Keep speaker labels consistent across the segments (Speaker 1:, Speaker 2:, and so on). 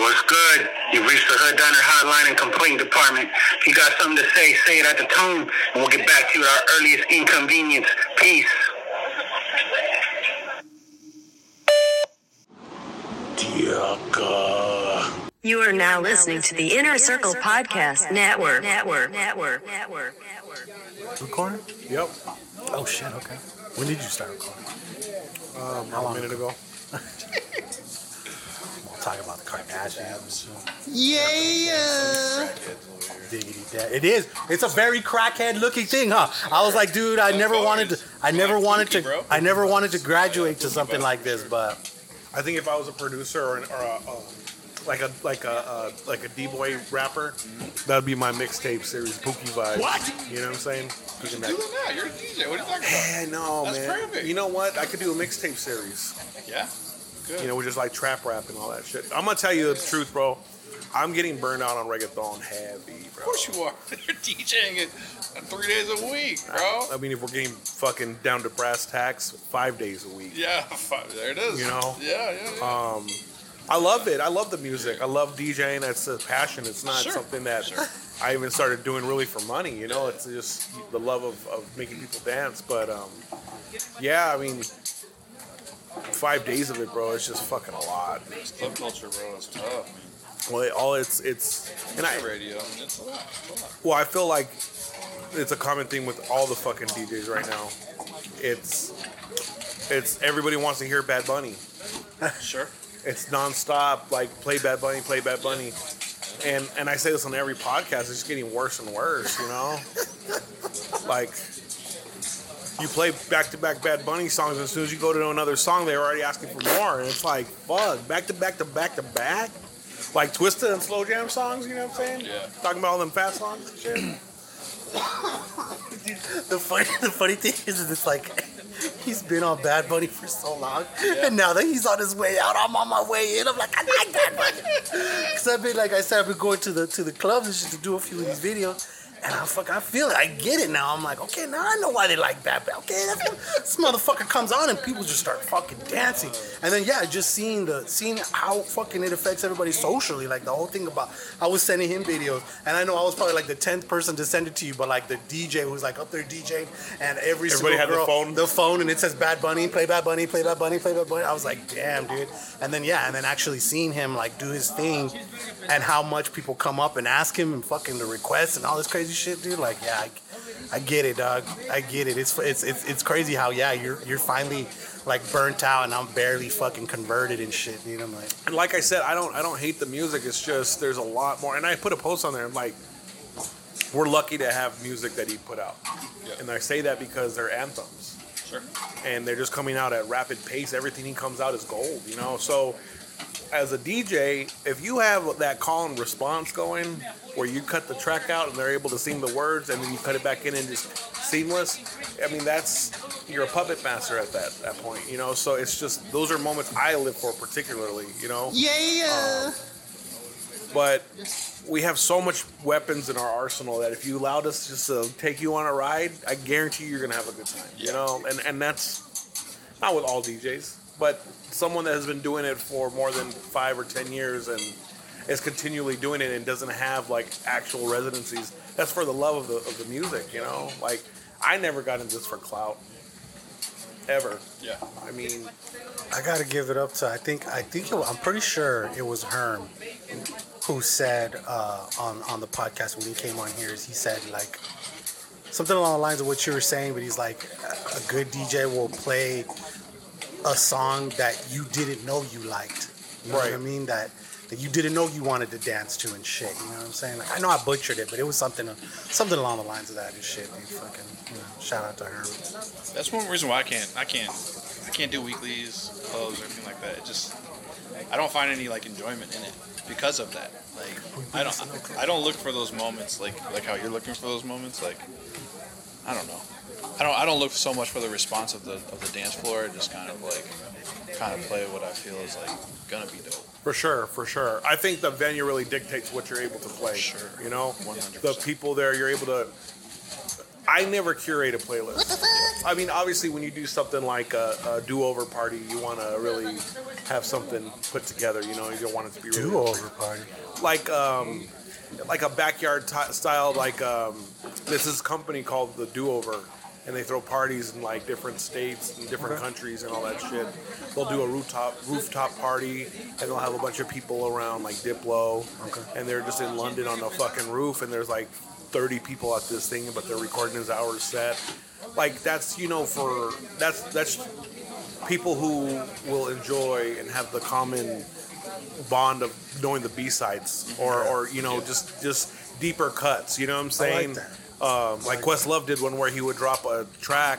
Speaker 1: What's good? You reached the Hood Diner Hotline and Complaint Department. If you got something to say, say it at the tone, and we'll get back to you at our earliest inconvenience. Peace.
Speaker 2: You are now listening to the Inner Circle Podcast Network. Network. Network. Network.
Speaker 3: Recording?
Speaker 4: Yep.
Speaker 3: Oh shit, okay. When did you start recording?
Speaker 4: Um,
Speaker 3: How
Speaker 4: a
Speaker 3: long
Speaker 4: minute ago.
Speaker 3: We'll talk about the Kardashians.
Speaker 4: Yeah.
Speaker 3: Diggity da- It is. It's a very crackhead looking thing, huh? I was like, dude, I never wanted to I never wanted to I never wanted to graduate to something like this, but
Speaker 4: I think if I was a producer or, an, or a, um, like a like a uh, like a d boy rapper, that'd be my mixtape series, Pookie Vibes.
Speaker 5: What?
Speaker 4: You know what I'm saying?
Speaker 5: You do it now. You're a DJ. What are you talking about?
Speaker 4: Yeah, no,
Speaker 5: That's
Speaker 4: man.
Speaker 5: perfect.
Speaker 4: You know what? I could do a mixtape series.
Speaker 5: Yeah. Good.
Speaker 4: You know, with just like trap rap and all that shit. I'm gonna tell you the truth, bro. I'm getting burned out on reggaeton heavy, bro.
Speaker 5: of course you are. You're DJing it three days a week, bro.
Speaker 4: I mean, if we're getting fucking down to brass tacks, five days a week.
Speaker 5: yeah. Fuck, there it is.
Speaker 4: You know?
Speaker 5: Yeah. Yeah. yeah.
Speaker 4: Um, I love it. I love the music. I love DJing. That's a passion. It's not
Speaker 5: Sure.
Speaker 4: something that
Speaker 5: Sure.
Speaker 4: I even started doing really for money. You know, it's just the love of, of making people dance. But um, yeah, I mean, five days of it, bro. It's just fucking a lot.
Speaker 5: It's club culture, bro. It's tough. man.
Speaker 4: Well, it, all it's it's and I
Speaker 5: radio. I mean, it's a lot. It's a lot.
Speaker 4: well, I feel like it's a common thing with all the fucking DJs right now. It's it's everybody wants to hear Bad Bunny.
Speaker 5: Sure.
Speaker 4: It's nonstop, like play Bad Bunny, play Bad Bunny, and and I say this on every podcast. It's just getting worse and worse, you know. like you play back to back Bad Bunny songs, and as soon as you go to another song, they're already asking for more, and it's like fuck, back to back to back to back, like Twista and slow jam songs. You know what I'm saying?
Speaker 5: Yeah.
Speaker 4: Talking about all them fast songs and shit.
Speaker 3: the funny the funny thing is is it's like he's been on Bad Bunny for so long. And now that he's on his way out, I'm on my way in. I'm like, I like Bad Bunny. Cause I've been like I said, I've been going to the to the clubs and shit to do a few of these videos. And I fuck, I feel it. I get it now. I'm like, okay, now I know why they like Bad Bunny. Okay, that's what, this motherfucker comes on and people just start fucking dancing. And then yeah, just seeing the seeing how fucking it affects everybody socially. Like the whole thing about I was sending him videos, and I know I was probably like the tenth person to send it to you, but like the DJ who's like up there DJing, and every
Speaker 4: Everybody
Speaker 3: single
Speaker 4: had the
Speaker 3: girl-
Speaker 4: phone?
Speaker 3: the phone and it says Bad Bunny, play Bad Bunny, play Bad Bunny, play Bad Bunny. I was like, damn, dude. And then yeah, and then actually seeing him like do his thing, and how much people come up and ask him and fucking the requests and all this crazy shit, dude. Like yeah, I, I get it, dog. I get it. It's it's it's, it's crazy how yeah you're you're finally like burnt out and I'm barely fucking converted and shit, dude. I'm like,
Speaker 4: And like I said, I don't I don't hate the music. It's just there's a lot more. And I put a post on there. I'm like, we're lucky to have music that he put out.
Speaker 5: Yeah.
Speaker 4: And I say that because they're anthems,
Speaker 5: Sure.
Speaker 4: and they're just coming out at rapid pace. Everything he comes out is gold, you know. So as a DJ, if you have that call and response going, where you cut the track out and they're able to sing the words, and then you cut it back in and just seamless. I mean, that's you're a puppet master at that that point, you know. So it's just those are moments I live for particularly, you know Um,
Speaker 3: Yeah.
Speaker 4: but we have so much weapons in our arsenal that if you allowed us just to take you on a ride, I guarantee you're gonna have a good time. You
Speaker 5: Yeah.
Speaker 4: know, and and that's not with all DJs, but someone that has been doing it for more than five or ten years and is continually doing it and doesn't have like actual residencies. That's for the love of the of the music. You know, like I never got into this for clout. Ever,
Speaker 5: Yeah.
Speaker 4: I mean,
Speaker 3: I gotta give it up to I think I think it, wa- I'm pretty sure it was Herm who said uh, on on the podcast when he came on here is he said like something along the lines of what you were saying, but he's like a good DJ will play a song that you didn't know you liked. You know what I
Speaker 4: Right.
Speaker 3: mean? That that you didn't know you wanted to dance to and shit. You know what I'm saying? Like I know I butchered it, but it was something something along the lines of that and shit. Dude, fucking you know, shout out to Herm.
Speaker 5: That's one reason why I can't. I can't. I can't do weeklies, clubs, or anything like that. It just I don't find any like enjoyment in it because of that. Like I don't. I don't look for those moments like like how you're looking for those moments. Like I don't know. I don't. I don't look so much for the response of the of the dance floor. I just kind of like kind of play what I feel is like gonna be dope.
Speaker 4: For sure, for sure. I think the venue really dictates what you're able to play.
Speaker 5: Sure.
Speaker 4: You know, the
Speaker 5: 100%.
Speaker 4: people there, you're able to I never curate a playlist. I mean, obviously, when you do something like a, a do-over party, you want to really have something put together. You know, you don't want it to be really
Speaker 3: Do over party.
Speaker 4: like um like a backyard ty style like um there's this company called the do over and they throw parties in like different states and different countries and all that shit they'll do a rooftop rooftop party and they'll have a bunch of people around like diplo and they're just in london on the fucking roof and there's like 30 people at this thing but they're recording his hour set like that's you know for that's that's people who will enjoy and have the common bond of knowing the B sides or or you know just just deeper cuts. You know what I'm saying?
Speaker 3: that.
Speaker 4: Um, like Questlove did one where he would drop a track.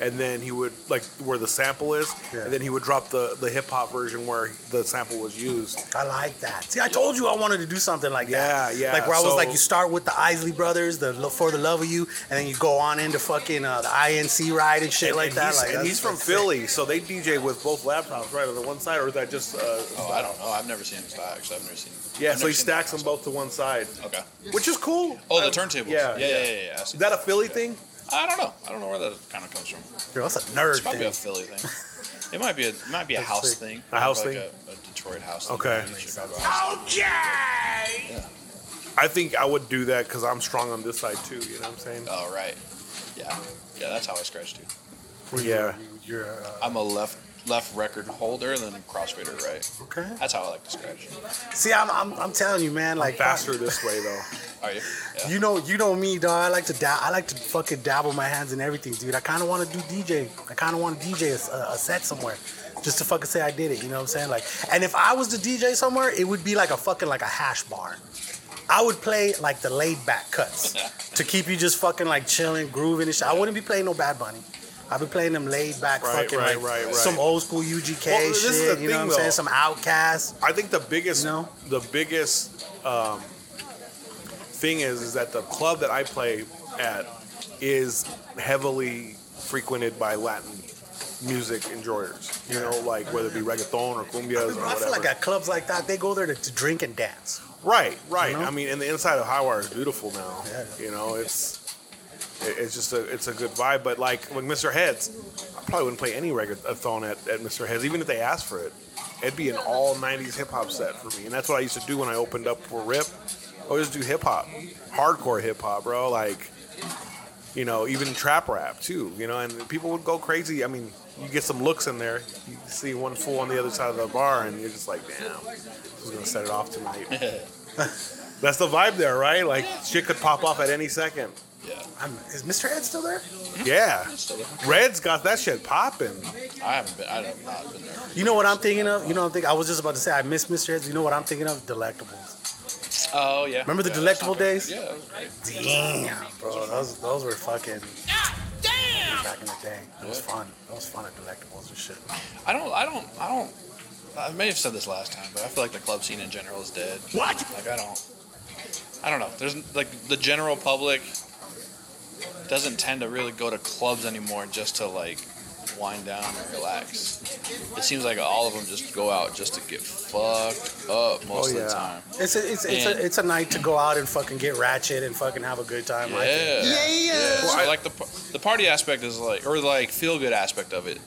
Speaker 4: And then he would like where the sample is,
Speaker 3: Yeah.
Speaker 4: and then he would drop the, the hip hop version where the sample was used.
Speaker 3: I like that. See, I told you I wanted to do something like that.
Speaker 4: Ah, Yeah, yeah,
Speaker 3: Like where I was
Speaker 4: Uh, so-
Speaker 3: like, you start with the Isley Brothers, the Lo- For the Love of You, and then you go on into fucking uh, the INC ride and shit like
Speaker 4: and
Speaker 3: that.
Speaker 4: he's,
Speaker 3: like,
Speaker 4: and
Speaker 3: that's-
Speaker 4: he's from
Speaker 3: that's
Speaker 4: Philly, so they DJ with both laptops, right, on the one side, or is that just uh,
Speaker 5: Oh, I don't know. I've never seen him style. Actually, I've never seen. Him.
Speaker 4: yeah?
Speaker 5: I've
Speaker 4: So
Speaker 5: never
Speaker 4: he
Speaker 5: seen that
Speaker 4: stacks them both to one side,
Speaker 5: concept. Okay.
Speaker 4: which is cool.
Speaker 5: Oh,
Speaker 4: I-
Speaker 5: the turntables.
Speaker 4: Yeah,
Speaker 5: Yeah, yeah, yeah. yeah, yeah, I've
Speaker 4: Is
Speaker 5: seen
Speaker 4: that a
Speaker 5: that.
Speaker 4: Philly
Speaker 5: Yeah.
Speaker 4: thing?
Speaker 5: I don't know. I don't know where that kind of comes from.
Speaker 3: it. Girl, that's a nerd
Speaker 5: It's probably
Speaker 3: thing.
Speaker 5: a Philly thing. It might be a it might be a house
Speaker 3: sick.
Speaker 5: thing.
Speaker 4: A house
Speaker 5: like
Speaker 4: thing?
Speaker 5: A, a Detroit house
Speaker 4: Okay.
Speaker 5: thing.
Speaker 4: Makes
Speaker 5: Okay.
Speaker 4: I think I would do that because I'm strong on this side too. You know what I'm saying?
Speaker 5: Oh right. Yeah. Yeah, that's how I scratch too.
Speaker 4: Yeah.
Speaker 3: You're, uh,
Speaker 5: I'm a left left record holder and then a crossfader right.
Speaker 3: okay.
Speaker 5: That's how I like to scratch.
Speaker 3: See, I'm, I'm, I'm telling you, man. Like
Speaker 4: Faster this way though.
Speaker 5: Are you? Yeah.
Speaker 3: You know, you know me, dog. I like to dab- I like to fucking dabble my hands in everything, dude. I kind of want to do DJ. I kind of want to DJ a s- a, a set somewhere, just to fucking say I did it. You know what I'm saying? Like, and if I was to DJ somewhere, it would be like a fucking like a hash bar. I would play like the laid back cuts to keep you just fucking like chilling, grooving and shit. I wouldn't be playing no Bad Bunny. I'd be playing them laid back
Speaker 4: Right,
Speaker 3: fucking
Speaker 4: right,
Speaker 3: like
Speaker 4: right, right.
Speaker 3: some old school UGK
Speaker 4: Well, this
Speaker 3: shit.
Speaker 4: is the
Speaker 3: you know
Speaker 4: thing,
Speaker 3: what I'm
Speaker 4: though.
Speaker 3: saying? Some Outcast.
Speaker 4: I think the biggest,
Speaker 3: You know?
Speaker 4: the biggest um, thing is, is that the club that I play at is heavily frequented by Latin music enjoyers. You know, like whether it be reggaeton or cumbias or
Speaker 3: I
Speaker 4: whatever.
Speaker 3: feel like at clubs like that, they go there to, to drink and dance.
Speaker 4: Right, right.
Speaker 3: know?
Speaker 4: I mean, and the inside of Highwire is beautiful now.
Speaker 3: Yeah.
Speaker 4: You know, it's it- it's just a it's a good vibe. But like like Mr. Heads, I probably wouldn't play any record a thon at, at Mr. Heads, even if they asked for it. It'd be an all '90s hip hop set for me, and that's what I used to do when I opened up for Rip. I always do hip hop, hardcore hip hop, bro. Like, you know, even trap rap too. You know, and people would go crazy. I mean, you get some looks in there. You see one fool on the other side of the bar, and you're just like, damn, who's gonna set it off tonight? That's the vibe there, right? Like shit could pop off at any second.
Speaker 5: yeah.
Speaker 3: I'm, is Mr. Ed still there?
Speaker 4: Yeah.
Speaker 5: Still there.
Speaker 4: Red's got that shit popping.
Speaker 5: I haven't been. I have not been there.
Speaker 3: You know what I'm thinking of? You know what I'm thinking? I was just about to say I miss Mr. Ed's. You know what I'm thinking of? Delectables.
Speaker 5: Oh yeah.
Speaker 3: Remember the
Speaker 5: Yeah,
Speaker 3: Delectable
Speaker 5: that's
Speaker 3: days?
Speaker 5: not bad. Yeah. that was great.
Speaker 3: Damn, bro, those those were fucking. damn. Back in the day, it was
Speaker 5: Yeah.
Speaker 3: fun. It was fun at Delectables and shit.
Speaker 5: I don't. I don't. I don't. I may have said this last time, but I feel like the club scene in general is dead.
Speaker 3: What?
Speaker 5: Like I don't. I don't know. There's like the general public doesn't tend to really go to clubs anymore just to like wind down and relax. It seems like all of them just go out just to get fucked up most
Speaker 3: Oh,
Speaker 5: of the time.
Speaker 3: It's a, it's it's
Speaker 5: And-
Speaker 3: a, it's a night to go out and fucking get ratchet and fucking have a good time. I think.
Speaker 5: Yeah. Yeah. So like the par- the party aspect is like, or like feel good aspect of it,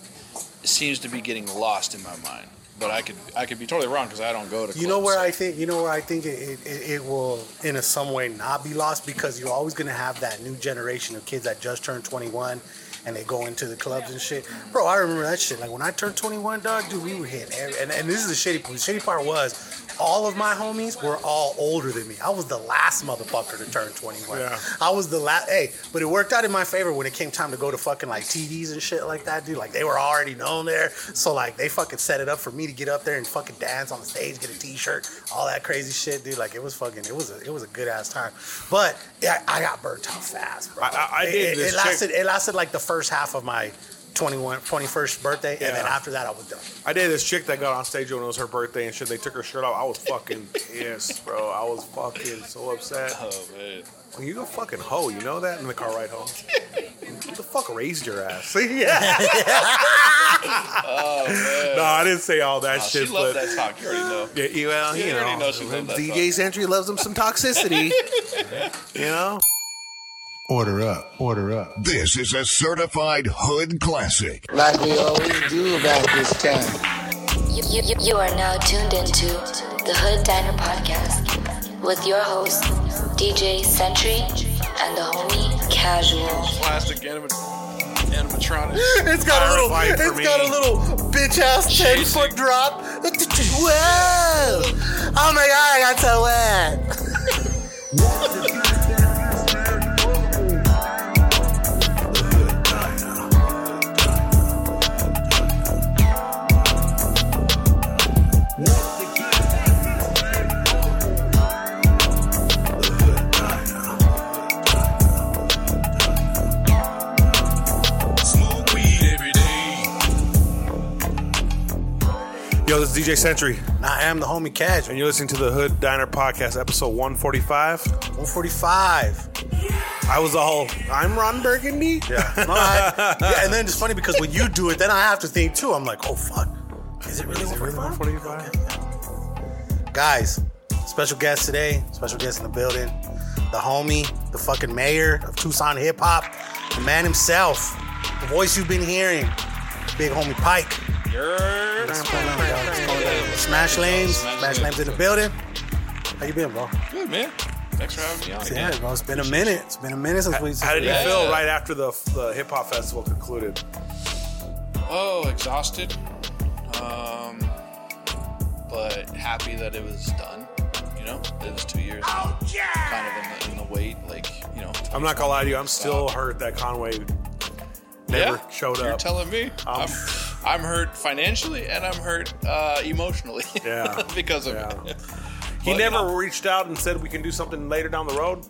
Speaker 5: seems to be getting lost in my mind. But I could I could be totally wrong because I don't go to.
Speaker 3: You know
Speaker 5: clubs,
Speaker 3: where
Speaker 5: so-
Speaker 3: I think you know where I think it, it, it it will in a some way not be lost because you're always gonna have that new generation of kids that just turned 21 and they go into the clubs and shit. Bro, I remember that shit. Like when I turned 21, dog, dude, we were hitting. Every, and and this is the shitty part. The shitty part was all of my homies were all older than me. I was the last motherfucker to turn 21.
Speaker 4: Yeah.
Speaker 3: I was the last. Hey, but it worked out in my favor when it came time to go to fucking like TVs and shit like that, dude. Like they were already known there, so like they fucking set it up for me to get up there and fucking dance on the stage, get a T-shirt, all that crazy shit, dude. Like it was fucking, it was a, it was a good ass time. But yeah, I got burnt out fast, bro.
Speaker 4: I- I- I
Speaker 3: It-
Speaker 4: did
Speaker 3: It,
Speaker 4: this
Speaker 3: it
Speaker 4: chick-
Speaker 3: lasted. It lasted like the first half of my 21, 21st birthday, and then
Speaker 4: Yeah.
Speaker 3: after that, I was done.
Speaker 4: I did this chick that got on stage when it was her birthday and shit. They took her shirt off. I was fucking pissed, bro. I was fucking so upset.
Speaker 5: Oh man.
Speaker 4: Well, you a fucking hoe, you know that? In the car ride home. Who the fuck raised your ass? yeah. No, I didn't say all that
Speaker 5: Oh,
Speaker 4: shit.
Speaker 5: she loved
Speaker 4: but
Speaker 5: that talk. You already know.
Speaker 4: Yeah, you- well,
Speaker 5: You
Speaker 4: you
Speaker 5: already
Speaker 4: know,
Speaker 5: know she loved that
Speaker 4: DJ Sentry loves him some toxicity. you know?
Speaker 6: Order up, order up.
Speaker 7: This is a certified hood classic.
Speaker 8: like we always do about this time.
Speaker 9: You, you, you, you are now tuned into the Hood Diner Podcast with your host, DJ Sentry, and the homie Casual.
Speaker 5: Plastic anima- animatronics.
Speaker 3: It's got a little.
Speaker 4: Horrifying for
Speaker 3: It's got a
Speaker 4: me.
Speaker 3: little bitch ass ten foot drop. Whoa! Oh my god, I got so wet.
Speaker 5: Smoke weed every day.
Speaker 4: Yo, this is DJ Century,
Speaker 3: I am the homie Cash.
Speaker 4: and you're listening to the Hood Diner Podcast, episode 145.
Speaker 3: 145.
Speaker 4: I was the whole, I'm Ron Burgundy.
Speaker 3: Yeah. No, I- yeah, and then it's funny because when you do it, then I have to think too. I'm like, oh fuck, is it really 145?
Speaker 4: 145?
Speaker 3: Guys, special guest today, special guest in the building, the homie, the fucking mayor of Tucson hip hop, the man himself, the voice you've been hearing, big homie Pike. What's going on, dog? What's going on? Smash Lanes, Smash Lanes in the building. How you been, bro?
Speaker 5: Good man. Thanks for having me on
Speaker 3: Yeah,
Speaker 5: again.
Speaker 3: bro. It's been a minute. It's been a minute since we.
Speaker 4: How did
Speaker 5: Yeah.
Speaker 4: you feel right after the, the hip hop festival concluded?
Speaker 5: Oh, exhausted. Um, but happy that it was done. You know, it was two years. Oh, yeah! Kind of in the, in the wait, like you know.
Speaker 4: I'm not gonna lie to you, I'm still hurt that Conway never
Speaker 5: yeah,
Speaker 4: showed
Speaker 5: You're
Speaker 4: up. Um,
Speaker 5: telling me. I'm, I'm hurt financially and I'm hurt uh, emotionally.
Speaker 4: Yeah.
Speaker 5: because of
Speaker 4: Yeah.
Speaker 5: it.
Speaker 4: he
Speaker 5: But,
Speaker 4: never
Speaker 5: you know,
Speaker 4: reached out and said we can do something later down the road.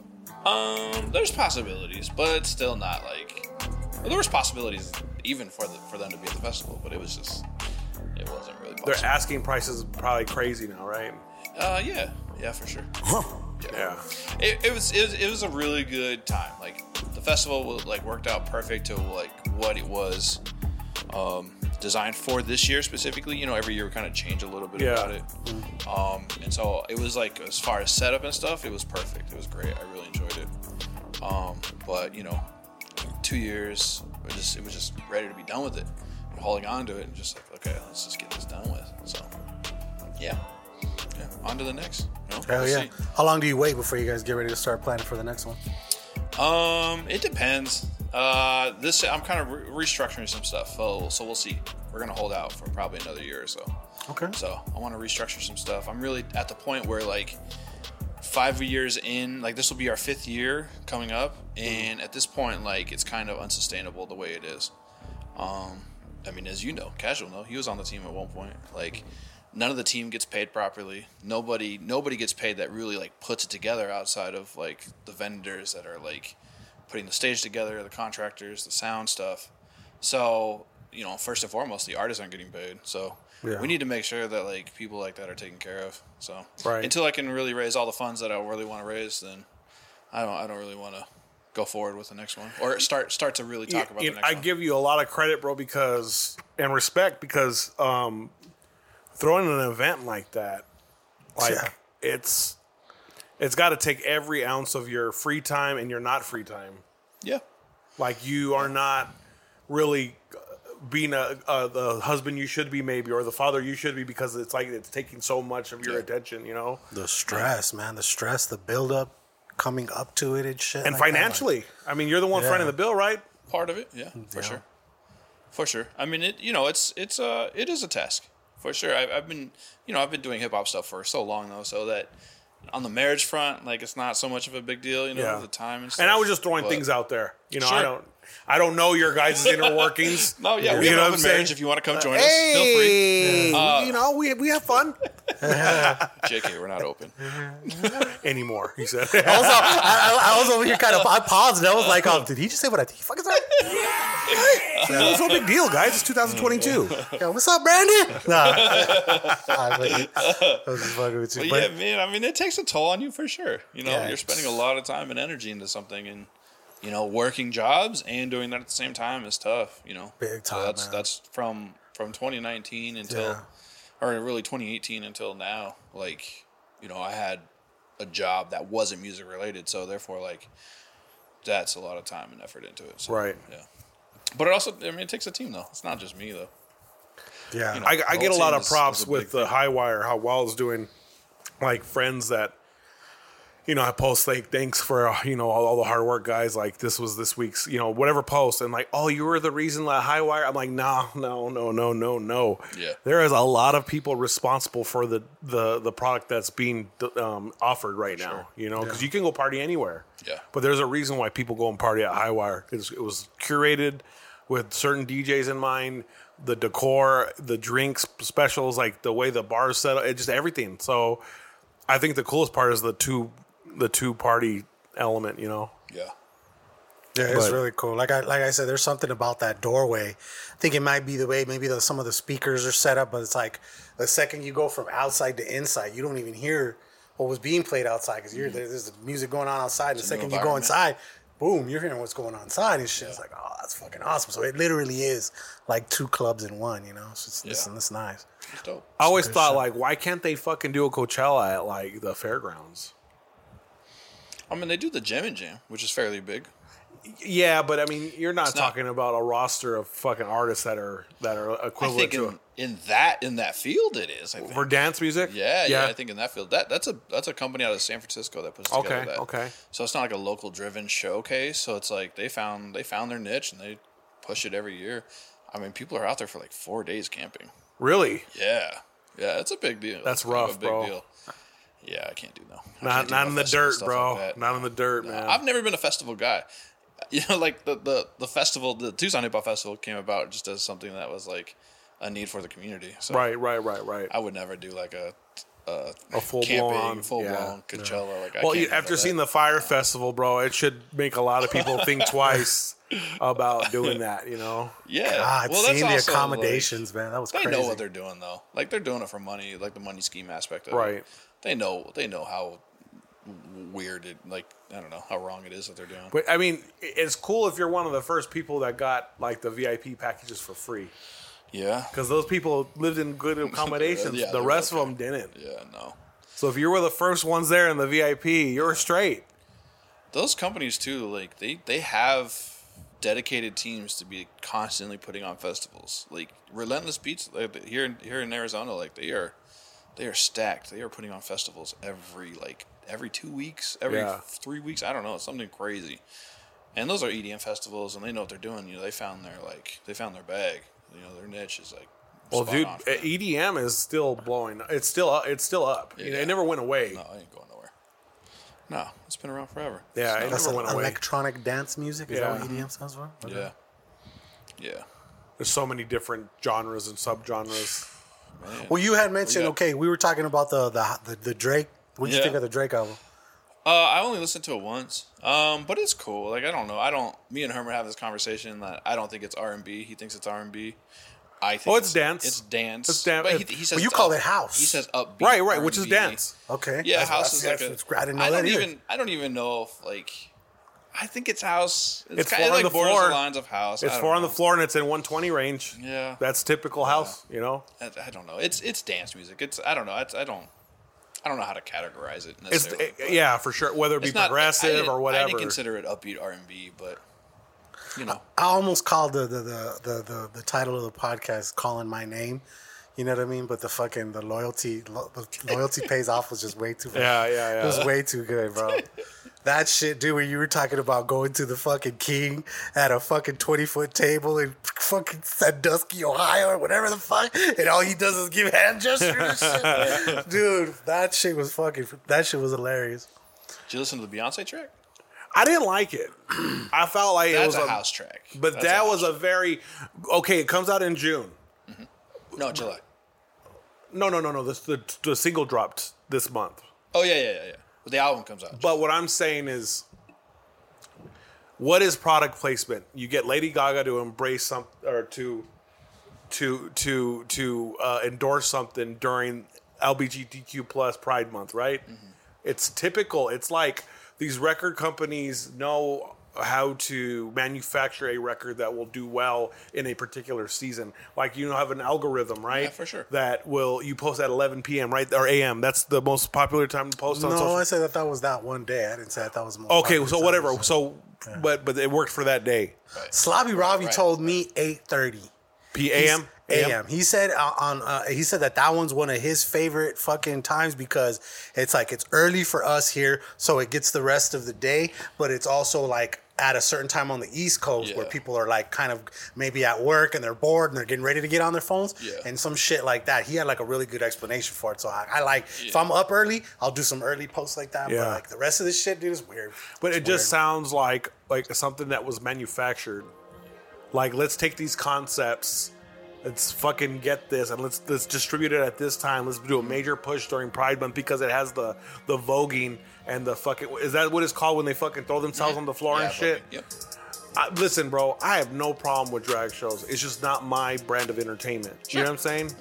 Speaker 5: um, there's possibilities, but it's still not like well, there was possibilities even for the, for them to be at the festival, but it was just it wasn't really
Speaker 4: Their
Speaker 5: possible.
Speaker 4: asking prices probably crazy now, right?
Speaker 5: Uh, yeah, yeah, for sure.
Speaker 4: Yeah.
Speaker 5: it, it was it was it was a really good time. Like the festival was, like worked out perfect to like what it was um, designed for this year specifically. You know, every year we kind of change a little bit
Speaker 4: Yeah.
Speaker 5: about it. Um, and so it was like as far as setup and stuff, it was perfect. It was great. I really enjoyed it. Um, but you know, two years, we just it was just ready to be done with it, and holding on to it, and just like okay, let's just get this done with. So yeah, yeah, on to the next. You know,
Speaker 3: Hell
Speaker 5: we'll
Speaker 3: yeah.
Speaker 5: see.
Speaker 3: How long do you wait before you guys get ready to start planning for the next one?
Speaker 5: Um, it depends. Uh, this I'm kind of re- restructuring some stuff, so, so we'll see. We're gonna hold out for probably another year or so.
Speaker 3: Okay.
Speaker 5: So I want to restructure some stuff. I'm really at the point where like five years in, like this will be our fifth year coming up, and at this point, like it's kind of unsustainable the way it is. Um, I mean, as you know, casual know, he was on the team at one point. Like, none of the team gets paid properly. Nobody, nobody gets paid that really like puts it together outside of like the vendors that are like putting the stage together, the contractors, the sound stuff. So, you know, first and foremost, the artists aren't getting paid. So,
Speaker 4: Yeah.
Speaker 5: we need to make sure that like people like that are taken care of. So,
Speaker 4: Right.
Speaker 5: until I can really raise all the funds that I really want to raise, then I don't, I don't really want to go forward with the next one or start start to really talk about
Speaker 4: You-
Speaker 5: the
Speaker 4: you-
Speaker 5: next
Speaker 4: I
Speaker 5: one.
Speaker 4: give you a lot of credit, bro, because and respect because um, throwing an event like that, like
Speaker 3: Yeah.
Speaker 4: it's it's got to take every ounce of your free time and your not free time.
Speaker 5: yeah.
Speaker 4: Like you are not really uh, being a, uh the husband you should be, maybe, or the father you should be, because it's like it's taking so much of your
Speaker 5: Yeah.
Speaker 4: attention, you know,
Speaker 3: The stress, man. The stress, the buildup, coming up to it and shit.
Speaker 4: and
Speaker 3: like that, like-
Speaker 4: financially. I mean, you're the one
Speaker 3: Yeah.
Speaker 4: fronting the bill, right?
Speaker 5: part of it. Yeah,
Speaker 3: Yeah.
Speaker 5: for sure, for sure. I mean, it you know, it's it's uh it is a task for sure. I've, I've been you know I've been doing hip hop stuff for so long though, so that on the marriage front, like it's not so much of a big deal. You know,
Speaker 4: Yeah.
Speaker 5: the time and stuff.
Speaker 4: And I was just throwing
Speaker 5: but-
Speaker 4: things out there, you know. I
Speaker 5: Sure.
Speaker 4: don't, I don't know your guys' inner workings.
Speaker 5: No, Oh, yeah, we
Speaker 4: You know
Speaker 5: have an
Speaker 4: what
Speaker 5: open
Speaker 4: I'm
Speaker 5: marriage.
Speaker 4: saying?
Speaker 5: If you want to come join us, feel free.
Speaker 4: Hey, you know, we, we have fun
Speaker 5: JK, we're not open.
Speaker 4: anymore. He said,
Speaker 5: Oh,
Speaker 3: Also, I, I, I was over here kind of. I paused and I was like, "Oh, did he just say what I think he fucking said?"
Speaker 4: "It's no big deal, guys. It's 2022."
Speaker 3: Yeah, what's up, Brandon? Nah, Nah, but- I was just fucking with you.
Speaker 5: But
Speaker 3: But
Speaker 5: yeah, man, I mean, it takes a toll on you for sure. You know,
Speaker 3: Yeah.
Speaker 5: you're spending a lot of time and energy into something, and you know, working jobs and doing that at the same time is tough. You know,
Speaker 3: Big
Speaker 5: So
Speaker 3: time,
Speaker 5: that's
Speaker 3: man.
Speaker 5: that's from from 2019 until,
Speaker 3: Yeah.
Speaker 5: or really 2018 until now. Like, you know, I had a job that wasn't music related, so therefore, like, that's a lot of time and effort into it. So,
Speaker 4: Right.
Speaker 5: Yeah. But it also, I mean, it takes a team though. It's not just me though.
Speaker 4: Yeah,
Speaker 5: you know,
Speaker 4: I, I
Speaker 5: the
Speaker 4: get a
Speaker 5: whole
Speaker 4: lot
Speaker 5: team
Speaker 4: of
Speaker 5: is-
Speaker 4: props
Speaker 5: is a big
Speaker 4: with the high wire how Wall's doing, like friends that, you know, I post like thanks for uh, you know all, all the hard work, guys. Like this was this week's you know whatever post, and like oh you were the reason that high wire. I'm like nah no no no no no.
Speaker 5: Yeah.
Speaker 4: there is a lot of people responsible for the the the product that's being um, offered right now. You know, because you can go party anywhere.
Speaker 5: Yeah.
Speaker 4: But there's a reason why people go and party at Highwire. It's, it was curated with certain DJs in mind, the decor, the drinks specials, like the way the bar is set up, it just everything. So I think the coolest part is the two the two party element, you know.
Speaker 5: Yeah.
Speaker 3: Yeah, it's
Speaker 4: But-
Speaker 3: really cool. Like I like I said, there's something about that doorway. I think it might be the way maybe the, some of the speakers are set up, but it's like the second you go from outside to inside, you don't even hear what was being played outside because you're there, there's music going on outside. The
Speaker 5: Mm-hmm. a new
Speaker 3: second you go
Speaker 5: environment.
Speaker 3: inside, boom, you're hearing what's going on inside and shit. It's like, oh, that's fucking awesome. So it literally is like two clubs in one. You know, it's just,
Speaker 5: Yeah.
Speaker 3: listen, that's nice.
Speaker 5: It's dope.
Speaker 4: I always thought like why can't they fucking do a Coachella at like the fairgrounds?
Speaker 5: I mean, they do the Jam and Jam, which is fairly big.
Speaker 4: Yeah, but I mean you're not
Speaker 5: not-
Speaker 4: talking about a roster of fucking artists that are that are
Speaker 5: I
Speaker 4: equivalent
Speaker 5: think
Speaker 4: to
Speaker 5: in, in that in that field it is. I think.
Speaker 4: for dance music?
Speaker 5: Yeah, yeah, I think in that field, that that's a that's a company out of San Francisco that puts together
Speaker 4: Okay,
Speaker 5: that.
Speaker 4: okay.
Speaker 5: So it's not like a local driven showcase. So it's like they found they found their niche and they push it every year. I mean, people are out there for like four days camping.
Speaker 4: Really?
Speaker 5: Yeah, yeah, it's a big deal.
Speaker 4: That's
Speaker 5: It's kind of
Speaker 4: rough, bro.
Speaker 5: Yeah, I can't do no. I can't
Speaker 4: Not
Speaker 5: do
Speaker 4: not
Speaker 5: no
Speaker 4: in the
Speaker 5: festival
Speaker 4: dirt,
Speaker 5: stuff
Speaker 4: bro.
Speaker 5: like that.
Speaker 4: not in the dirt, man.
Speaker 5: I've never been a festival guy. You know, like the the, the festival, the Tucson Hip Hop Festival came about just as something that was like a need for the community. So
Speaker 4: right, right, right, right.
Speaker 5: I would never do like a a,
Speaker 4: A full
Speaker 5: camping,
Speaker 4: blown-
Speaker 5: full
Speaker 4: yeah.
Speaker 5: blown Coachella. Like, I
Speaker 4: well,
Speaker 5: can't
Speaker 4: you,
Speaker 5: do
Speaker 4: after
Speaker 5: that.
Speaker 4: seeing the Fire Festival, bro, it should make a lot of people think twice about doing that. You know,
Speaker 5: yeah,
Speaker 3: God,
Speaker 5: well, that's
Speaker 3: seeing the
Speaker 5: also, like,
Speaker 3: accommodations, man, that was
Speaker 5: they
Speaker 3: crazy.
Speaker 5: know what they're doing though. Like they're doing it for money, like the money scheme aspect of
Speaker 4: Right.
Speaker 5: it. They know they know how weird it like I don't know how wrong it is that they're doing.
Speaker 4: but I mean, i- it's cool if you're one of the first people that got like the VIP packages for free
Speaker 5: yeah.
Speaker 4: because those people lived in good accommodations.
Speaker 5: Yeah,
Speaker 4: the
Speaker 5: they're
Speaker 4: rest of
Speaker 5: okay.
Speaker 4: them didn't.
Speaker 5: Yeah, no.
Speaker 4: So if you were the first ones there in the VIP, you're straight.
Speaker 5: Those companies too, like they they have dedicated teams to be constantly putting on festivals. Like Relentless Beats like, here in here in Arizona, like they are they are stacked. They are putting on festivals every like every two weeks, every
Speaker 4: Yeah.
Speaker 5: three weeks. I don't know, it's something crazy. And those are EDM festivals, and they know what they're doing. You know, they found their like they found their bag. You know, their niche is like.
Speaker 4: Well,
Speaker 5: spot
Speaker 4: dude, e-, eh,
Speaker 5: on for them.
Speaker 4: EDM is still blowing. It's still up. It's still up. You know,
Speaker 5: Yeah.
Speaker 4: it never went away.
Speaker 5: no, I ain't going nowhere. No, it's been around forever.
Speaker 4: Yeah, it
Speaker 3: That's
Speaker 4: never
Speaker 3: like
Speaker 4: went away.
Speaker 3: electronic dance music. Is
Speaker 4: Yeah.
Speaker 3: that what EDM stands for? Okay.
Speaker 5: yeah, yeah.
Speaker 4: There's so many different genres and subgenres.
Speaker 5: Man.
Speaker 3: Well, you had mentioned
Speaker 5: got-
Speaker 3: okay, we were talking about the the the, the Drake. What would you
Speaker 5: Yeah.
Speaker 3: think of the Drake album?
Speaker 5: Uh, I only listened to it once, um, but it's cool. Like I don't know. I don't. Me and Herman have this conversation that I don't think it's R and B. He thinks it's R and B. I think
Speaker 4: Oh, it's dance.
Speaker 5: It's dance.
Speaker 4: It's dan-
Speaker 5: But
Speaker 4: it-
Speaker 5: he, he says
Speaker 3: Well, you
Speaker 5: it's
Speaker 3: call
Speaker 5: up-
Speaker 3: it house.
Speaker 5: He says upbeat.
Speaker 4: Right, right, which is
Speaker 5: R&B.
Speaker 4: dance.
Speaker 3: Okay,
Speaker 5: Yeah,
Speaker 3: That's-
Speaker 5: house is
Speaker 3: that's-
Speaker 5: like
Speaker 3: that's-
Speaker 5: a.
Speaker 3: I didn't know
Speaker 5: don't
Speaker 3: that either.
Speaker 5: even. I don't even know if like. I think it's house. It's,
Speaker 4: It's
Speaker 5: kind
Speaker 4: four
Speaker 5: of
Speaker 4: on
Speaker 5: like
Speaker 4: the
Speaker 5: borders
Speaker 4: floor.
Speaker 5: the lines of house.
Speaker 4: It's
Speaker 5: I don't
Speaker 4: four on
Speaker 5: know.
Speaker 4: the floor and it's in 120 range.
Speaker 5: Yeah.
Speaker 4: That's typical house, you know?
Speaker 5: I, I don't know. It's it's dance music. It's I don't know. It's, I don't. I don't know how to categorize it.
Speaker 4: It's
Speaker 5: Necessarily.
Speaker 4: eh, yeah, for sure. Whether it be
Speaker 5: It's not- I
Speaker 4: progressive
Speaker 5: didn't-
Speaker 4: or
Speaker 5: I
Speaker 4: whatever.
Speaker 5: didn't consider it upbeat R and B, but you know.
Speaker 3: I almost called the the, the the the the title of the podcast "Calling My Name." You know what I mean? But the fucking the loyalty lo, the loyalty pays off was just way too.
Speaker 4: yeah, yeah,
Speaker 3: It
Speaker 4: yeah.
Speaker 3: was way too good, bro. That shit, dude, when you were talking about going to the fucking king at a fucking 20 foot table in fucking Sandusky, Ohio, or whatever the fuck, and all he does is give hand gestures and shit. dude, that shit was fucking, that shit was hilarious.
Speaker 5: Did you listen to the Beyonce track?
Speaker 4: I didn't like it. I felt like it was
Speaker 5: That's a house track.
Speaker 4: But
Speaker 5: That's
Speaker 4: that
Speaker 5: a
Speaker 4: was a very okay. It comes out in June.
Speaker 5: No, July.
Speaker 4: No, no, no, no. This the, the single dropped this month.
Speaker 5: Oh yeah, yeah, yeah, yeah. But the album comes out.
Speaker 4: But what I'm saying is, what is product placement? You get Lady Gaga to embrace some or to to to to uh, endorse something during LGBTQ plus Pride Month, right?
Speaker 5: Mm-hmm.
Speaker 4: It's typical. It's like these record companies know how to manufacture a record that will do well in a particular season. Like you have an algorithm, right?
Speaker 5: for sure.
Speaker 4: That will you post at 11 p.m. right or a.m. That's the most popular time to post on
Speaker 3: No,
Speaker 4: social.
Speaker 3: I said that that was that one day. I didn't say that that was more.
Speaker 4: Okay,
Speaker 3: popular
Speaker 4: so
Speaker 3: time.
Speaker 4: whatever. So but but it worked for that day.
Speaker 3: Sloppy Robbie
Speaker 5: Right.
Speaker 3: told me eight thirty.
Speaker 4: P A M
Speaker 3: AM. He said uh, on uh, he said that that one's one of his favorite fucking times because it's like it's early for us here, so it gets the rest of the day, but it's also like at a certain time on the East Coast where
Speaker 5: Yeah.
Speaker 3: people are like kind of maybe at work and they're bored and they're getting ready to get on their phones
Speaker 5: Yeah.
Speaker 3: and some shit like that. He had like a really good explanation for it, so I, I like if I'm up early, I'll do some early posts like that. But
Speaker 4: Yeah.
Speaker 3: like the rest of this shit, dude, is weird.
Speaker 4: But
Speaker 3: It's
Speaker 4: it just
Speaker 3: weird.
Speaker 4: sounds like like something that was manufactured. Like let's take these concepts, let's fucking get this, and let's let's distribute it at this time. Let's do a major push during Pride Month because it has the the voguing and the fucking is that what it's called when they fucking throw themselves on the floor
Speaker 5: Yeah,
Speaker 4: and shit.
Speaker 5: Yep.
Speaker 4: I, listen, bro, I have no problem with drag shows. It's just not my brand of entertainment. You know what I'm saying?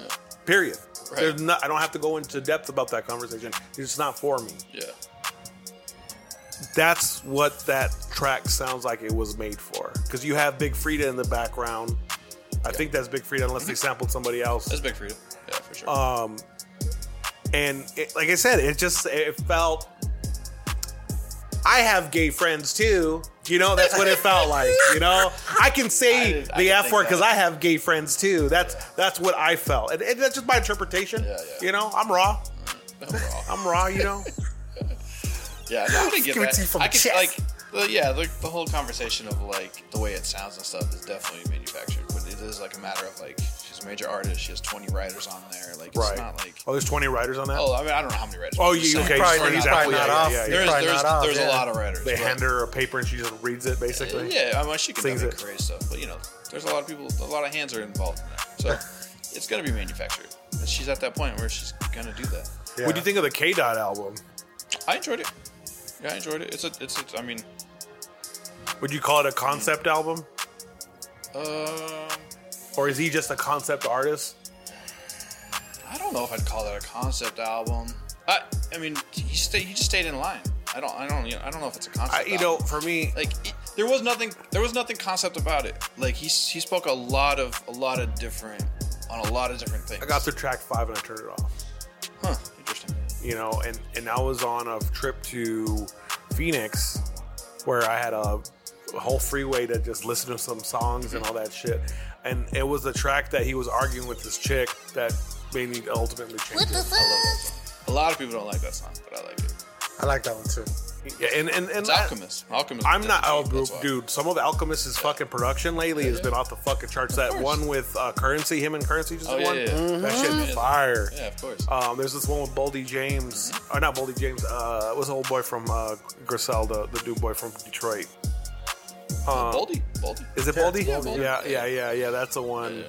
Speaker 4: Period.
Speaker 5: Right.
Speaker 4: There's not, I don't have to go into depth about that conversation. It's just not for me.
Speaker 5: Yeah.
Speaker 4: That's what that track sounds like it was made for. Because you have Big Frida in the background. I think that's Big Frida, unless they sampled somebody else.
Speaker 5: Mm-hmm. That's big freedom. Yeah, for sure.
Speaker 4: Uh, And it, like I said, it just it felt. I have gay friends too. You know, that's what it felt like. You know, I can
Speaker 5: I
Speaker 4: say
Speaker 5: didn't- I
Speaker 4: the
Speaker 5: didn't
Speaker 4: F
Speaker 5: think
Speaker 4: word
Speaker 5: that.
Speaker 4: because I have gay friends too. That's that's what I felt, and, and that's just my interpretation.
Speaker 5: Yeah, yeah.
Speaker 4: You know, I'm raw.
Speaker 5: Overall.
Speaker 4: I'm raw. You know.
Speaker 5: Yeah, no, I didn't get
Speaker 3: Scooty
Speaker 5: that.
Speaker 3: from
Speaker 5: I could,
Speaker 3: chest.
Speaker 5: like, well, yeah, the, the whole conversation of like the way it sounds and stuff is definitely manufactured, but it is like a matter of like she's a major artist. She has twenty writers on there. Like, it's not like
Speaker 4: oh, there's 20 writers on that.
Speaker 5: oh, I mean, I don't know how many writers.
Speaker 4: Oh,
Speaker 5: I'm just
Speaker 4: you-
Speaker 5: saying,
Speaker 4: okay,
Speaker 5: there's
Speaker 4: sorry,
Speaker 3: probably,
Speaker 5: not-
Speaker 3: he's probably
Speaker 4: exactly,
Speaker 3: not
Speaker 4: yeah, yeah,
Speaker 3: off.
Speaker 4: yeah.
Speaker 3: He's
Speaker 5: There's,
Speaker 3: probably
Speaker 5: there's,
Speaker 3: not off,
Speaker 5: there's
Speaker 3: yeah.
Speaker 5: a lot of writers.
Speaker 4: they
Speaker 5: but-
Speaker 4: hand her a paper and she just reads it, basically.
Speaker 5: Yeah, I mean, she can
Speaker 4: Sings
Speaker 5: definitely
Speaker 4: it.
Speaker 5: create stuff, but you know, there's a lot of people, a lot of hands are involved in that, so it's gonna be manufactured. And she's at that point where she's gonna do that.
Speaker 4: What do you think of the K Dot album?
Speaker 5: I enjoyed it. Yeah, I enjoyed it. It's a, it's a. I mean,
Speaker 4: Would you call it a concept
Speaker 5: Mm.
Speaker 4: album,
Speaker 5: um.
Speaker 4: or is he just a concept artist?
Speaker 5: I don't know if I'd call that a concept album. I, I mean, he stayed. He just stayed in line. I don't. I don't. You know, I don't know if it's a
Speaker 4: I,
Speaker 5: concept.
Speaker 4: you know,
Speaker 5: album.
Speaker 4: for me,
Speaker 5: like it- there was nothing. There was nothing concept about it. Like he s- he spoke a lot of a lot of different on a lot of different things.
Speaker 4: I got through track five and I turned it off.
Speaker 5: Huh. Interesting.
Speaker 4: You know, and and I was on a trip to Phoenix where I had a whole freeway to just listen to some songs and all that shit. And it was the track that he was arguing with this chick that made me ultimately change it.
Speaker 5: A lot of people don't like that song, but I like it.
Speaker 3: I like that one too.
Speaker 4: Yeah, and and, and
Speaker 5: It's
Speaker 4: that-
Speaker 5: Alchemist. Alchemist.
Speaker 4: I'm not
Speaker 5: Oh,
Speaker 4: out, dude. Some of Alchemist's fucking production lately has been off the fucking charts. That
Speaker 5: course.
Speaker 4: one with uh, Currency, him and Currency just
Speaker 5: Oh,
Speaker 4: did
Speaker 5: yeah,
Speaker 4: one.
Speaker 5: yeah, yeah.
Speaker 4: That shit
Speaker 5: Mhm.
Speaker 4: fire.
Speaker 5: Yeah, of course.
Speaker 4: Um, there's this one with Boldy James, or not Boldy James. Uh, what's the old boy from uh, Griselda, the dude boy from Detroit?
Speaker 5: Boldy. Boldy.
Speaker 4: Is it Boldy?
Speaker 5: Yeah, Boldy.
Speaker 4: Yeah, yeah,
Speaker 5: Yeah.
Speaker 4: yeah, yeah. That's the one.
Speaker 5: Yeah.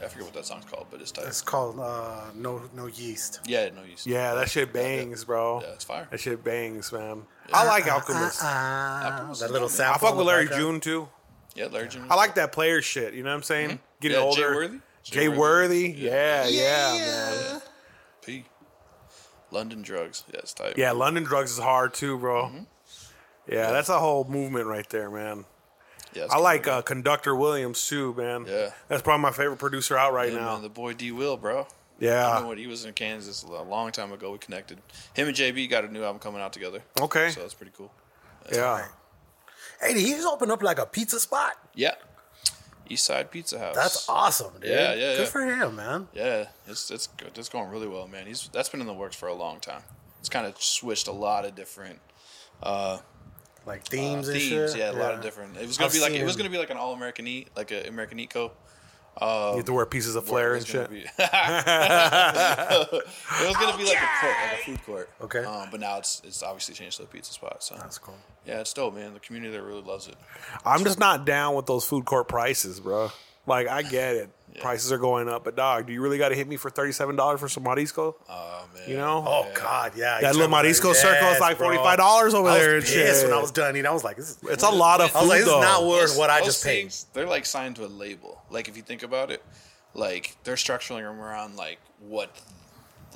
Speaker 4: Yeah,
Speaker 5: I forget what that song's called, but it's tight.
Speaker 3: It's called uh, No No Yeast.
Speaker 5: yeah, no use.
Speaker 4: that shit bangs, bro.
Speaker 5: Yeah, it's fire.
Speaker 4: That shit bangs, man. I like Alchemist.
Speaker 3: Ah,
Speaker 5: Alchemist
Speaker 3: that
Speaker 5: is
Speaker 3: little
Speaker 5: dope.
Speaker 4: Uh-uh. I
Speaker 3: sample.
Speaker 4: fuck
Speaker 3: in
Speaker 4: with
Speaker 3: the
Speaker 4: Larry
Speaker 3: background.
Speaker 4: June too.
Speaker 5: Yeah, Larry June.
Speaker 4: I like that player shit. You know what I'm saying? Getting
Speaker 5: Mm-hmm. Yeah, Jay
Speaker 4: older.
Speaker 5: Worthy? Jay
Speaker 4: Jay
Speaker 5: Worthy.
Speaker 4: Worthy. Yeah, yeah, man.
Speaker 5: P. London drugs. Yeah, it's tight.
Speaker 4: Yeah, London drugs is hard too, bro.
Speaker 5: Mm-hmm.
Speaker 4: Yeah, that's a whole movement right there, man.
Speaker 5: yeah it's
Speaker 4: I
Speaker 5: cool.
Speaker 4: like uh, Conductor Williams too, man.
Speaker 5: Yeah.
Speaker 4: that's probably my favorite producer out right
Speaker 5: Yeah,
Speaker 4: now.
Speaker 5: man, the boy D Will, bro. I know
Speaker 4: yeah,
Speaker 5: when he was in Kansas a lo- long time ago, we connected. Him and JB got a new album coming out together.
Speaker 4: Okay.
Speaker 5: so that's pretty cool.
Speaker 4: yeah.
Speaker 3: Hey, did he just opened up like a pizza spot.
Speaker 5: Yeah, East Side Pizza House.
Speaker 3: That's awesome, dude.
Speaker 5: Yeah, yeah,
Speaker 3: Good
Speaker 5: yeah.
Speaker 3: for him, man.
Speaker 5: Yeah, it's it's good. It's going really well, man. He's that's been in the works for a long time. It's kind of switched a lot of different
Speaker 3: Like themes and
Speaker 5: Uh, themes.
Speaker 3: shit.
Speaker 5: Yeah, a lot of different. It was gonna
Speaker 3: I've
Speaker 5: be like
Speaker 3: seen
Speaker 5: it was
Speaker 3: him.
Speaker 5: gonna be like an all American eat, like a American eat co.
Speaker 4: you have to wear pieces of flair
Speaker 5: It
Speaker 4: and
Speaker 5: was um, gonna
Speaker 4: shit.
Speaker 5: be- it was gonna be like a court, like a food court.
Speaker 3: Okay.
Speaker 5: Um, but now it's it's obviously changed to a pizza spot. So
Speaker 3: That's cool.
Speaker 5: yeah, it's dope, man. The community there really loves it.
Speaker 4: I'm just not down with those food court prices, bro. Like I get it, prices are going up, but dog, do you really got to hit me for thirty seven dollars for some marisco?
Speaker 5: Oh man.
Speaker 4: You know,
Speaker 3: Oh God, yeah.
Speaker 4: that little marisco circle is like forty five dollars over
Speaker 3: I
Speaker 4: there and
Speaker 3: was pissed
Speaker 4: shit.
Speaker 3: when I was done eating. I was like, this is,
Speaker 4: it's a lot of
Speaker 3: I was
Speaker 4: food
Speaker 3: like, this is
Speaker 4: though.
Speaker 3: not worth what I
Speaker 5: Those
Speaker 3: just paid.
Speaker 5: things, They're like signed to a label. Like if you think about it, like they're structuring them around like what,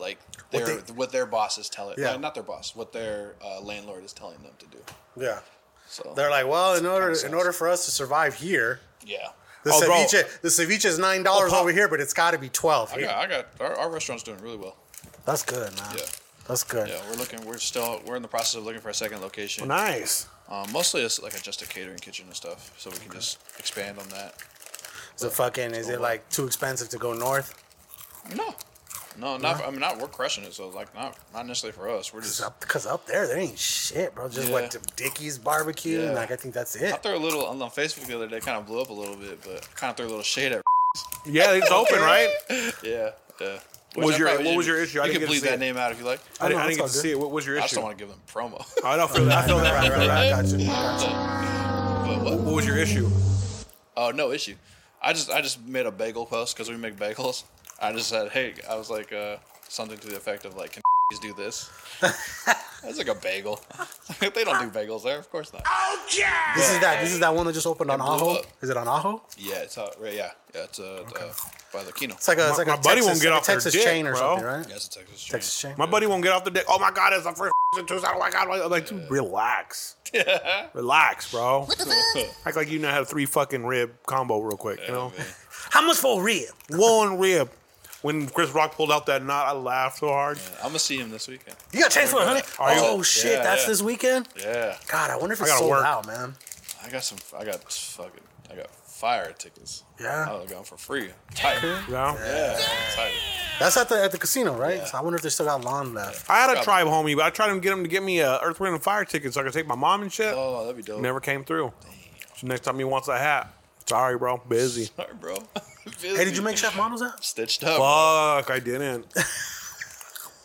Speaker 5: like their what,
Speaker 3: they-
Speaker 5: their boss is telling.
Speaker 3: Yeah.
Speaker 5: Yeah. uh, not their boss. What their uh, landlord is telling them to do.
Speaker 3: Yeah.
Speaker 5: So
Speaker 3: They're like, well, in order
Speaker 5: sucks.
Speaker 3: in order for us to survive here,
Speaker 5: yeah.
Speaker 3: the
Speaker 4: Oh, bro.
Speaker 3: ceviche the ceviche is nine dollars
Speaker 4: Oh, pop-
Speaker 3: over here, but it's got to be twelve.
Speaker 5: I
Speaker 3: here.
Speaker 5: got, I got our, our restaurant's doing really well.
Speaker 3: That's good, man.
Speaker 5: Yeah.
Speaker 3: That's good.
Speaker 5: Yeah, we're looking. We're still. We're in the process of looking for a second location.
Speaker 4: nice.
Speaker 5: Um, mostly it's like a, just a catering kitchen and stuff, so we can just expand on that.
Speaker 3: Is it fucking? Is it like too expensive to go north?
Speaker 5: No, no, not. I mean, not we're crushing it, so like not not necessarily for us. We're
Speaker 3: Cause
Speaker 5: just
Speaker 3: up, cause up there, there ain't shit, bro. Just
Speaker 5: Yeah.
Speaker 3: went to Dickie's barbecue, and
Speaker 5: Yeah.
Speaker 3: like I think that's it.
Speaker 5: I threw a little on on Facebook the other day. Kind of blew up a little bit, but kind of threw a little shade at.
Speaker 4: Yeah, it's open, right?
Speaker 5: Yeah, yeah.
Speaker 4: What was
Speaker 5: Which I
Speaker 4: your-
Speaker 5: probably
Speaker 4: what was
Speaker 5: shouldn't-
Speaker 4: your issue? I didn't
Speaker 5: You can
Speaker 4: get to
Speaker 5: bleed
Speaker 4: see
Speaker 5: that
Speaker 4: it.
Speaker 5: name out if you like.
Speaker 4: I didn't,
Speaker 3: Oh,
Speaker 4: I
Speaker 3: no,
Speaker 4: didn't get to
Speaker 3: it's all
Speaker 4: see it. What was your
Speaker 5: I
Speaker 4: issue?
Speaker 5: just don't want to give them promo.
Speaker 4: I don't feel that. I feel that.
Speaker 3: right, right, right. I got you. I got you.
Speaker 5: but what?
Speaker 4: What was your issue?
Speaker 5: Oh, no issue. I just I just made a bagel post because we make bagels. I just said, hey, I was like uh, something to the effect of like, can please do this? That's like a bagel. they don't do bagels there, of course not.
Speaker 3: This is that. This is that one that just opened on
Speaker 5: blew
Speaker 3: Ajo.
Speaker 5: up.
Speaker 3: Is it on Ajo?
Speaker 5: Yeah, it's out, right, yeah, yeah, it's uh, uh, by the Kino.
Speaker 3: It's like a, it's
Speaker 4: My-
Speaker 3: like
Speaker 4: my
Speaker 3: a
Speaker 4: buddy
Speaker 3: Texas,
Speaker 4: won't get
Speaker 3: like a
Speaker 4: off their
Speaker 3: Texas
Speaker 4: dick,
Speaker 3: chain or
Speaker 4: bro.
Speaker 3: something, right?
Speaker 5: Yeah, it's a Texas chain.
Speaker 3: Texas chain.
Speaker 4: My buddy won't get off the dick. Oh my god, it's the first in two seconds. Oh my god, I'm like dude, relax, relax, bro. Act like you know how to three fucking rib combo real quick. You know,
Speaker 5: Oh,
Speaker 3: How much for a rib?
Speaker 4: one rib. When Chris Rock pulled out that knot, I laughed so hard.
Speaker 5: I'm gonna see him this weekend.
Speaker 3: You got a chain for a hundred?
Speaker 4: Are you-
Speaker 3: Oh shit,
Speaker 5: Yeah,
Speaker 3: that's
Speaker 5: yeah.
Speaker 3: this weekend.
Speaker 5: Yeah,
Speaker 3: God, I wonder if
Speaker 4: I
Speaker 3: it's
Speaker 4: gotta
Speaker 3: sold
Speaker 4: work.
Speaker 3: out, man.
Speaker 5: I got some. I got fucking. I got fire tickets.
Speaker 3: Yeah.
Speaker 5: I was going for free. Tight. Yeah.
Speaker 4: You know?
Speaker 5: Tight.
Speaker 3: That's at the at the casino, right? So I wonder if they still got lawn left.
Speaker 4: I had a tribe homie, but I tried to get him to get me a Earth, Wind, and Fire ticket so I could take my mom and shit.
Speaker 5: Oh, that'd be dope.
Speaker 4: Never came through. So next time he wants a hat, sorry, bro, busy.
Speaker 5: Sorry, bro.
Speaker 3: Hey, did you make Chef Models out?
Speaker 5: stitched up?
Speaker 4: Fuck, I didn't.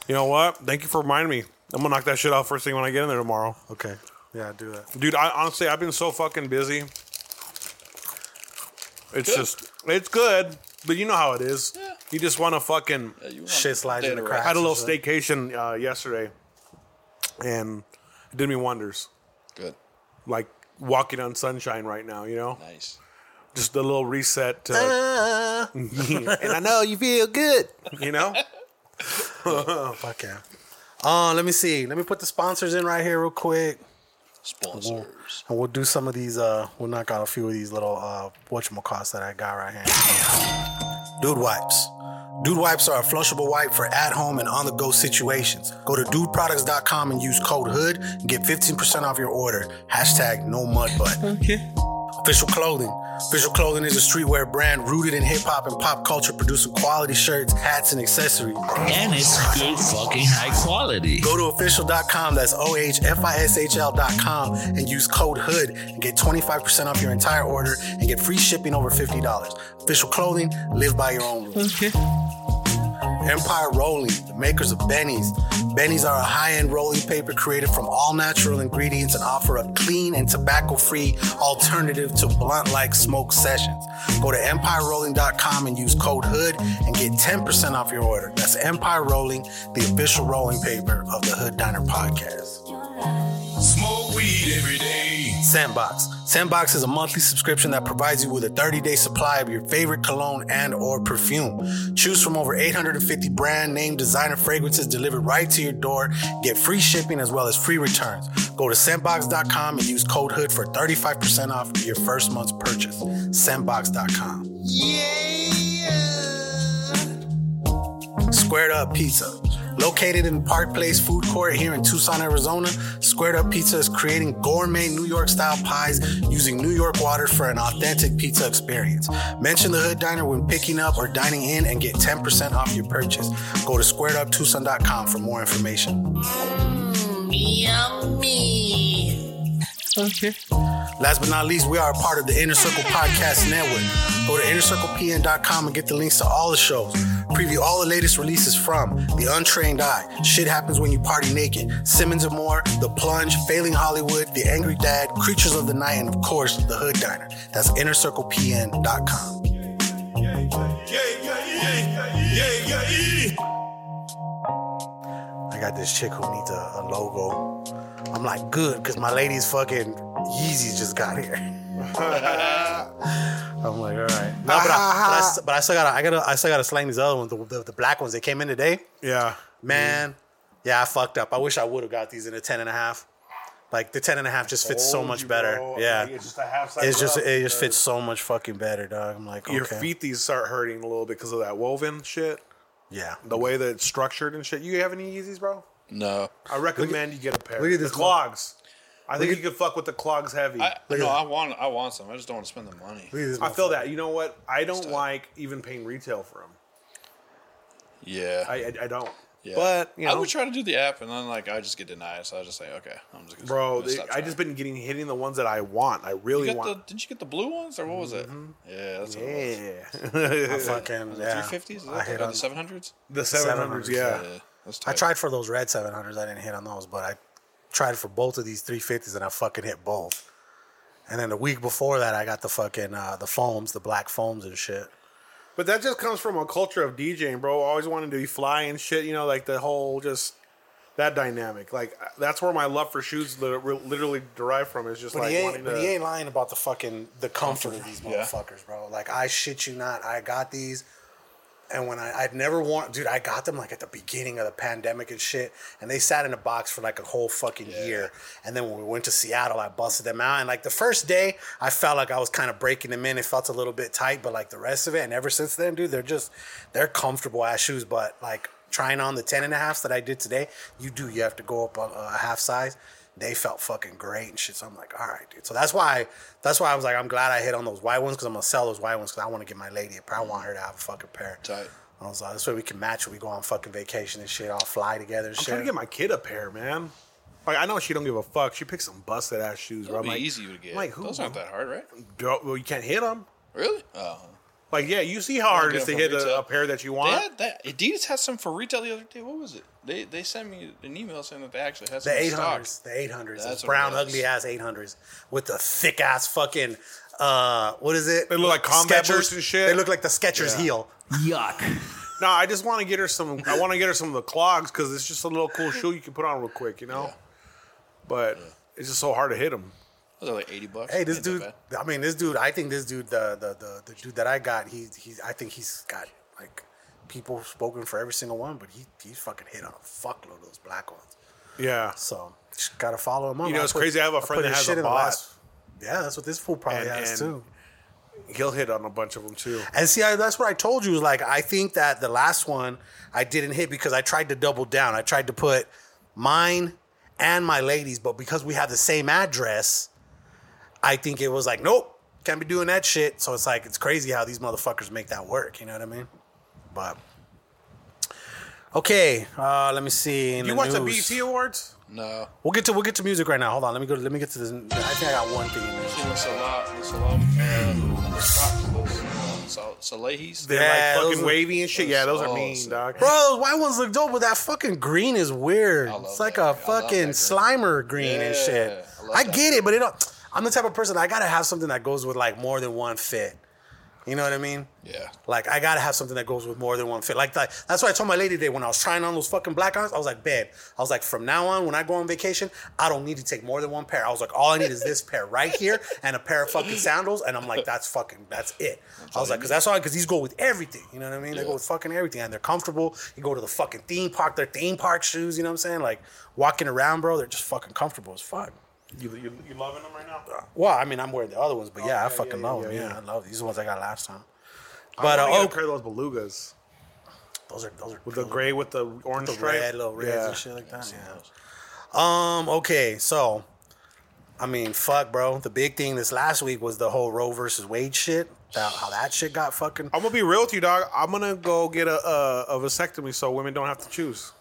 Speaker 4: you know what? Thank you for reminding me. I'm gonna knock that shit out first thing when I get in there tomorrow.
Speaker 3: Okay. Yeah, do that.
Speaker 4: Dude, I honestly I've been so fucking busy. It's
Speaker 5: Good.
Speaker 4: just it's good, but you know how it is. You just want to fucking.
Speaker 5: Yeah, you want
Speaker 3: Shit slides in the
Speaker 5: data rights.
Speaker 4: I had
Speaker 3: crack.
Speaker 4: a little
Speaker 3: Absolutely.
Speaker 4: staycation uh, yesterday, and it did me wonders.
Speaker 5: Good.
Speaker 4: Like walking on sunshine right now, you know,
Speaker 5: Nice.
Speaker 4: just a little reset. To, and I know you feel good, you know.
Speaker 3: Oh, Fuck yeah. Uh, let me see. Let me put the sponsors in right here real quick.
Speaker 5: Sponsors.
Speaker 3: And we'll do some of these. Uh, we'll knock out a few of these little uh, whatchamacallits that I got right here. Dude wipes. Dude wipes are a flushable wipe for at home and on the go situations. Go to dudeproducts.com and use code HOOD and get 15% off your order. Hashtag no mud butt. Official Clothing. Official Clothing is a streetwear brand rooted in hip hop and pop culture, producing quality shirts, hats, and accessories.
Speaker 6: And it's good fucking high quality.
Speaker 3: Go to official.com, that's O H F I S H L.com, and use code HOOD and get 25% off your entire order and get free shipping over $50. Official clothing, live by your own rules. Empire Rolling, the makers of Bennies. Bennies are a high end rolling paper created from all natural ingredients and offer a clean and tobacco free alternative to blunt like smoke sessions. Go to empirerolling.com and use code HOOD and get 10% off your order. That's Empire Rolling, the official rolling paper of the Hood Diner podcast.
Speaker 7: Smoke weed every day.
Speaker 3: Sandbox. Sandbox is a monthly subscription that provides you with a 30-day supply of your favorite cologne and or perfume. Choose from over 850 brand name designer fragrances delivered right to your door. Get free shipping as well as free returns. Go to sandbox.com and use code HOOD for 35% off your first month's purchase. Sandbox.com. Squared Up Pizza. Located in Park Place Food Court here in Tucson, Arizona, Squared Up Pizza is creating gourmet New York style pies using New York water for an authentic pizza experience. Mention the Hood Diner when picking up or dining in and get 10% off your purchase. Go to squareduptucson.com for more information. Last but not least, we are a part of the Inner Circle Podcast Network. Go to innercirclepn.com and get the links to all the shows. Preview all the latest releases from The Untrained Eye, Shit Happens When You Party Naked, Simmons and More, The Plunge, Failing Hollywood, The Angry Dad, Creatures of the Night, and of course, The Hood Diner. That's innercirclepn.com. I got this chick who needs a, a logo. I'm like, good, because my lady's fucking Yeezys just got here. I'm like, all right. No, but, I, but, I, s- but I still gotta, I gotta, I still gotta slang these other ones, the, the, the black ones that came in today.
Speaker 4: Yeah,
Speaker 3: Man, yeah, I fucked up. I wish I would have got these in a 10 and a half. Like the 10 and a half just fits so
Speaker 4: Told
Speaker 3: much
Speaker 4: you,
Speaker 3: better.
Speaker 4: bro.
Speaker 3: Yeah.
Speaker 4: Like, it's just a half size
Speaker 3: It's just
Speaker 4: up.
Speaker 3: it just fits so much fucking better, dog. I'm like, okay.
Speaker 4: your feet these start hurting a little bit because of that woven shit,
Speaker 3: Yeah.
Speaker 4: the way that it's structured and shit. You have any Yeezys, bro?
Speaker 5: No.
Speaker 4: I recommend you get a pair.
Speaker 3: look at this
Speaker 4: the clogs. I think you could fuck with the clogs heavy.
Speaker 5: I,
Speaker 4: I,
Speaker 3: Look
Speaker 5: no,
Speaker 3: at
Speaker 5: I
Speaker 3: that.
Speaker 5: want I want some. I just don't want to spend the money.
Speaker 3: Look at this
Speaker 4: feel
Speaker 3: motherfucker.
Speaker 4: that. You know what? I don't like even paying retail for them.
Speaker 5: Yeah.
Speaker 4: I I, I don't.
Speaker 5: yeah.
Speaker 4: But you know,
Speaker 5: I would try to do the app, and then like I just get denied. So I just say, okay, I'm just gonna
Speaker 4: bro,
Speaker 5: I'm gonna
Speaker 4: they-
Speaker 5: stop
Speaker 4: I
Speaker 5: trying.
Speaker 4: just been getting hitting the ones that I want. I really
Speaker 5: You got
Speaker 4: want.
Speaker 5: the, did you get the blue ones or what was
Speaker 3: Mm-hmm.
Speaker 5: it? Yeah, that's what it was.
Speaker 4: yeah,
Speaker 3: I fucking yeah.
Speaker 5: Three fifties?
Speaker 3: I hit on.
Speaker 5: The seven hundreds?
Speaker 4: the seven hundreds. Yeah.
Speaker 5: That's tight.
Speaker 3: I tried for those red 700s. I didn't hit on those, but I tried for both of these 350s and I fucking hit both. And then the week before that, I got the fucking uh, the foams, the black foams and shit.
Speaker 4: But that just comes from a culture of DJing, bro. Always wanting to be fly and shit, you know, like the whole just that dynamic. Like that's where my love for shoes li- literally derived from. Is just
Speaker 3: But
Speaker 4: like
Speaker 3: he ain't,
Speaker 4: wanting
Speaker 3: but
Speaker 4: to.
Speaker 3: he ain't lying about the fucking the comfort of these motherfuckers, bro. Like I shit you not, I got these, and when I I'd never worn, dude, I got them like at the beginning of the pandemic and shit, and they sat in a box for like a whole fucking year, and then when we went to Seattle, I busted them out, and like the first day, I felt like I was kind of breaking them in. It felt a little bit tight, but like the rest of it, and ever since then, dude, they're just they're comfortable ass shoes, but like. Trying on the 10 and a halfs that I did today, you do, you have to go up a, a half size they felt fucking great and shit. So I'm like, all right, dude. So that's why that's why I was like, I'm glad I hit on those white ones because I'm gonna sell those white ones because I want to get my lady a pair. I want her to have a fucking pair.
Speaker 5: Tight.
Speaker 3: I was like, this way we can match when we go on fucking vacation and shit. All fly together and
Speaker 4: I'm
Speaker 3: shit.
Speaker 4: trying to get my kid a pair, man. Like I know she don't give a fuck. She picks some busted ass shoes, bro.
Speaker 5: That'd
Speaker 4: I'm
Speaker 5: be
Speaker 4: like,
Speaker 5: easy to get.
Speaker 4: I'm like who?
Speaker 5: Those aren't that hard, right?
Speaker 4: Bro, well, you can't hit them.
Speaker 5: Really? Oh.
Speaker 4: Like yeah, you see how hard it
Speaker 5: get
Speaker 4: is to
Speaker 5: 'em
Speaker 4: hit
Speaker 5: from
Speaker 4: a,
Speaker 5: retail.
Speaker 4: a pair that you
Speaker 5: They
Speaker 4: want.
Speaker 5: had that. Adidas had some for retail the other day. What was it? They they sent me an email saying that they actually had some
Speaker 3: the
Speaker 5: in stock.
Speaker 3: 800s, the 800s,
Speaker 5: That's
Speaker 3: those
Speaker 5: what
Speaker 3: brown
Speaker 5: it was.
Speaker 3: ugly ass 800s with the thick ass fucking uh, what is it?
Speaker 4: They look like combat
Speaker 3: Skechers.
Speaker 4: boots and shit.
Speaker 3: They look like the Skechers
Speaker 4: Yeah.
Speaker 3: heel.
Speaker 6: Yuck.
Speaker 4: No, I just want to get her some. I want to get her some of the clogs because it's just a little cool shoe you can put on real quick, you know. But it's just so hard to hit them.
Speaker 5: Those are like eighty bucks.
Speaker 3: Hey, this
Speaker 5: Ain't that
Speaker 3: dude.
Speaker 5: bad.
Speaker 3: I mean, this dude. I think this dude, the the the, the dude that I got, he he. I think he's got like people spoken for every single one, but he he fucking hit on a fuckload of those black ones.
Speaker 4: Yeah.
Speaker 3: So just gotta follow him up.
Speaker 4: You know,
Speaker 3: I
Speaker 4: it's
Speaker 3: put-
Speaker 4: crazy. I have a friend
Speaker 3: put his
Speaker 4: that has
Speaker 3: shit
Speaker 4: a
Speaker 3: in the
Speaker 4: bot.
Speaker 3: yeah, that's what this fool probably
Speaker 4: And-
Speaker 3: has
Speaker 4: and-
Speaker 3: too.
Speaker 4: He'll hit on a bunch of them too.
Speaker 3: And see, I, that's what I told you. Was like, I think that the last one I didn't hit because I tried to double down. I tried to put mine and my ladies, but because we have the same address, I think it was like, nope, can't be doing that shit. So it's like, it's crazy how these motherfuckers make that work. You know what I mean? But okay, uh, let me see. in
Speaker 4: You
Speaker 3: the
Speaker 4: watch the
Speaker 3: news.
Speaker 4: BET Awards?
Speaker 5: No.
Speaker 3: We'll get to we'll get to music right now. Hold on, let me go. Let me get to this. I think I got one thing. In there.
Speaker 5: See, what's a lot? What's a lot? Uh, so, so Leahy's.
Speaker 4: They're
Speaker 3: Yeah,
Speaker 4: like
Speaker 3: those
Speaker 4: fucking
Speaker 3: are-
Speaker 4: wavy and shit. Yeah, those are
Speaker 5: Oh,
Speaker 4: mean,
Speaker 5: so-
Speaker 4: dog.
Speaker 3: Bro, those white ones look dope, but that fucking green is weird.
Speaker 5: love
Speaker 3: It's like
Speaker 5: that
Speaker 3: a
Speaker 5: green. I love
Speaker 3: fucking
Speaker 5: that green.
Speaker 3: slimer green and
Speaker 5: Yeah,
Speaker 3: shit.
Speaker 5: I love
Speaker 3: I,
Speaker 5: that
Speaker 3: get it, but it don't. I'm the type of person I gotta have something that goes with like more than one fit. You know what I mean?
Speaker 5: Yeah.
Speaker 3: Like I gotta have something that goes with more than one fit. Like that, that's why I told my lady today when I was trying on those fucking black ons, I was like, babe, I was like, from now on when I go on vacation, I don't need to take more than one pair. I was like, all I need is this pair right here and a pair of fucking sandals, and I'm like, that's fucking, that's it. I was like, cause that's all, cause these go with everything. You know what I mean? They go with fucking everything, and they're comfortable. You go to the fucking theme park, they're theme park shoes. You know what I'm saying? Like walking around, bro, they're just fucking comfortable as fuck.
Speaker 4: You, you, you loving them right now?
Speaker 3: Well, I mean, I'm wearing the other ones, but yeah, I
Speaker 4: Oh, yeah,
Speaker 3: fucking
Speaker 4: yeah,
Speaker 3: love
Speaker 4: yeah,
Speaker 3: them. Yeah,
Speaker 4: yeah.
Speaker 3: I love these. These are the ones I got last time.
Speaker 4: But
Speaker 3: But uh,
Speaker 4: I
Speaker 3: oh,
Speaker 4: want to get a pair of those belugas
Speaker 3: those are those are
Speaker 4: with the
Speaker 3: those are-
Speaker 4: gray with the orange
Speaker 3: the
Speaker 4: stripe.
Speaker 3: red little reds
Speaker 4: yeah.
Speaker 3: and shit like that. Yeah. Um. Okay. So, I mean, fuck, bro. The big thing this last week was the whole Roe versus Wade shit. That, how that shit got fucking.
Speaker 5: Oh,
Speaker 4: I'm gonna be real with you, dog. I'm gonna go get a, a a vasectomy so women don't have to choose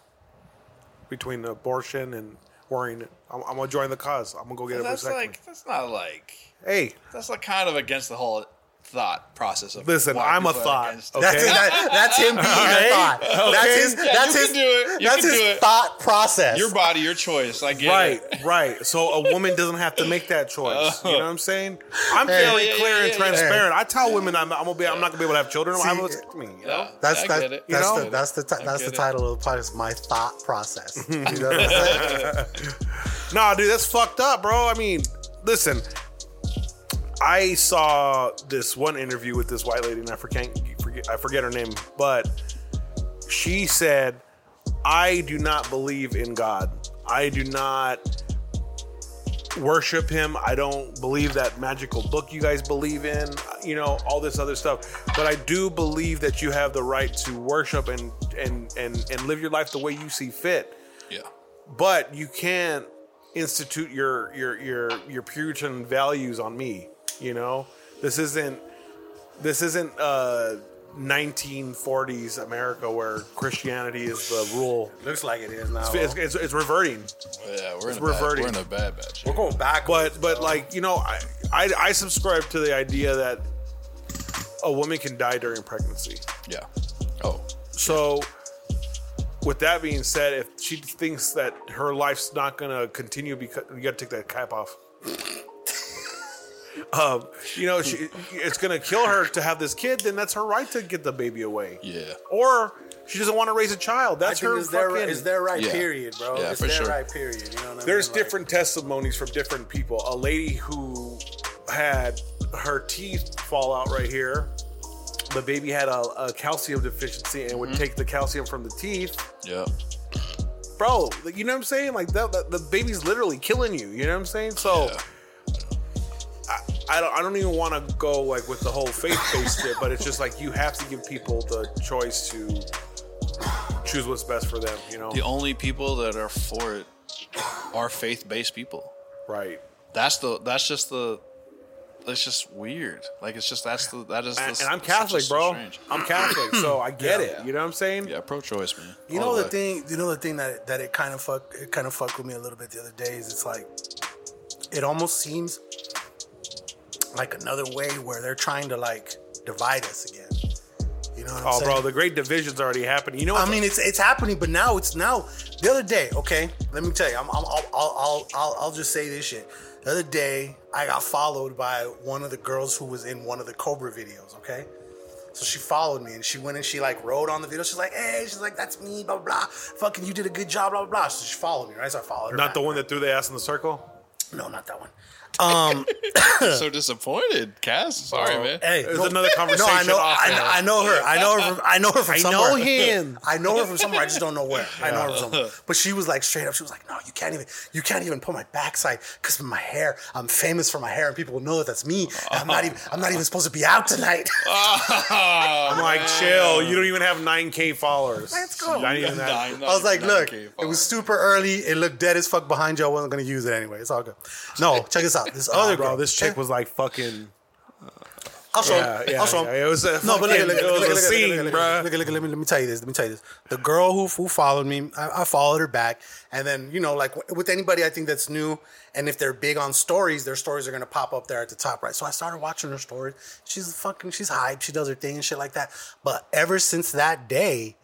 Speaker 4: between abortion and worrying. I'm, I'm gonna join the cause. I'm gonna go get a
Speaker 5: That's
Speaker 4: vasectomy.
Speaker 5: like that's not like
Speaker 4: hey,
Speaker 5: that's like kind of against the whole thought process of
Speaker 4: Listen,
Speaker 5: why
Speaker 4: I'm a
Speaker 5: people are
Speaker 4: thought,
Speaker 5: against-
Speaker 4: okay?
Speaker 3: That's, that, that's him being a thought. That's his.
Speaker 5: Yeah,
Speaker 3: that's
Speaker 5: you
Speaker 3: his.
Speaker 5: can do it. You
Speaker 3: that's
Speaker 5: can
Speaker 3: his
Speaker 5: do it.
Speaker 3: thought process.
Speaker 5: Your body, your choice. I get
Speaker 4: right,
Speaker 5: it.
Speaker 4: right. So a woman doesn't have to make that choice. You know what I'm saying? I'm
Speaker 3: Hey.
Speaker 4: fairly
Speaker 5: Yeah, yeah,
Speaker 4: clear
Speaker 5: yeah,
Speaker 4: and
Speaker 5: yeah.
Speaker 4: transparent. I tell women I'm, I'm gonna be I'm not gonna be able to have children. I have a
Speaker 3: See,
Speaker 4: vasectomy. You know?
Speaker 5: Yeah,
Speaker 3: That's
Speaker 5: I
Speaker 3: that,
Speaker 5: get it.
Speaker 3: that's
Speaker 5: I
Speaker 4: know?
Speaker 5: get
Speaker 3: the
Speaker 5: it.
Speaker 3: that's the ti-
Speaker 5: I
Speaker 3: that's the
Speaker 5: get it.
Speaker 3: title of the podcast. My thought process. You know what I'm saying?
Speaker 4: Nah, dude, that's fucked up, bro. I mean, listen, I saw this one interview with this white lady, and I forget, forget I forget her name, but she said, "I do not believe in God. I do not worship Him. I don't believe that magical book you guys believe in. You know, all this other stuff. But I do believe that you have the right to worship and and and and live your life the way you see fit."
Speaker 5: Yeah.
Speaker 4: but you can't institute your your your your Puritan values on me. You know, this isn't this isn't uh 1940s America where Christianity is the rule.
Speaker 3: Looks like it is now.
Speaker 4: It's, it's, it's reverting.
Speaker 5: Yeah, we're in, a bad,
Speaker 4: reverting.
Speaker 5: we're in a bad batch.
Speaker 3: We're going back.
Speaker 4: But but like you know, I, I I subscribe to the idea that a woman can die during pregnancy.
Speaker 5: Yeah. Oh,
Speaker 4: So, with that being said, if she thinks that her life's not gonna continue, because you gotta take that cap off. um, you know, she, it's gonna kill her to have this kid. Then that's her right to get the baby away.
Speaker 5: Yeah.
Speaker 4: Or she doesn't want to raise a child.
Speaker 3: I
Speaker 4: That's
Speaker 3: think
Speaker 4: her
Speaker 3: it's their,
Speaker 4: fucking.
Speaker 3: it's their right
Speaker 5: Yeah.
Speaker 3: period, bro.
Speaker 5: Yeah,
Speaker 3: it's
Speaker 5: for
Speaker 3: their
Speaker 5: sure.
Speaker 3: right period. You know what I
Speaker 4: There's
Speaker 3: mean? Like,
Speaker 4: different testimonies from different people. A lady who had her teeth fall out right here. The baby had a, a calcium deficiency and would take the calcium from the teeth.
Speaker 5: yeah.
Speaker 4: bro like, you know what i'm saying like that, that- the baby's literally killing you you know what i'm saying so
Speaker 5: Yeah.
Speaker 4: I, I don't i don't even want to go like with the whole faith-based shit but it's just like you have to give people the choice to choose what's best for them you know
Speaker 5: The only people that are for it are faith-based people.
Speaker 4: right
Speaker 5: That's the. That's just the. That's just weird. Like it's just that's the. That is.
Speaker 4: and,
Speaker 5: the,
Speaker 4: and i'm
Speaker 5: it's
Speaker 4: catholic
Speaker 5: just so
Speaker 4: bro
Speaker 5: strange.
Speaker 4: i'm catholic so i get it you know what i'm saying
Speaker 5: Yeah, pro-choice, man.
Speaker 3: You
Speaker 5: All
Speaker 3: know the
Speaker 5: way.
Speaker 3: thing. You know the thing that that it kind of fuck it kind of fucked with me a little bit the other day is it's like it almost seems like another way where they're trying to like divide us again. You know what I'm
Speaker 4: oh
Speaker 3: saying?
Speaker 4: bro the great division's already happened you know what
Speaker 3: I mean, it's it's happening, but now it's now. The other day, okay, let me tell you, I'm, I'm, I'll, I'll, I'll, I'll, I'll just say this shit. The other day, I got followed by one of the girls who was in one of the Cobra videos, okay? So she followed me and she went and she like rode on the video. She's like, hey, she's like, that's me, blah, blah, blah. Fucking, you did a good job, blah, blah, blah. So she followed me, right? So I followed her.
Speaker 4: not
Speaker 3: back.
Speaker 4: the one that threw the ass in the circle
Speaker 3: No, not that one.
Speaker 5: so disappointed, Cass. Sorry, man.
Speaker 3: Hey,
Speaker 4: There's
Speaker 3: no-
Speaker 4: another conversation
Speaker 3: No, I know,
Speaker 4: off
Speaker 3: I,
Speaker 4: there.
Speaker 3: know- I know her. I know her. From, I know her from
Speaker 4: I
Speaker 3: somewhere.
Speaker 4: know him.
Speaker 3: I know her from somewhere. I just don't know where. I know her from somewhere. But she was like straight up. She was like, "No, you can't even. You can't even put my backside because my hair. I'm famous for my hair, and people will know that that's me. And I'm not even. I'm not even supposed to be out tonight.
Speaker 5: Oh,
Speaker 4: i'm like chill you don't even have 9k followers let's go not even that.
Speaker 5: Nine,
Speaker 3: I was like,
Speaker 5: nine
Speaker 3: look,
Speaker 5: K
Speaker 3: it
Speaker 5: followers.
Speaker 3: was super early. It looked dead as fuck behind you. I wasn't gonna use it anyway. It's all good. No, check this out. This other
Speaker 4: bro
Speaker 3: girl. Eh?
Speaker 4: this
Speaker 5: eh.
Speaker 4: chick was like fucking
Speaker 3: I'll show.
Speaker 4: Yeah,
Speaker 3: him.
Speaker 4: yeah,
Speaker 3: I'll show. him.
Speaker 4: yeah. It was a
Speaker 3: no, but look,
Speaker 4: fucking-
Speaker 3: look, look,
Speaker 4: it was
Speaker 3: look,
Speaker 4: a
Speaker 3: look,
Speaker 4: scene,
Speaker 3: look, look,
Speaker 4: bruh.
Speaker 3: Look, look, look, let me let me tell you this. Let me tell you this. The girl who who followed me, I, I followed her back, and then you know, like w- with anybody, I think that's new, and if they're big on stories, their stories are gonna pop up there at the top, right? So I started watching her story. She's fucking, she's hype. She does her thing and shit like that. But ever since that day,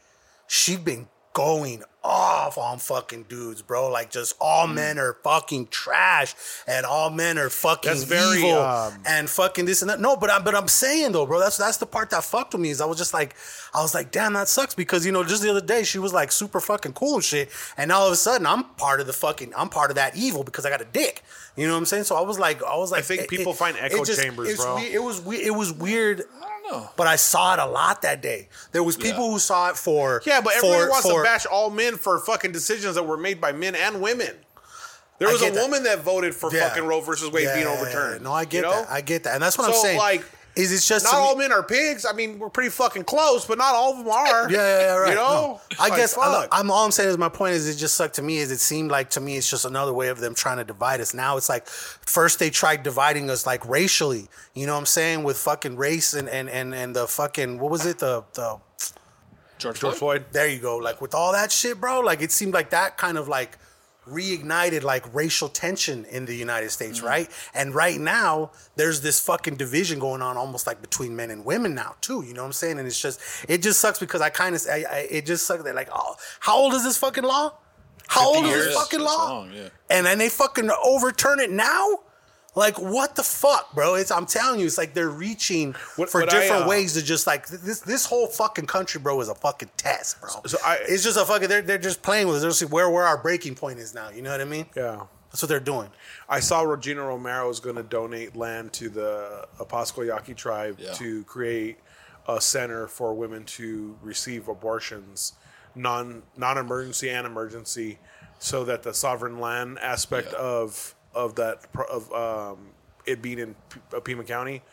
Speaker 3: she been going off on fucking dudes, bro. Like just all
Speaker 4: Hmm.
Speaker 3: men are fucking trash and all men are fucking
Speaker 4: That's very,
Speaker 3: evil
Speaker 4: um,
Speaker 3: and fucking this and that. No, but I'm but I'm saying though, bro, that's that's the part that fucked with me is I was just like, I was like, damn, that sucks because you know just the other day she was like super fucking cool and shit, and all of a sudden I'm part of the fucking I'm part of that evil because I got a dick. You know what I'm saying? So I was like, I was like,
Speaker 4: think people find echo chambers,
Speaker 3: it's
Speaker 4: bro.
Speaker 3: we- It was we- it was weird.
Speaker 5: I don't know.
Speaker 3: But I saw it a lot that day. There was people
Speaker 5: Yeah.
Speaker 3: who saw it for
Speaker 4: Yeah, but everyone
Speaker 3: for-
Speaker 4: wants
Speaker 3: for-
Speaker 4: to bash all men for fucking decisions that were made by men and women. There
Speaker 3: I
Speaker 4: was a
Speaker 3: get that.
Speaker 4: woman that voted for
Speaker 3: Yeah.
Speaker 4: fucking Roe versus Wade being
Speaker 3: Yeah,
Speaker 4: overturned.
Speaker 3: No, I get
Speaker 4: you know?
Speaker 3: that. I get that, and that's what I'm
Speaker 4: So,
Speaker 3: saying.
Speaker 4: like,
Speaker 3: is it's just
Speaker 4: Not
Speaker 3: to me-
Speaker 4: all men are pigs. I mean, we're pretty fucking close, but not all of them are.
Speaker 3: Yeah, yeah, yeah, right.
Speaker 4: You know,
Speaker 3: No. I
Speaker 4: Like,
Speaker 3: guess uh, I,
Speaker 4: fuck.
Speaker 3: I'm all I'm saying is my point is it just sucked to me is it seemed like to me it's just another way of them trying to divide us. Now it's like first they tried dividing us like racially, you know what I'm saying with fucking race and and and and the fucking what was it the the
Speaker 5: George,
Speaker 4: George Floyd.
Speaker 3: there you go like with all that shit, bro. Like it seemed like that kind of like reignited like racial tension in the United States,
Speaker 4: Mm-hmm.
Speaker 3: right? And right now there's this fucking division going on almost like between men and women now too, you know what I'm saying? And it's just it just sucks because I kind of I, I, it just sucks that like oh, how old is this fucking law? How old is this
Speaker 5: years.
Speaker 3: fucking
Speaker 5: That's
Speaker 3: law?
Speaker 5: long, yeah.
Speaker 3: And then they fucking overturn it now? Like what the fuck, bro? It's I'm telling you, it's like they're reaching
Speaker 4: What-
Speaker 3: for
Speaker 4: what I,
Speaker 3: different
Speaker 4: uh,
Speaker 3: ways to just like th- this. This whole fucking country, bro, is a fucking test, bro.
Speaker 4: so I-
Speaker 3: it's just a fucking. They're, they're just playing with us. They're just where where our breaking point is now. You know what I mean?
Speaker 4: Yeah,
Speaker 3: That's what they're doing.
Speaker 4: I saw Regina Romero is going to donate land to the Apostle Yaqui tribe
Speaker 5: Yeah.
Speaker 4: to create a center for women to receive abortions, non non emergency and emergency, so that the sovereign land aspect
Speaker 5: Yeah.
Speaker 4: of of that pro- of um, it being in P- uh, Pima County,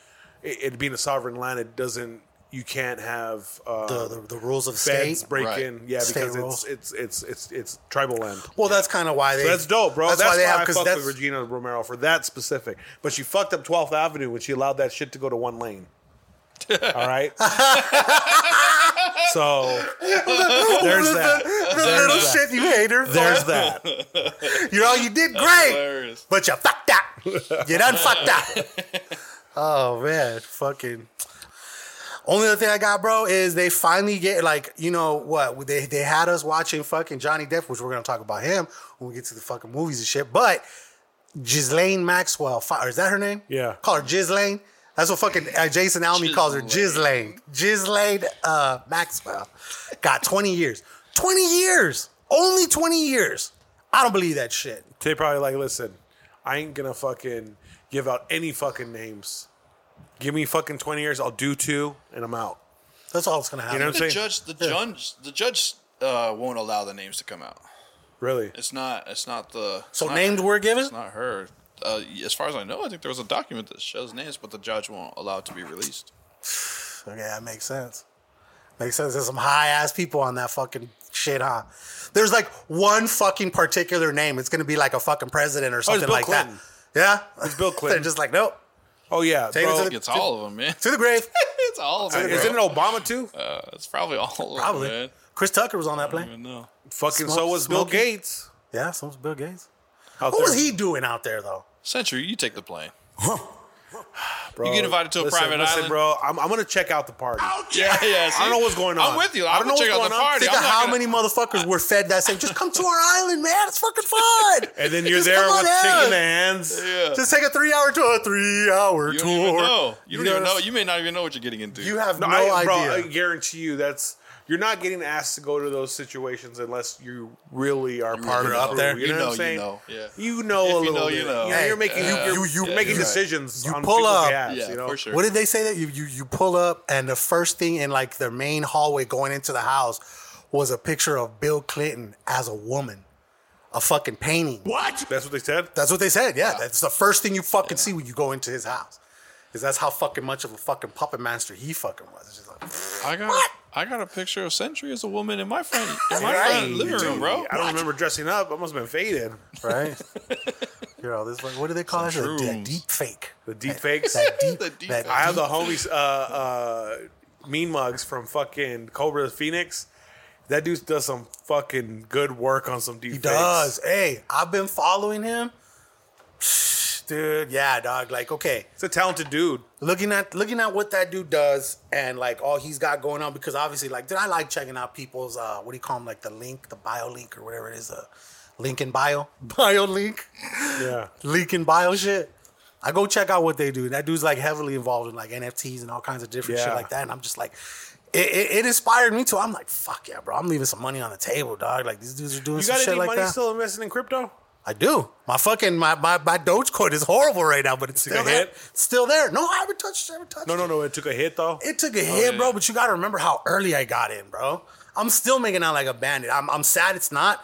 Speaker 4: it, it being a sovereign land, it doesn't you can't have uh,
Speaker 3: the, the the rules of
Speaker 4: beds
Speaker 3: state.
Speaker 4: break
Speaker 10: Right.
Speaker 4: in. Yeah,
Speaker 3: State
Speaker 4: because
Speaker 3: rule.
Speaker 4: it's, it's it's it's it's tribal land.
Speaker 3: Well, that's kind of why they.
Speaker 4: So that's dope, bro.
Speaker 3: That's, why they have
Speaker 4: I
Speaker 3: because
Speaker 4: fucked
Speaker 3: that's
Speaker 4: with Regina Romero for that specific. But she fucked up 12th Avenue when she allowed that shit to go to one lane. All right. so there's that.
Speaker 3: the little
Speaker 4: that.
Speaker 3: shit you hate her. for.
Speaker 4: There's that.
Speaker 3: You know, you did great,
Speaker 5: Hilarious.
Speaker 3: but you fucked up. You done fucked up. Oh man, fucking. Only other thing I got, bro, is they finally get like you know what they they had us watching fucking Johnny Depp, which we're gonna talk about him when we get to the fucking movies and shit. But Ghislaine Maxwell, fi- or is that her name?
Speaker 4: Yeah.
Speaker 3: call her Ghislaine. That's what fucking uh, Jason Alme calls her, Ghislaine. Ghislaine uh, Maxwell got 20 years. 20 years, only 20 years. I don't believe that shit.
Speaker 4: They probably like, listen, I ain't gonna fucking give out any fucking names. Give me fucking 20 years, I'll do two, and I'm out.
Speaker 3: That's all that's gonna happen.
Speaker 4: You know what I'm
Speaker 5: The
Speaker 4: saying?
Speaker 5: judge, the judge, the judge uh, won't allow the names to come out.
Speaker 4: Really?
Speaker 5: It's not. It's not the.
Speaker 3: so
Speaker 5: it's not-
Speaker 3: names were given.
Speaker 5: It's not her. Uh, as far as I know, I think there was a document that shows names, but the judge won't allow it to be released.
Speaker 3: Okay, that makes sense. Makes sense. There's some high ass people on that fucking shit, huh? There's like one fucking particular name. It's gonna be like a fucking president or something
Speaker 4: Oh, Bill
Speaker 3: like
Speaker 4: Clinton.
Speaker 3: that. Yeah, it's
Speaker 4: Bill Clinton.
Speaker 3: They're just like, nope,
Speaker 4: Oh, yeah.
Speaker 3: Take it
Speaker 4: bro.
Speaker 3: to
Speaker 5: It's all of them, man.
Speaker 3: to the grave.
Speaker 5: It's all of them. bro.
Speaker 4: Isn't it Obama too?
Speaker 5: Uh, it's probably all of
Speaker 3: Probably.
Speaker 5: them, man.
Speaker 3: Chris Tucker was on that
Speaker 5: I don't
Speaker 3: plane.
Speaker 5: even know.
Speaker 4: fucking so
Speaker 3: Smoke-
Speaker 4: was Bill
Speaker 3: Smokey.
Speaker 4: Gates.
Speaker 3: Yeah, so was Bill Gates.
Speaker 4: out
Speaker 3: What was
Speaker 4: there.
Speaker 3: he doing out there though?
Speaker 5: Century, you take the plane.
Speaker 4: Bro,
Speaker 5: You get invited to a
Speaker 4: listen,
Speaker 5: private
Speaker 4: listen,
Speaker 5: island.
Speaker 4: bro. I'm, I'm gonna check out the party.
Speaker 5: Yeah, yeah. see?
Speaker 4: I don't know what's going on.
Speaker 5: I'm with you.
Speaker 4: I
Speaker 5: I'm
Speaker 4: don't know
Speaker 5: check
Speaker 4: what's
Speaker 5: out the
Speaker 4: going on.
Speaker 5: party.
Speaker 4: Think
Speaker 3: Think
Speaker 5: I'm
Speaker 3: of
Speaker 5: not
Speaker 3: how
Speaker 5: gonna-
Speaker 3: many motherfuckers were fed that same. Just come to our island, man. It's fucking fun.
Speaker 4: And then you're
Speaker 3: Just
Speaker 4: there
Speaker 3: come on
Speaker 4: with chicken in
Speaker 3: out.
Speaker 4: the hands.
Speaker 5: Yeah.
Speaker 3: Just take a three-hour tour. Three-hour
Speaker 5: You
Speaker 3: tour.
Speaker 5: don't even know. You don't
Speaker 3: You
Speaker 5: even
Speaker 3: know-
Speaker 5: know. You may not even know what you're getting into.
Speaker 3: You have no,
Speaker 4: No, I,
Speaker 3: idea.
Speaker 4: bro, I guarantee you that's you're not getting asked to go to those situations unless you really are part
Speaker 5: really
Speaker 4: of
Speaker 5: know.
Speaker 4: the crew,
Speaker 5: You
Speaker 4: You know
Speaker 5: know,
Speaker 4: what I'm
Speaker 5: you
Speaker 4: saying?
Speaker 5: know. Yeah.
Speaker 4: You know
Speaker 5: If
Speaker 4: a
Speaker 5: you
Speaker 4: little
Speaker 5: know,
Speaker 4: bit.
Speaker 5: you
Speaker 4: You know,
Speaker 5: know.
Speaker 4: you're
Speaker 3: Hey,
Speaker 4: making
Speaker 3: uh,
Speaker 4: you,
Speaker 3: you- you-
Speaker 4: are making
Speaker 3: you're right.
Speaker 4: decisions.
Speaker 3: You
Speaker 4: on
Speaker 3: pull
Speaker 4: people's
Speaker 3: up.
Speaker 4: behalves,
Speaker 5: yeah,
Speaker 4: you know?
Speaker 5: for sure.
Speaker 3: What did they say that you, you you pull up and the first thing in like the main hallway going into the house was a picture of Bill Clinton as a woman, a fucking painting.
Speaker 4: What? That's what they said.
Speaker 3: That's what they said. Yeah, that's the first thing you fucking see when you go into his house. Is that's how fucking much of a fucking puppet master he fucking was. It's just like,
Speaker 5: I got. I got a picture of Century as a woman in my friend in my
Speaker 4: Right.
Speaker 5: friend living room, bro.
Speaker 4: I don't remember dressing up. I must have been faded.
Speaker 3: right? you know this. What do they call that? shit? That
Speaker 5: shrooms.
Speaker 3: deep fake.
Speaker 4: The deep fakes.
Speaker 3: That deep.
Speaker 5: The deep
Speaker 3: that
Speaker 5: fake.
Speaker 4: I have the homies, uh, uh, Mean Mugs from fucking Cobra Phoenix. That dude does some fucking good work on some deep
Speaker 3: He does. Hey, I've been following him. Dude, yeah, dog. Like, okay.
Speaker 4: It's a talented dude.
Speaker 3: looking at looking at what that dude does and like all he's got going on because obviously like did I like checking out people's uh what do you call them like the link the bio link or whatever it is uh link in bio bio link
Speaker 4: Yeah.
Speaker 3: link in bio shit I go check out what they do that dude's like heavily involved in like NFTs and all kinds of different shit
Speaker 4: Yeah.
Speaker 3: like that and I'm just like it, it, it inspired me too I'm like fuck yeah bro I'm leaving some money on the table dog like these dudes are doing
Speaker 4: You
Speaker 3: some
Speaker 4: got
Speaker 3: shit
Speaker 4: any
Speaker 3: like
Speaker 4: money
Speaker 3: that
Speaker 4: still investing in crypto?
Speaker 3: I do. My fucking my my, my Dogecoin is horrible right now, but it's
Speaker 4: a
Speaker 3: still
Speaker 4: good
Speaker 3: there.
Speaker 4: hit?
Speaker 3: Still there. No, I haven't touched. I haven't touched.
Speaker 4: No,
Speaker 3: it.
Speaker 4: no, no. It took a hit though.
Speaker 3: It took a hit, bro, but you gotta remember how early I got in, bro. I'm still making out like a bandit. I'm, I'm sad it's not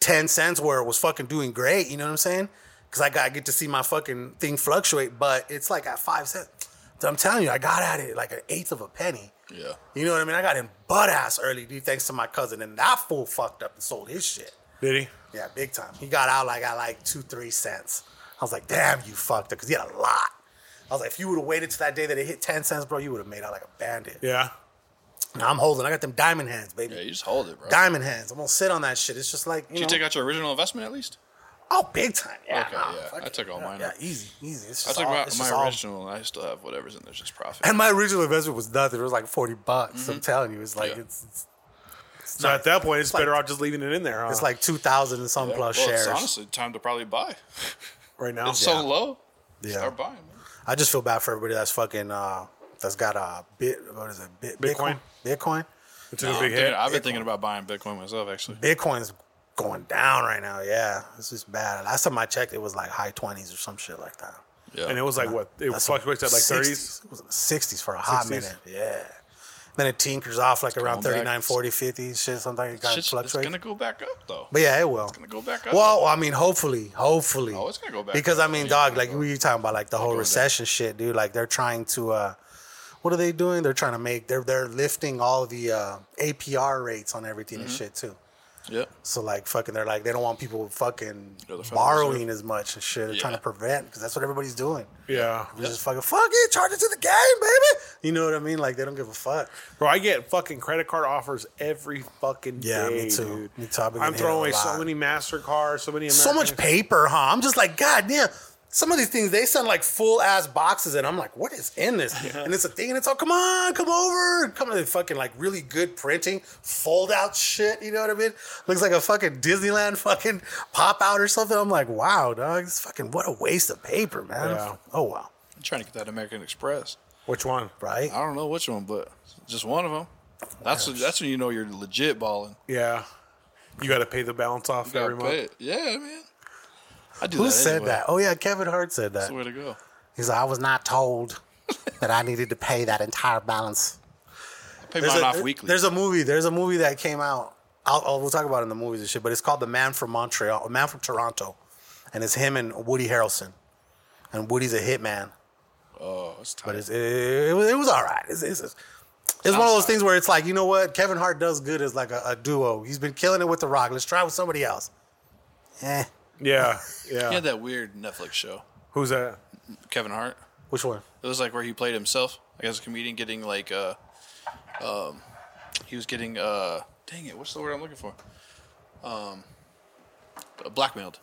Speaker 3: 10 cents where it was fucking doing great, you know what I'm saying? Cause I gotta get to see my fucking thing fluctuate, but it's like at five cents. Dude, I'm telling you, I got at it like an eighth of a penny.
Speaker 5: Yeah.
Speaker 3: You know what I mean? I got in butt ass early, dude, thanks to my cousin, and that fool fucked up and sold his shit.
Speaker 4: Did he?
Speaker 3: Yeah, big time. He got out like at like two, three cents. I was like, damn, you fucked up, cause he had a lot. I was like, if you would have waited till that day that it hit 10 cents, bro, you would have made out like a bandit.
Speaker 4: Yeah.
Speaker 3: Now I'm holding. I got them diamond hands, baby.
Speaker 5: Yeah, you just hold it, bro.
Speaker 3: diamond hands. I'm gonna sit on that shit. It's just like you
Speaker 5: Did
Speaker 3: know.
Speaker 5: you take out your original investment at least?
Speaker 3: oh, big time. Yeah,
Speaker 5: Okay,
Speaker 3: nah,
Speaker 5: yeah.
Speaker 3: fuck
Speaker 5: I
Speaker 3: it.
Speaker 5: took all
Speaker 3: Yeah,
Speaker 5: mine
Speaker 3: Yeah,
Speaker 5: out.
Speaker 3: easy, easy. It's
Speaker 5: I
Speaker 3: just
Speaker 5: took
Speaker 3: all,
Speaker 5: my,
Speaker 3: it's just
Speaker 5: my
Speaker 3: all-
Speaker 5: original, and I still have whatever's in there, just profit.
Speaker 3: And my original investment was nothing. It was like forty bucks. I'm telling you, it's like
Speaker 5: Mm-hmm. Yeah.
Speaker 3: it's, it's
Speaker 4: So at that point, it's
Speaker 3: like-
Speaker 4: better off just leaving it in there. Huh?
Speaker 3: it's like two thousand and some
Speaker 5: Yeah,
Speaker 3: plus
Speaker 5: well,
Speaker 3: shares.
Speaker 5: It's honestly time to probably buy.
Speaker 4: right now.
Speaker 5: It's so low. Start buying. Man.
Speaker 3: I just feel bad for everybody that's fucking uh that's got a bit. What is it? Bit,
Speaker 4: Bitcoin.
Speaker 3: Bitcoin.
Speaker 4: It took a big
Speaker 5: Dude,
Speaker 4: hit.
Speaker 5: I've been thinking about buying Bitcoin myself, actually.
Speaker 3: Bitcoin's going down right now. Yeah, it's just bad. Last time I checked, it was like high twenties or some shit like that.
Speaker 5: Yeah.
Speaker 4: And it was like what? It
Speaker 3: That's
Speaker 4: fluctuates at like 30s.
Speaker 3: 60s. It was in the 60s for a hot
Speaker 4: 60s.
Speaker 3: minute. Yeah. Then it tinkers off like around
Speaker 5: going back.
Speaker 3: 39, 40, 50, shit, something like that. It
Speaker 5: Shit's- it's
Speaker 3: fluctuates.
Speaker 5: gonna go back up though.
Speaker 3: But yeah, it will. It's
Speaker 5: gonna go back up.
Speaker 3: Well, I mean, hopefully, hopefully.
Speaker 5: Oh, it's gonna go back
Speaker 3: Because
Speaker 5: up.
Speaker 3: I mean,
Speaker 5: Yeah,
Speaker 3: dog,
Speaker 5: it's gonna
Speaker 3: like
Speaker 5: go
Speaker 3: we were talking about like the whole
Speaker 5: go down.
Speaker 3: recession shit, dude. Like they're trying to. uh what are they doing? They're trying to make they're they're lifting all the uh, APR rates on everything
Speaker 5: Mm-hmm.
Speaker 3: and shit too.
Speaker 5: Yep.
Speaker 3: So like fucking, they're like they don't want people fucking
Speaker 5: Go to the Federal
Speaker 3: borrowing as much and shit. They're trying to
Speaker 5: Yeah.
Speaker 3: prevent because that's what everybody's doing.
Speaker 4: Yeah.
Speaker 3: They're just fucking fuck it, charge it to the game, baby. You know what I mean? Like they don't give a fuck.
Speaker 4: Bro, I get fucking credit card offers every fucking
Speaker 3: Yeah,
Speaker 4: day.
Speaker 3: me too.
Speaker 4: Dude.
Speaker 3: Me too. I've been
Speaker 4: I'm
Speaker 3: getting
Speaker 4: throwing
Speaker 3: hit
Speaker 4: away
Speaker 3: a
Speaker 4: so
Speaker 3: lot.
Speaker 4: many MasterCards, so many American
Speaker 3: So much paper, huh? I'm just like, god damn. Some of these things they send like full ass boxes, and I'm like, what is in this? And it's a thing, and it's all, come on, come over, come on, fucking like really good printing, fold out shit. You know what I mean? Looks like a fucking Disneyland fucking pop out or something. I'm like, wow, dog, it's fucking what a waste of paper, man.
Speaker 4: Yeah.
Speaker 3: Oh wow,
Speaker 5: I'm trying to get that American Express.
Speaker 4: Which one? Uh,
Speaker 3: right?
Speaker 5: I don't know which one, but just one of them. That's that's when you know you're legit balling.
Speaker 4: Yeah. You got to pay the balance off every month.
Speaker 5: Yeah, man. I do.
Speaker 3: Who
Speaker 5: that
Speaker 3: said
Speaker 5: anyway.
Speaker 3: that? Oh yeah, Kevin Hart said that.
Speaker 5: That's the way to go.
Speaker 3: He's like, I was not told that I needed to pay that entire balance.
Speaker 5: I pay mine off
Speaker 3: a,
Speaker 5: weekly.
Speaker 3: There's a movie. There's a movie that came out. I'll, I'll, we'll talk about it in the movies and shit. But it's called The Man from Montreal, The Man from Toronto, and it's him and Woody Harrelson, and Woody's a hitman.
Speaker 5: oh, it's tight.
Speaker 3: But it's, it, it, was- it was all right. It's, it's, it's, it's one of those things where it's like, you know what? Kevin Hart does good as like a, a duo. He's been killing it with The Rock. Let's try with somebody else. Eh,
Speaker 4: Yeah. Yeah.
Speaker 5: he had that weird Netflix show,
Speaker 4: Who's that?
Speaker 5: Kevin Hart.
Speaker 3: which one?
Speaker 5: It was like where he played himself, like as a comedian, getting like, uh, um, he was getting, uh, dang it, what's the word I'm looking for? Um, blackmailed.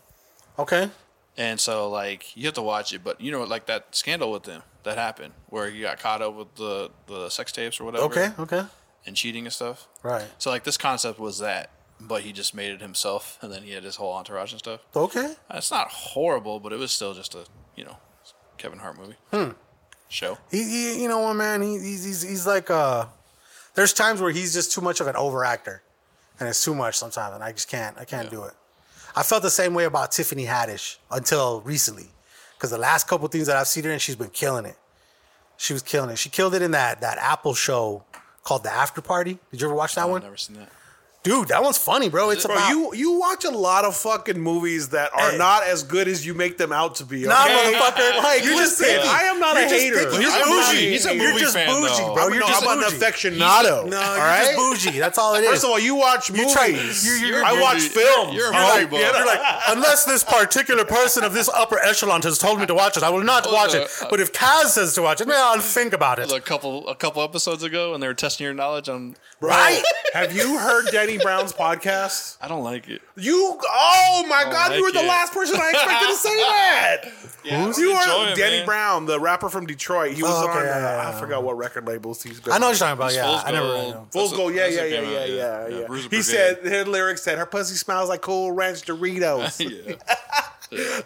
Speaker 3: Okay.
Speaker 5: And so, like, you have to watch it, but you know, like that scandal with him that happened, where he got caught up with the the sex tapes or whatever,
Speaker 3: Okay. Okay.
Speaker 5: and cheating and stuff.
Speaker 3: Right.
Speaker 5: So, like, this concept was that, but he just made it himself, and then he had his whole entourage and stuff.
Speaker 3: Okay.
Speaker 5: It's not horrible, but it was still just a you know Kevin Hart movie show.
Speaker 3: He, he you know what, man? He, he's, he's, he's like, uh, there's times where he's just too much of an overactor, and it's too much sometimes, and I just can't, I can't do it. I felt the same way about Tiffany Haddish until recently, because the last couple things that I've seen her in, she's been killing it. She was killing it. She killed it in that that Apple show called The After Party. Did you ever watch that
Speaker 5: I've
Speaker 3: one,
Speaker 5: never seen that.
Speaker 3: dude? That one's funny, bro. It's
Speaker 4: Bro,
Speaker 3: about
Speaker 4: you you watch a lot of fucking movies that are
Speaker 3: Hey.
Speaker 4: not as good as you make them out to be. Okay?
Speaker 3: Nah, motherfucker. Like,
Speaker 4: you just
Speaker 3: listen,
Speaker 4: said I am not
Speaker 3: you're
Speaker 4: a
Speaker 3: just
Speaker 4: hater.
Speaker 3: picky. You're
Speaker 4: I'm
Speaker 3: bougie.
Speaker 4: not a-
Speaker 5: He's a
Speaker 4: you're
Speaker 5: movie
Speaker 4: just
Speaker 5: fan,
Speaker 4: bougie,
Speaker 5: though.
Speaker 4: bro.
Speaker 5: I'm
Speaker 4: You're
Speaker 5: not-
Speaker 4: just
Speaker 5: I'm
Speaker 4: an
Speaker 5: an
Speaker 4: affectionado.
Speaker 3: No,
Speaker 4: all
Speaker 3: you're
Speaker 4: right?
Speaker 3: just bougie. That's all it is.
Speaker 4: First of all, you watch movies.
Speaker 3: try-
Speaker 5: you- You're a
Speaker 4: I
Speaker 5: movie-
Speaker 4: watch films.
Speaker 5: you're a
Speaker 4: bro.
Speaker 5: movie buff.
Speaker 4: Yeah,
Speaker 5: You're
Speaker 4: like,
Speaker 3: Unless this particular person of this upper echelon has told me to watch it, I will not watch it.
Speaker 5: uh,
Speaker 3: But if Kaz says to watch it, then I'll think about it.
Speaker 5: A couple a couple episodes ago, and they were testing your knowledge on.
Speaker 3: right?
Speaker 4: have you heard Danny Brown's podcast?
Speaker 5: I don't like it.
Speaker 4: You, oh my God,
Speaker 5: like
Speaker 4: you were the
Speaker 5: it.
Speaker 4: last person I expected to say that.
Speaker 5: Who's
Speaker 4: you are Danny Brown, the rapper from Detroit. He was
Speaker 3: Oh, okay,
Speaker 4: on, uh,
Speaker 3: yeah, yeah, yeah.
Speaker 4: I forgot what record labels he's been
Speaker 3: I know
Speaker 4: on.
Speaker 3: what you're talking about. Yeah, I never. Really know.
Speaker 4: Fool's Gold, yeah,
Speaker 5: that's
Speaker 4: yeah,
Speaker 5: what
Speaker 4: yeah,
Speaker 5: came
Speaker 4: yeah,
Speaker 5: out,
Speaker 4: yeah,
Speaker 5: yeah.
Speaker 4: yeah.
Speaker 5: Bruiser
Speaker 4: He
Speaker 5: Brigade.
Speaker 4: said her lyrics said her pussy smells like cool ranch Doritos.
Speaker 5: Yeah.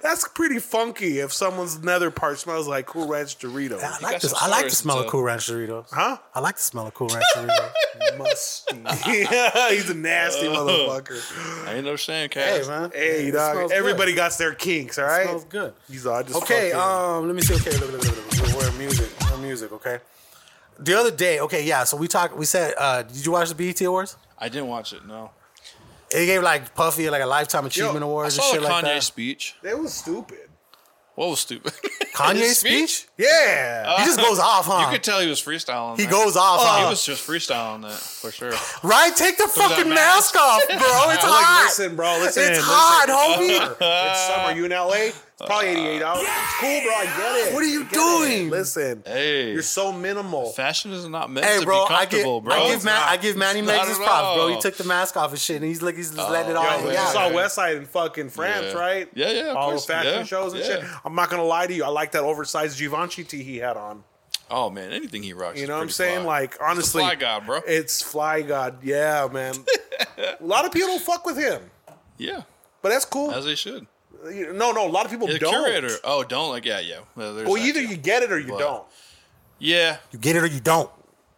Speaker 4: That's pretty funky. If someone's nether part smells like cool ranch Doritos,
Speaker 3: I like
Speaker 5: got
Speaker 3: this.
Speaker 5: some
Speaker 3: I like the
Speaker 5: stories
Speaker 3: smell of
Speaker 5: to-
Speaker 3: Cool Ranch Doritos.
Speaker 4: huh?
Speaker 3: I like the smell of Cool Ranch Doritos.
Speaker 4: Must. yeah, he's a nasty motherfucker.
Speaker 5: I ain't no saying,
Speaker 3: hey
Speaker 5: Cass.
Speaker 3: man,
Speaker 4: Hey,
Speaker 3: It
Speaker 4: dog.
Speaker 3: smells
Speaker 4: Everybody got their kinks. All
Speaker 3: good.
Speaker 4: right.
Speaker 3: smells good.
Speaker 4: He's all, I just
Speaker 3: Okay,
Speaker 4: fucking-
Speaker 3: um, let me see. Okay, look, look, look, look, look, we're music, we're music. Okay, the other day, okay, yeah. So we talked. We said, uh, did you watch the BET Awards?
Speaker 5: I didn't watch it. No,
Speaker 3: They gave like Puffy like a lifetime achievement
Speaker 4: Yo,
Speaker 5: I
Speaker 3: awards and
Speaker 5: saw the
Speaker 3: shit
Speaker 5: Kanye
Speaker 3: like that.
Speaker 5: speech.
Speaker 4: That was stupid.
Speaker 5: What was stupid?
Speaker 3: Kanye's
Speaker 5: His
Speaker 3: speech?
Speaker 4: Yeah.
Speaker 3: He just goes off, huh?
Speaker 5: Uh, You could tell he was freestyling.
Speaker 3: he
Speaker 5: that.
Speaker 3: goes off, huh?
Speaker 5: He was just freestyling that for sure.
Speaker 3: right? Take the
Speaker 5: that
Speaker 3: fucking mask
Speaker 5: mask.
Speaker 3: off, bro. It's
Speaker 4: Oh,
Speaker 3: hot.
Speaker 4: listen, bro. Listen,
Speaker 3: it's
Speaker 4: listen.
Speaker 3: hot,
Speaker 5: Uh,
Speaker 3: homie.
Speaker 4: It's summer. You in LA? It's probably eighty-eight dollars. It's cool, bro. I get it.
Speaker 3: What are you
Speaker 4: I get it.
Speaker 3: doing?
Speaker 4: Listen,
Speaker 5: Hey.
Speaker 4: you're so minimal.
Speaker 5: Fashion is not meant
Speaker 3: Hey,
Speaker 5: to
Speaker 3: bro,
Speaker 5: be
Speaker 3: I give,
Speaker 5: comfortable, bro.
Speaker 3: I give,
Speaker 5: It's
Speaker 3: Man,
Speaker 5: not.
Speaker 3: I give Manny
Speaker 5: Not
Speaker 3: Megs his
Speaker 5: at
Speaker 3: props, bro.
Speaker 5: all. Uh,
Speaker 3: He took the mask off and shit, and he's like, he's just letting it all
Speaker 4: Yo,
Speaker 3: hang
Speaker 4: you
Speaker 5: yeah.
Speaker 4: saw
Speaker 3: out.
Speaker 4: Westside in fucking France,
Speaker 5: Yeah.
Speaker 4: right?
Speaker 5: Yeah, yeah, of
Speaker 4: All
Speaker 5: course.
Speaker 4: the fashion
Speaker 5: Yeah,
Speaker 4: shows and
Speaker 5: yeah.
Speaker 4: shit. I'm not gonna lie to you. I like that oversized Givenchy tee he had on.
Speaker 5: Oh man, anything he rocks.
Speaker 4: You
Speaker 5: is
Speaker 4: know what I'm
Speaker 5: pretty
Speaker 4: saying?
Speaker 5: fly.
Speaker 4: Like honestly,
Speaker 5: fly god, bro.
Speaker 4: It's fly god. Yeah, man. a lot of people don't fuck with him,
Speaker 5: yeah,
Speaker 4: but that's cool.
Speaker 5: as they should.
Speaker 4: You- no, no, a lot of people
Speaker 5: The
Speaker 4: don't.
Speaker 5: curator. Oh, don't like. Yeah, yeah. Well, there's
Speaker 4: Well,
Speaker 5: that
Speaker 4: either
Speaker 5: too.
Speaker 4: you get it or you
Speaker 5: But-
Speaker 4: don't.
Speaker 5: Yeah,
Speaker 3: You get it or you don't.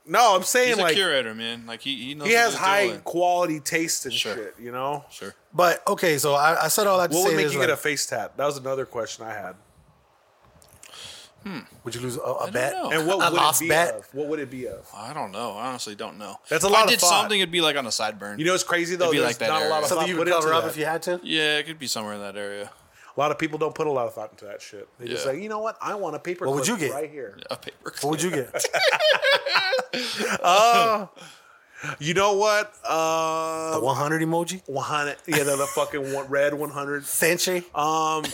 Speaker 4: No, I'm saying
Speaker 5: he's a
Speaker 4: like
Speaker 5: curator, man. Like he, he knows.
Speaker 4: he
Speaker 5: what
Speaker 4: has
Speaker 5: he's
Speaker 4: high
Speaker 5: doing.
Speaker 4: quality taste and
Speaker 5: Sure.
Speaker 4: shit. You know.
Speaker 5: Sure.
Speaker 3: But okay, so I, I said all that to
Speaker 4: What
Speaker 3: say
Speaker 4: would make
Speaker 3: is,
Speaker 4: you
Speaker 3: like,
Speaker 4: get a face tat? That was another question I had.
Speaker 3: would you lose a, a
Speaker 5: don't
Speaker 3: bet?
Speaker 5: know.
Speaker 4: And what
Speaker 3: a
Speaker 4: would
Speaker 3: lost
Speaker 4: it be
Speaker 3: bet?
Speaker 4: of? What would it be of?
Speaker 5: I don't know. I honestly don't know.
Speaker 4: That's a
Speaker 5: if
Speaker 4: lot
Speaker 5: I
Speaker 4: of
Speaker 5: did
Speaker 4: thought.
Speaker 5: something, it'd be like on a sideburn.
Speaker 4: You know, it's crazy though.
Speaker 5: It'd be
Speaker 4: There's
Speaker 5: like that
Speaker 4: not a lot
Speaker 5: area.
Speaker 4: of
Speaker 3: Something
Speaker 4: thought
Speaker 3: you
Speaker 4: put
Speaker 3: would
Speaker 4: into
Speaker 3: cover up
Speaker 4: that.
Speaker 3: if you had to.
Speaker 5: yeah, it could be somewhere in that area.
Speaker 4: A lot of people don't put a lot of thought into that shit. They just
Speaker 5: Yeah.
Speaker 4: say, you know what? I want a paper.
Speaker 3: What would
Speaker 4: clip
Speaker 3: you get?
Speaker 4: right here?
Speaker 5: A paper.
Speaker 3: What would you get?
Speaker 4: You know what? Uh,
Speaker 3: A 100 emoji?
Speaker 4: 100. Yeah, the, the fucking one, red 100.
Speaker 3: Sanche?
Speaker 4: Uh,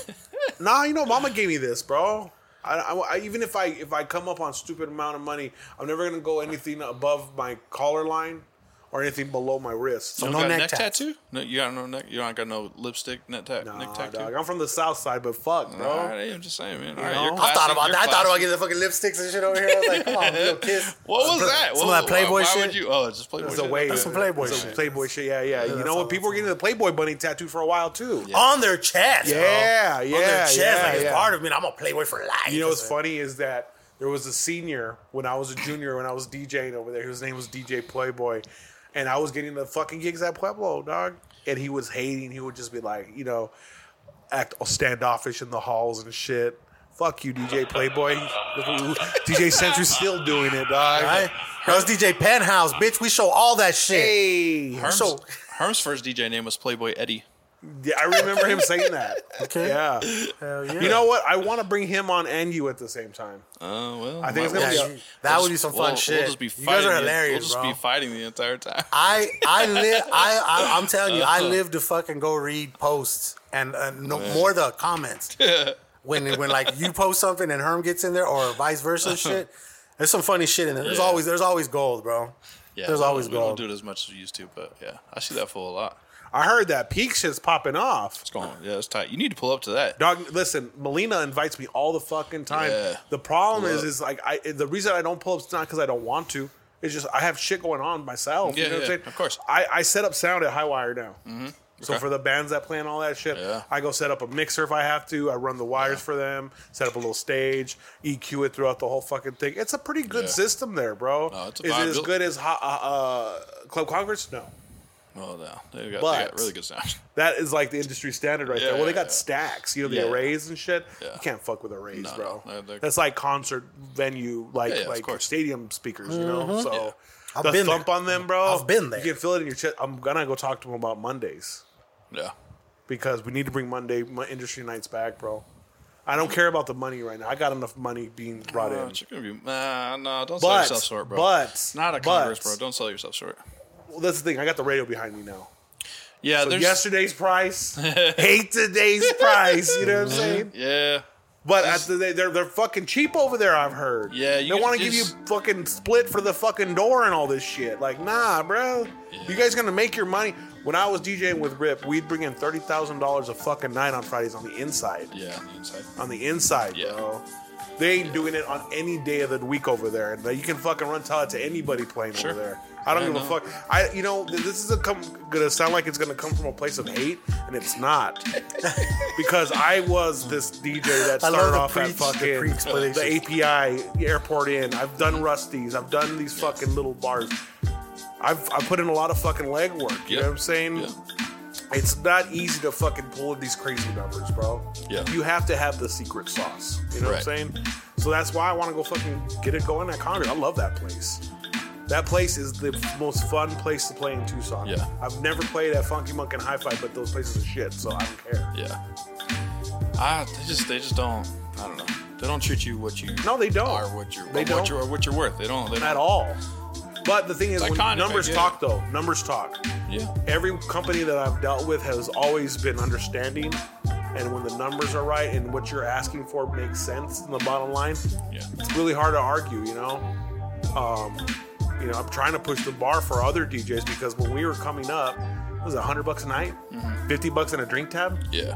Speaker 4: Nah, you know, Mama gave me this, bro. I, I- I- even if I if I come up on stupid amount of money, I'm never gonna go anything above my collar line or anything below my wrist.
Speaker 5: You
Speaker 3: no
Speaker 5: don't got a
Speaker 3: neck
Speaker 5: neck
Speaker 3: tats.
Speaker 5: tattoo? No, you got no neck. You don't got no lipstick, neck, ta-
Speaker 4: Nah,
Speaker 5: neck tattoo.
Speaker 4: dog. I'm from the south side, but fuck, bro.
Speaker 5: All right, I'm just saying, man. All right,
Speaker 4: know?
Speaker 5: you're
Speaker 4: I
Speaker 3: I
Speaker 5: classy,
Speaker 3: thought about
Speaker 5: you're
Speaker 3: that. I thought about
Speaker 5: classy.
Speaker 3: getting the fucking lipsticks and shit over here. I was like, come on, little kiss.
Speaker 5: What was that?
Speaker 3: Some
Speaker 5: What-
Speaker 3: of that Playboy
Speaker 5: why, Why
Speaker 3: shit.
Speaker 5: would you? Oh, just Playboy.
Speaker 4: It's a
Speaker 5: shit.
Speaker 4: way.
Speaker 5: Okay.
Speaker 3: some Playboy
Speaker 4: It's a
Speaker 3: shit.
Speaker 4: Playboy shit. Yeah, yeah. you
Speaker 3: that's
Speaker 4: know
Speaker 3: all-
Speaker 4: what? People were getting the Playboy bunny tattoo for a while too.
Speaker 3: On their chest. bro.
Speaker 4: Yeah,
Speaker 3: On their
Speaker 4: yeah,
Speaker 3: chest.
Speaker 4: yeah,
Speaker 3: like,
Speaker 4: yeah.
Speaker 3: it's part of me. I'm a playboy for life.
Speaker 4: You know what's funny is that there was a senior when I was a junior when I was DJing over there. His name was DJ Playboy, and I was getting the fucking gigs at Pueblo, dog. And he was hating. He would just be like, you know, act standoffish in the halls and shit. Fuck you, DJ Playboy. Look who- DJ Sentry's still doing it, dog.
Speaker 3: Right? That was DJ Penthouse, bitch. We show all that shit.
Speaker 4: Hey,
Speaker 5: Herm's,
Speaker 4: so
Speaker 5: Herm's first DJ name was Playboy Eddie.
Speaker 4: yeah, I remember him saying that. Okay, yeah.
Speaker 3: Hell yeah.
Speaker 4: You know what? I want to bring him on and you at the same time.
Speaker 5: Oh well,
Speaker 4: I think it's
Speaker 5: might-
Speaker 4: gonna
Speaker 3: Yeah,
Speaker 4: be a-
Speaker 3: you- that would be some fun
Speaker 5: we'll,
Speaker 3: shit.
Speaker 5: We'll just be
Speaker 3: you
Speaker 5: fighting
Speaker 3: guys are
Speaker 5: the- We'll
Speaker 3: hilarious,
Speaker 5: just
Speaker 3: bro.
Speaker 5: be fighting the entire time.
Speaker 3: I I live I, I I'm telling you
Speaker 5: Uh-huh.
Speaker 3: I live to fucking go read posts and uh, no, more the comments when when like you post something and Herm gets in there or vice versa shit. There's some funny shit in there. There's
Speaker 5: Uh-huh. Yeah.
Speaker 3: always there's always gold, bro.
Speaker 5: Yeah,
Speaker 3: there's
Speaker 5: we don't-
Speaker 3: always
Speaker 5: we don't
Speaker 3: gold.
Speaker 5: do it as much as we used to, but yeah, I see that fool a lot.
Speaker 4: I heard that peak shit's popping off.
Speaker 5: It's going, yeah, it's tight. You need to pull up to that.
Speaker 4: Dog, listen, Melina invites me all the fucking time.
Speaker 5: Yeah.
Speaker 4: The problem is,
Speaker 5: Look.
Speaker 4: is like I the reason I don't pull up is not because I don't want to. It's just I have shit going on myself.
Speaker 5: Yeah,
Speaker 4: you know what
Speaker 5: yeah,
Speaker 4: I'm saying?
Speaker 5: of course.
Speaker 4: I, I set up sound at Highwire now. Mm-hmm. So
Speaker 5: Okay.
Speaker 4: for the bands that play and all that shit,
Speaker 5: Yeah.
Speaker 4: I go set up a mixer if I have to. I run the wires for them, set up a little stage, EQ it throughout the whole fucking thing. It's a pretty good
Speaker 5: Yeah.
Speaker 4: system there, bro.
Speaker 5: No, it's a
Speaker 4: is
Speaker 5: vibe
Speaker 4: it as
Speaker 5: built-
Speaker 4: good as Ho- uh, uh, Club Congress? No.
Speaker 5: Oh no, they got, they
Speaker 4: But-
Speaker 5: got really good sound.
Speaker 4: That is like the industry standard right
Speaker 5: Yeah,
Speaker 4: there. Well, they
Speaker 5: yeah,
Speaker 4: got
Speaker 5: yeah.
Speaker 4: stacks, you know, the
Speaker 5: Yeah.
Speaker 4: arrays and shit.
Speaker 5: Yeah.
Speaker 4: You can't fuck with arrays,
Speaker 5: No,
Speaker 4: bro.
Speaker 5: no, they're- they're-
Speaker 4: That's like concert venue, like
Speaker 5: Yeah, yeah, of
Speaker 4: like
Speaker 5: course. Mm-hmm.
Speaker 4: stadium speakers, you know. So
Speaker 3: I've
Speaker 4: the
Speaker 3: been
Speaker 4: thump
Speaker 3: there.
Speaker 4: on them, bro.
Speaker 3: I've been there.
Speaker 4: You can feel it in your chest. I'm gonna go talk to them about Mondays
Speaker 5: Yeah,
Speaker 4: because we need to bring Monday my industry nights back, bro. I don't care about the money right now. I got enough money being brought
Speaker 5: Oh,
Speaker 4: in.
Speaker 5: but you're gonna be, nah, no, don't sell
Speaker 4: But-
Speaker 5: yourself short, bro.
Speaker 4: but-
Speaker 5: not a
Speaker 4: but-
Speaker 5: Congress, bro. Don't sell yourself short.
Speaker 4: Well, that's the thing. I got the radio behind me now.
Speaker 5: Yeah,
Speaker 4: So
Speaker 5: there's
Speaker 4: yesterday's price, hate today's price. You know what
Speaker 5: Mm-hmm.
Speaker 4: I'm saying?
Speaker 5: yeah.
Speaker 4: But at the, they- they're they're fucking cheap over there. I've heard.
Speaker 5: Yeah, you
Speaker 4: they want to
Speaker 5: just-
Speaker 4: give you fucking split for the fucking door and all this shit. Like, nah, bro. You guys gonna make your money? When I was DJing with Rip, we'd bring in thirty thousand dollars a fucking night on Fridays on the inside.
Speaker 5: Yeah, on the inside.
Speaker 4: On the inside,
Speaker 5: Yeah.
Speaker 4: bro. They ain't doing it on any day of the week over there. And you can fucking run tell it to anybody playing
Speaker 5: Sure.
Speaker 4: over there. I don't
Speaker 5: Yeah,
Speaker 4: give a
Speaker 5: no.
Speaker 4: fuck. I, you know, th- this is a come, gonna sound like it's gonna come from a place of hate, and it's not, because I was this DJ that
Speaker 3: I love
Speaker 4: started
Speaker 3: the
Speaker 4: off at
Speaker 3: preach- the
Speaker 4: fucking
Speaker 3: pre-explanation.
Speaker 4: the API Airport Inn. I've done Rusty's. I've done these fucking little bars. I've I put in a lot of fucking legwork. You
Speaker 5: Yeah.
Speaker 4: know what I'm saying?
Speaker 5: Yeah.
Speaker 4: It's not easy to fucking pull these crazy numbers, bro.
Speaker 5: Yeah.
Speaker 4: You have to have the secret sauce. You know what I'm
Speaker 5: Right.
Speaker 4: saying? So that's why I want to go fucking get it going at Congress. I love that place. That place is the most fun place to play in Tucson.
Speaker 5: Yeah.
Speaker 4: I've never played at Funky Monk and Hi-Fi, but those places are shit, so I don't care.
Speaker 5: Yeah. I they just they just don't. I don't know. They don't treat you what you
Speaker 4: No, they don't.
Speaker 5: are what you're
Speaker 4: They
Speaker 5: what
Speaker 4: don't.
Speaker 5: you're what you're worth. They don't. They don't
Speaker 4: At all. But the thing is,
Speaker 5: It's
Speaker 4: when
Speaker 5: iconic,
Speaker 4: numbers
Speaker 5: I get
Speaker 4: talk, though, numbers talk.
Speaker 5: Yeah.
Speaker 4: every company that I've dealt with has always been understanding. And when the numbers are right and what you're asking for makes sense in the bottom line,
Speaker 5: Yeah.
Speaker 4: it's really hard to argue, you know? Um, you know, I'm trying to push the bar for other DJs because when we were coming up, it was 100 bucks a night,
Speaker 5: Mm-hmm.
Speaker 4: 50 bucks and a drink tab.
Speaker 5: Yeah.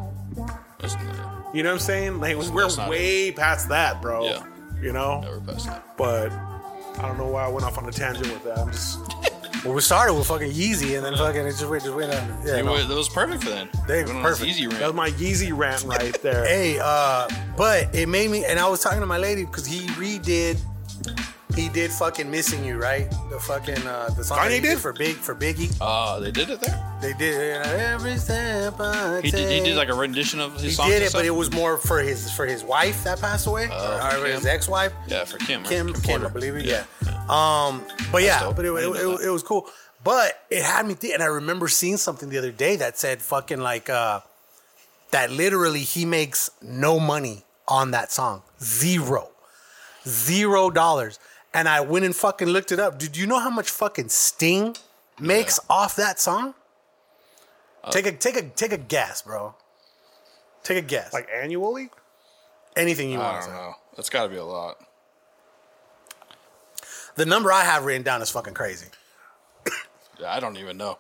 Speaker 5: That's, yeah.
Speaker 4: You know what I'm saying? Like, we're
Speaker 5: that's not
Speaker 4: way past that, bro.
Speaker 5: Yeah.
Speaker 4: You know?
Speaker 5: Never past that.
Speaker 4: But I don't know why I went off on a tangent with that. I'm just,
Speaker 3: Well, we started with fucking Yeezy and then fucking it just went just went on. Yeah,
Speaker 5: It
Speaker 3: no.
Speaker 5: was, that was perfect for then.
Speaker 3: They
Speaker 5: Went on this
Speaker 3: perfect.
Speaker 5: Easy
Speaker 4: that was
Speaker 5: rant.
Speaker 4: my Yeezy rant right there.
Speaker 3: Hey, uh, but it made me, and I was talking to my lady because he redid, he did fucking missing you, right? The fucking uh, the song that
Speaker 4: Kanye
Speaker 3: he
Speaker 4: did?
Speaker 3: for Big for Biggie.
Speaker 5: Uh, they did it there.
Speaker 3: They did you know, every step I
Speaker 5: He did, he
Speaker 3: take.
Speaker 5: did like a rendition of his
Speaker 3: He
Speaker 5: song.
Speaker 3: did it, but it was more for his for his wife that passed away,
Speaker 5: Oh,
Speaker 3: or
Speaker 5: Kim.
Speaker 3: his ex-wife,
Speaker 5: yeah for Kim. right?
Speaker 3: Kim. Kim,
Speaker 5: Porter.
Speaker 3: I believe it. Yeah. Um, but yeah,
Speaker 5: dope.
Speaker 3: but it,
Speaker 5: I
Speaker 3: it,
Speaker 5: didn't know
Speaker 3: it,
Speaker 5: that.
Speaker 3: it was cool. But it had me, thi- and I remember seeing something the other day that said fucking like uh, that literally he makes no money on that song. Zero. Zero dollars. And I went and fucking looked it up. Did you know how much fucking Sting makes off that song?
Speaker 5: Uh,
Speaker 3: take a take a take a guess, bro. Take a guess.
Speaker 4: Like annually?
Speaker 3: anything you
Speaker 5: I
Speaker 3: want to
Speaker 5: don't
Speaker 3: say.
Speaker 5: know. That's got to be a lot.
Speaker 3: The number I have written down is fucking crazy.
Speaker 5: Yeah, I don't even know.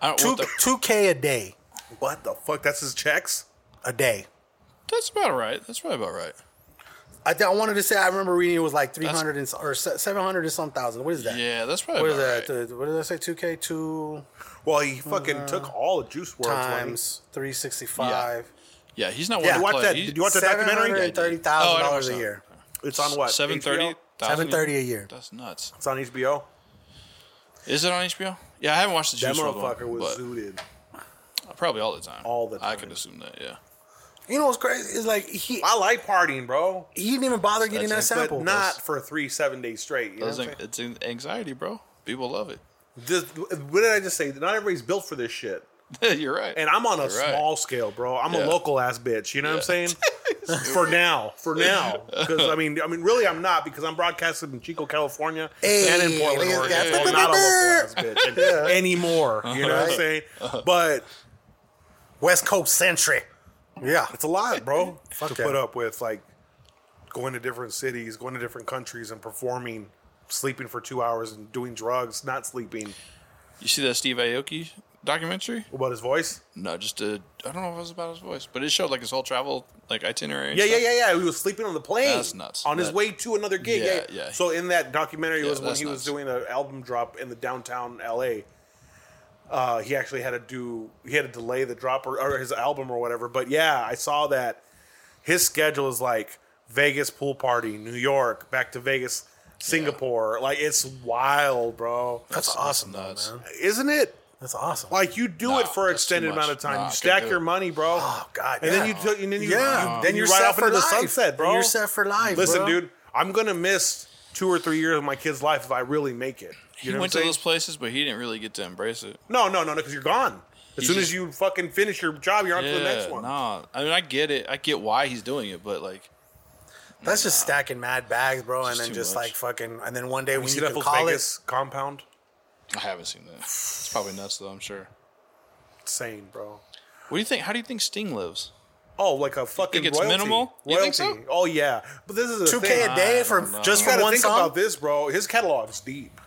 Speaker 5: I don't,
Speaker 3: Two
Speaker 5: what the,
Speaker 3: two K a day.
Speaker 4: What the fuck? That's his checks?
Speaker 3: A day.
Speaker 5: that's about right. That's probably about right.
Speaker 3: I, th- I wanted to say I remember reading it was like three hundred and s- or seven hundred and some thousand. What is that?
Speaker 5: Yeah, that's probably
Speaker 3: What is
Speaker 5: about
Speaker 3: that?
Speaker 5: right.
Speaker 3: The- What did I say? Two K two
Speaker 4: Well, he fucking took all of Juice WRLD's money.
Speaker 3: Uh, times three sixty five.
Speaker 5: Yeah, he's not
Speaker 3: Yeah.
Speaker 5: one
Speaker 3: You
Speaker 5: to
Speaker 4: watch
Speaker 5: play.
Speaker 4: that-
Speaker 5: He's-
Speaker 4: did you watch that
Speaker 3: Seven
Speaker 4: documentary?
Speaker 3: hundred
Speaker 4: Yeah,
Speaker 3: and thirty thousand
Speaker 5: Oh, I don't watch
Speaker 3: dollars a
Speaker 5: that.
Speaker 3: year.
Speaker 4: It's on what?
Speaker 5: Seven thirty.
Speaker 4: HBO?
Speaker 3: Seven thirty a year.
Speaker 5: That's nuts.
Speaker 4: It's on HBO.
Speaker 5: Is it on HBO? Yeah, I haven't watched the
Speaker 4: That
Speaker 5: Juice WRLD
Speaker 4: motherfucker
Speaker 5: one,
Speaker 4: was
Speaker 5: but
Speaker 4: zooted.
Speaker 5: probably all the time.
Speaker 4: All the
Speaker 5: I
Speaker 4: time.
Speaker 5: could assume that. Yeah.
Speaker 3: You know what's crazy is like he
Speaker 4: I like partying, bro.
Speaker 3: he didn't even bother getting
Speaker 5: That's
Speaker 3: that
Speaker 5: it,
Speaker 3: sample.
Speaker 4: But not for three, seven days straight. You know
Speaker 5: Those
Speaker 4: what I'm
Speaker 5: an- it's an anxiety, bro. People love it.
Speaker 4: saying? This- what did I just say? Not everybody's built for this shit.
Speaker 5: You're right.
Speaker 4: And I'm on a
Speaker 5: You're right.
Speaker 4: small scale, bro. I'm
Speaker 5: Yeah.
Speaker 4: a local ass bitch. You know what
Speaker 5: Yeah.
Speaker 4: I'm saying? for now, for now, because I mean, I mean, really, I'm not because I'm broadcasting in Chico, California, and in
Speaker 3: Hey, look
Speaker 4: Portland,
Speaker 3: at
Speaker 4: Oregon.
Speaker 3: that.
Speaker 4: So I'm not a local ass bitch anymore. You know what I'm
Speaker 5: Uh-huh.
Speaker 3: Right.
Speaker 4: saying? But
Speaker 3: West Coast century. Yeah.
Speaker 4: it's a lot, bro, to
Speaker 3: that.
Speaker 4: put up with like going to different cities, going to different countries, and performing, sleeping for two hours, and doing drugs, not sleeping.
Speaker 5: you see that Steve Aoki documentary?
Speaker 4: About his voice?
Speaker 5: No, just uh, I don't know if it was about his voice, but it showed like his whole travel like itinerary. and
Speaker 4: Yeah, yeah,
Speaker 5: stuff.
Speaker 4: yeah, yeah. He was sleeping on the plane.
Speaker 5: That's nuts.
Speaker 4: On his
Speaker 5: That-
Speaker 4: way to another gig.
Speaker 5: Yeah,
Speaker 4: Yeah,
Speaker 5: yeah.
Speaker 4: So in that documentary
Speaker 5: Yeah,
Speaker 4: was when
Speaker 5: that's
Speaker 4: he
Speaker 5: nuts.
Speaker 4: was doing an album drop in the downtown LA. Uh, he actually had to do he had to delay the drop or, or his album or whatever. But yeah, I saw that his schedule is like Vegas pool party, New York, back to Vegas, Singapore. Like it's wild, bro.
Speaker 3: That's, awesome, though,
Speaker 5: nuts.
Speaker 3: man.
Speaker 4: Is't it?
Speaker 3: That's awesome.
Speaker 4: Like you do
Speaker 5: Nah,
Speaker 4: it for an
Speaker 5: that's too
Speaker 4: extended
Speaker 5: much.
Speaker 4: amount of time.
Speaker 5: Nah, I
Speaker 4: you
Speaker 5: couldn't
Speaker 4: stack
Speaker 5: do
Speaker 4: your
Speaker 5: it.
Speaker 4: money, bro.
Speaker 3: oh God.
Speaker 4: And
Speaker 3: yeah.
Speaker 4: then you took, and then you,
Speaker 3: Yeah,
Speaker 4: you
Speaker 3: then
Speaker 4: you
Speaker 3: you're
Speaker 4: ride
Speaker 3: set
Speaker 4: off
Speaker 3: for
Speaker 4: into the
Speaker 3: life.
Speaker 4: sunset, bro.
Speaker 3: You're set for life,
Speaker 4: Listen,
Speaker 3: bro.
Speaker 4: dude, I'm gonna miss two or three years of my kid's life if I really make it. You
Speaker 5: He
Speaker 4: know what
Speaker 5: went to
Speaker 4: I'm saying?
Speaker 5: those places, but he didn't really get to embrace it.
Speaker 4: No, no, no, no, because you're gone. As
Speaker 5: He
Speaker 4: soon
Speaker 5: just-
Speaker 4: as you fucking finish your job, you're on
Speaker 5: yeah,
Speaker 4: to the next one.
Speaker 5: nah. I mean, I get it. I get why he's doing it, but like,
Speaker 3: That's just stacking mad bags, bro, and
Speaker 5: Just
Speaker 3: then
Speaker 5: too
Speaker 3: just
Speaker 5: much.
Speaker 3: like fucking, and then one day
Speaker 4: You
Speaker 3: when
Speaker 4: see
Speaker 3: you
Speaker 4: that
Speaker 3: can
Speaker 4: Las
Speaker 3: call
Speaker 4: Vegas compound?
Speaker 5: I haven't seen that. It's probably nuts, though. I'm sure.
Speaker 4: Insane, bro.
Speaker 5: What do you think? How do you think Sting lives?
Speaker 4: Oh, like a fucking
Speaker 5: it's
Speaker 4: royalty.
Speaker 5: minimal?
Speaker 4: Royalty.
Speaker 5: You think so?
Speaker 4: Oh yeah, but this is
Speaker 3: it
Speaker 4: a
Speaker 3: 2K a day for
Speaker 5: don't know.
Speaker 3: just
Speaker 4: You
Speaker 3: for
Speaker 4: gotta
Speaker 3: one
Speaker 4: think
Speaker 3: song.
Speaker 4: about this, bro. His catalog is deep.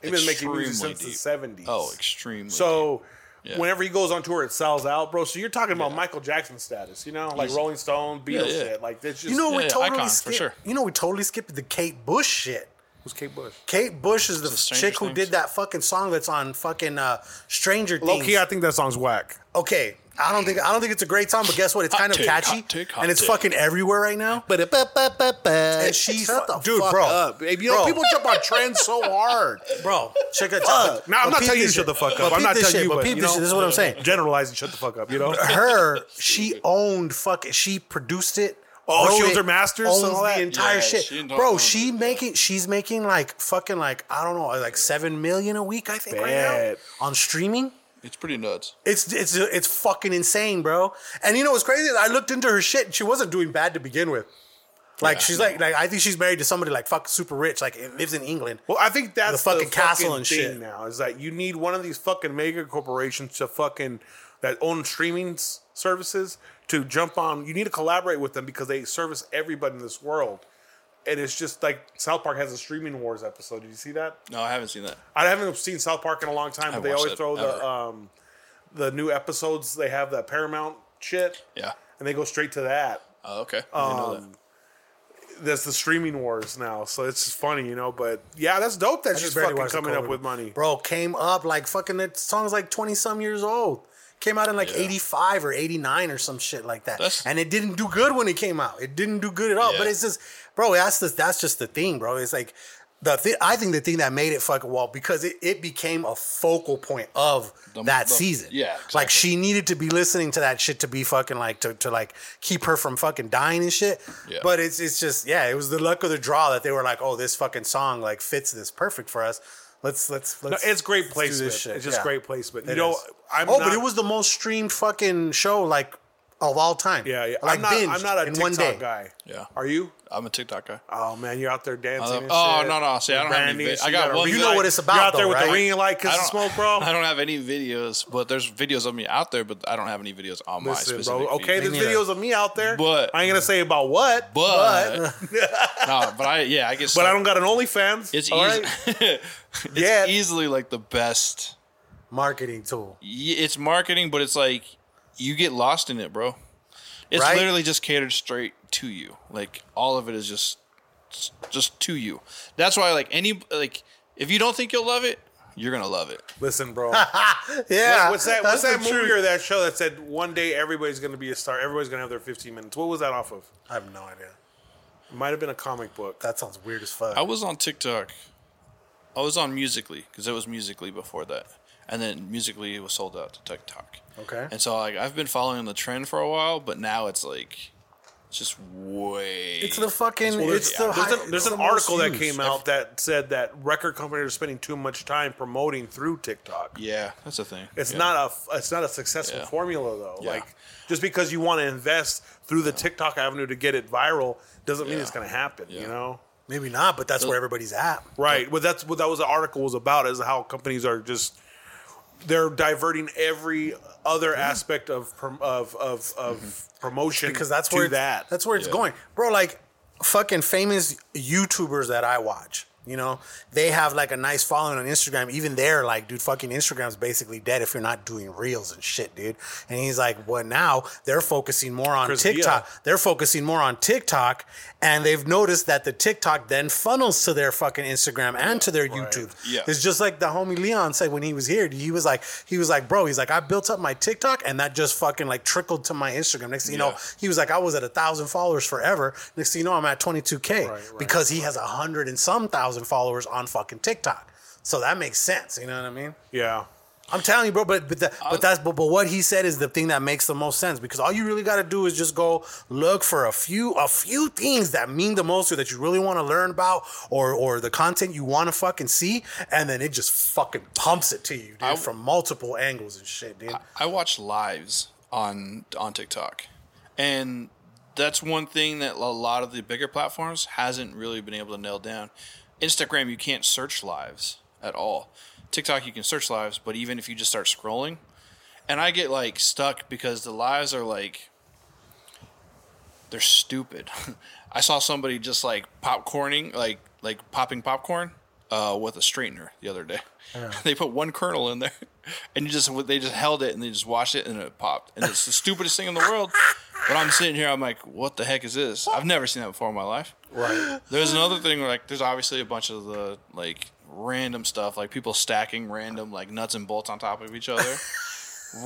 Speaker 4: He's been making music
Speaker 5: Extremely
Speaker 4: since the '70s.
Speaker 5: deep. Oh, extremely.
Speaker 4: So
Speaker 5: Yeah.
Speaker 4: whenever he goes on tour, it sells out, bro. So you're talking about Michael Jackson status, you know, like
Speaker 5: Easy.
Speaker 4: Rolling Stone, Beatles
Speaker 5: yeah.
Speaker 4: shit. Like that's just
Speaker 3: you know
Speaker 5: Yeah,
Speaker 3: we
Speaker 5: yeah,
Speaker 3: totally
Speaker 5: icon, for
Speaker 3: skipped.
Speaker 5: sure.
Speaker 3: You know we totally skipped the Kate Bush shit.
Speaker 4: was Kate Bush.
Speaker 3: Kate Bush is the
Speaker 5: it Stranger
Speaker 3: chick who
Speaker 5: Things?
Speaker 3: did that fucking song that's on fucking uh, Stranger
Speaker 4: Low
Speaker 3: Things.
Speaker 4: key, I think that song's whack.
Speaker 3: okay, I don't think I don't think it's a great song, but guess what? It's
Speaker 5: Hot
Speaker 3: kind of
Speaker 5: take,
Speaker 3: catchy,
Speaker 5: hot take, hot
Speaker 3: and it's
Speaker 5: take.
Speaker 3: fucking everywhere right now.
Speaker 4: But
Speaker 3: And
Speaker 4: and
Speaker 3: she's the
Speaker 4: dude,
Speaker 3: fuck
Speaker 4: bro.
Speaker 3: up.
Speaker 4: You know,
Speaker 3: Bro.
Speaker 4: people jump on trends so hard.
Speaker 3: Bro, check it
Speaker 4: Fuck.
Speaker 3: out.
Speaker 4: Now I'm
Speaker 3: But
Speaker 4: not
Speaker 3: peep
Speaker 4: telling you to
Speaker 3: this
Speaker 4: shut the
Speaker 3: shit.
Speaker 4: fuck
Speaker 3: But
Speaker 4: up. I'm
Speaker 3: peep
Speaker 4: not
Speaker 3: this
Speaker 4: telling
Speaker 3: shit,
Speaker 4: you,
Speaker 3: but
Speaker 4: but,
Speaker 3: peep
Speaker 4: you
Speaker 3: this
Speaker 4: know,
Speaker 3: shit. This is what I'm saying.
Speaker 4: Generalize and shut the fuck up. You know.
Speaker 3: her, she owned fuck it. She produced it.
Speaker 4: Oh,
Speaker 3: wrote
Speaker 4: she owns
Speaker 3: it,
Speaker 4: her masters and
Speaker 3: Owns
Speaker 4: all
Speaker 3: the
Speaker 4: that?
Speaker 3: entire
Speaker 5: Yeah,
Speaker 3: shit,
Speaker 5: she don't
Speaker 3: bro.
Speaker 5: own
Speaker 3: She
Speaker 5: it.
Speaker 3: making, she's making like fucking like I don't know, like seven million a week. I think right
Speaker 4: Bad.
Speaker 3: now on streaming.
Speaker 5: it's pretty nuts.
Speaker 3: It's it's it's fucking insane, bro. And you know what's crazy? is I looked into her shit. and She wasn't doing bad to begin with. Like
Speaker 5: Yeah.
Speaker 3: she's like like I think she's married to somebody like fuck super rich. Like it lives in England.
Speaker 4: Well, I think that's
Speaker 3: The fucking castle and
Speaker 4: thing
Speaker 3: shit.
Speaker 4: Now is that you need one of these fucking mega corporations to fucking that own streaming s- services to jump on. You need to collaborate with them because they service everybody in this world. And it's just like South Park has a streaming wars episode. Did you see that?
Speaker 5: No, I haven't seen that.
Speaker 4: I haven't seen South Park in a long time, but
Speaker 5: haven't
Speaker 4: they
Speaker 5: watched
Speaker 4: always
Speaker 5: it
Speaker 4: throw
Speaker 5: ever.
Speaker 4: the um, the new episodes. They have that Paramount shit,
Speaker 5: Yeah.
Speaker 4: and they go straight to that.
Speaker 5: Oh, okay. I didn't
Speaker 4: um,
Speaker 5: know that.
Speaker 4: That's the streaming wars now, so it's just funny, you know. But yeah, that's dope that
Speaker 3: I
Speaker 4: she's
Speaker 3: barely
Speaker 4: fucking
Speaker 3: watched the
Speaker 4: coming up
Speaker 3: Conan.
Speaker 4: with money.
Speaker 3: Bro, came up like fucking that song's like 20 some years old. Came out in like
Speaker 5: Yeah.
Speaker 3: 85 or 89 or some shit like that.
Speaker 5: That's-
Speaker 3: and it didn't do good when it came out. It didn't do good at all.
Speaker 5: Yeah.
Speaker 3: But it's just bro, that's just that's just the thing, bro. It's like the thi- I think the thing that made it fucking well because it, it became a focal point of
Speaker 5: The-
Speaker 3: that
Speaker 5: the-
Speaker 3: season.
Speaker 5: yeah,
Speaker 3: Like
Speaker 5: exactly.
Speaker 3: she needed to be listening to that shit to be fucking like to, to like keep her from fucking dying and shit.
Speaker 5: Yeah.
Speaker 3: But it's it's just yeah, it was the luck of the draw that they were like, oh, this fucking song like fits this perfect for us. Let's let's
Speaker 4: No,
Speaker 3: let's.
Speaker 4: it's
Speaker 3: let's
Speaker 4: great
Speaker 3: do this
Speaker 4: placement.
Speaker 3: shit.
Speaker 4: It's just
Speaker 3: Yeah.
Speaker 4: great placement. You
Speaker 3: It
Speaker 4: know,
Speaker 3: is.
Speaker 4: I'm
Speaker 3: oh,
Speaker 4: not,
Speaker 3: but it was the most streamed fucking show like of all time.
Speaker 4: Yeah, yeah.
Speaker 3: I Like
Speaker 4: I'm not.
Speaker 3: binge
Speaker 4: I'm not a
Speaker 3: in
Speaker 4: TikTok
Speaker 3: one day.
Speaker 4: guy.
Speaker 5: Yeah.
Speaker 4: Are you?
Speaker 5: I'm a TikTok guy.
Speaker 4: Oh man, you're out there
Speaker 5: I
Speaker 4: dancing.
Speaker 5: love,
Speaker 4: and
Speaker 5: oh
Speaker 4: shit.
Speaker 5: no no! See, I don't have
Speaker 4: Brandy,
Speaker 5: any. Vid-
Speaker 4: so
Speaker 5: I got
Speaker 4: a
Speaker 5: one.
Speaker 3: You
Speaker 4: ring
Speaker 3: know
Speaker 5: good-
Speaker 4: light.
Speaker 3: what it's about,
Speaker 4: You're out there
Speaker 3: though,
Speaker 4: with the
Speaker 3: right?
Speaker 4: ring light
Speaker 5: I
Speaker 4: because of
Speaker 5: don't-
Speaker 4: smoke, bro.
Speaker 5: I don't have any videos, but there's videos of me out there, but I don't have any videos on my
Speaker 4: Listen,
Speaker 5: specific.
Speaker 4: bro.
Speaker 5: feed.
Speaker 4: Okay, there's
Speaker 3: neither.
Speaker 4: videos of me out there.
Speaker 5: But-
Speaker 4: I ain't gonna say about what.
Speaker 5: but, no, but I yeah, I guess
Speaker 4: but I don't got an OnlyFans.
Speaker 5: It's
Speaker 4: all
Speaker 5: easy.
Speaker 4: right?
Speaker 5: it's e-
Speaker 4: Yet.
Speaker 5: easily like the best.
Speaker 3: Marketing tool.
Speaker 5: y- It's marketing, but it's like you get lost in it, bro. It's
Speaker 3: Right?
Speaker 5: literally just catered straight to you. Like all of it is just just to you. That's why like any like if you don't think you'll love it, you're gonna love it.
Speaker 4: Listen, bro.
Speaker 3: Yeah.
Speaker 4: what's that?
Speaker 3: that's
Speaker 4: What's that
Speaker 3: the
Speaker 4: movie
Speaker 3: truth.
Speaker 4: or that show that said one day everybody's gonna be a star? Everybody's gonna have their 15 minutes. What was that off of?
Speaker 3: I have no idea.
Speaker 4: It might have been a comic book.
Speaker 3: That sounds weird as fuck.
Speaker 5: I was on TikTok. I was on Musically because it was Musically before that, and then Musically was sold out to TikTok.
Speaker 4: Okay.
Speaker 5: And so like I've been following the trend for a while, but now it's like it's just way.
Speaker 3: it's the fucking.
Speaker 4: Well,
Speaker 3: it's
Speaker 4: there's,
Speaker 3: the
Speaker 4: there's
Speaker 3: high-
Speaker 4: an, there's
Speaker 3: it's the
Speaker 4: an
Speaker 3: most
Speaker 4: article that
Speaker 3: used.
Speaker 4: came out that said that record companies are spending too much time promoting through TikTok.
Speaker 5: yeah, that's the thing.
Speaker 4: It's
Speaker 5: Yeah.
Speaker 4: not a f- it's not a successful
Speaker 5: Yeah.
Speaker 4: formula though.
Speaker 5: Yeah.
Speaker 4: Like just because you want to invest through the TikTok avenue to get it viral doesn't mean
Speaker 5: Yeah.
Speaker 4: it's going to happen. You
Speaker 5: Yeah.
Speaker 4: know,
Speaker 3: Maybe not, but that's where everybody's at.
Speaker 4: right? Well, that's what that was the article was about is how companies are just they're diverting every other aspect of prom- of of, of promotion
Speaker 3: because that's
Speaker 4: to
Speaker 3: where it's-
Speaker 4: that.
Speaker 3: that's where it's
Speaker 5: Yeah.
Speaker 3: going, bro. Like fucking famous YouTubers that I watch, you know, they have like a nice following on Instagram. Even they're like, dude, fucking Instagram's basically dead if you're not doing reels and shit, dude. And he's like, well, now they're focusing more on
Speaker 4: Chris
Speaker 3: TikTok.
Speaker 4: D'Elia.
Speaker 3: They're focusing more on TikTok, and they've noticed that the TikTok then funnels to their fucking Instagram and to their YouTube.
Speaker 5: Yeah.
Speaker 3: It's just like the homie Leon said when he was here. He was like, he was like, bro, he's like, I built up my TikTok and that just fucking like trickled to my Instagram. Next thing you know,
Speaker 5: Yeah.
Speaker 3: he was like, I was at a thousand followers forever. Next thing you know, I'm at 22K because he has a hundred and some thousand followers on fucking TikTok. So that makes sense. You know what I mean?
Speaker 4: yeah.
Speaker 3: I'm telling you, bro. But but, the,
Speaker 5: Uh,
Speaker 3: but that's but, but what he said is the thing that makes the most sense because all you really got to do is just go look for a few a few things that mean the most or that you really want to learn about or or the content you want to fucking see, and then it just fucking pumps it to you, dude,
Speaker 5: I-
Speaker 3: from multiple angles and shit, dude.
Speaker 5: I watch lives on on TikTok, and that's one thing that a lot of the bigger platforms hasn't really been able to nail down. Instagram, you can't search lives at all. TikTok, you can search lives, but even if you just start scrolling, and I get like stuck because the lives are like they're stupid. I saw somebody just like popcorning, like like popping popcorn uh, with a straightener the other day. they put one kernel in there, and you just they just held it and they just watched it and it popped. And it's the stupidest thing in the world. But I'm sitting here, I'm like, what the heck is this? I've never seen that before in my life.
Speaker 4: Right.
Speaker 5: There's another thing where, like there's obviously a bunch of the like random stuff, like people stacking random like nuts and bolts on top of each other.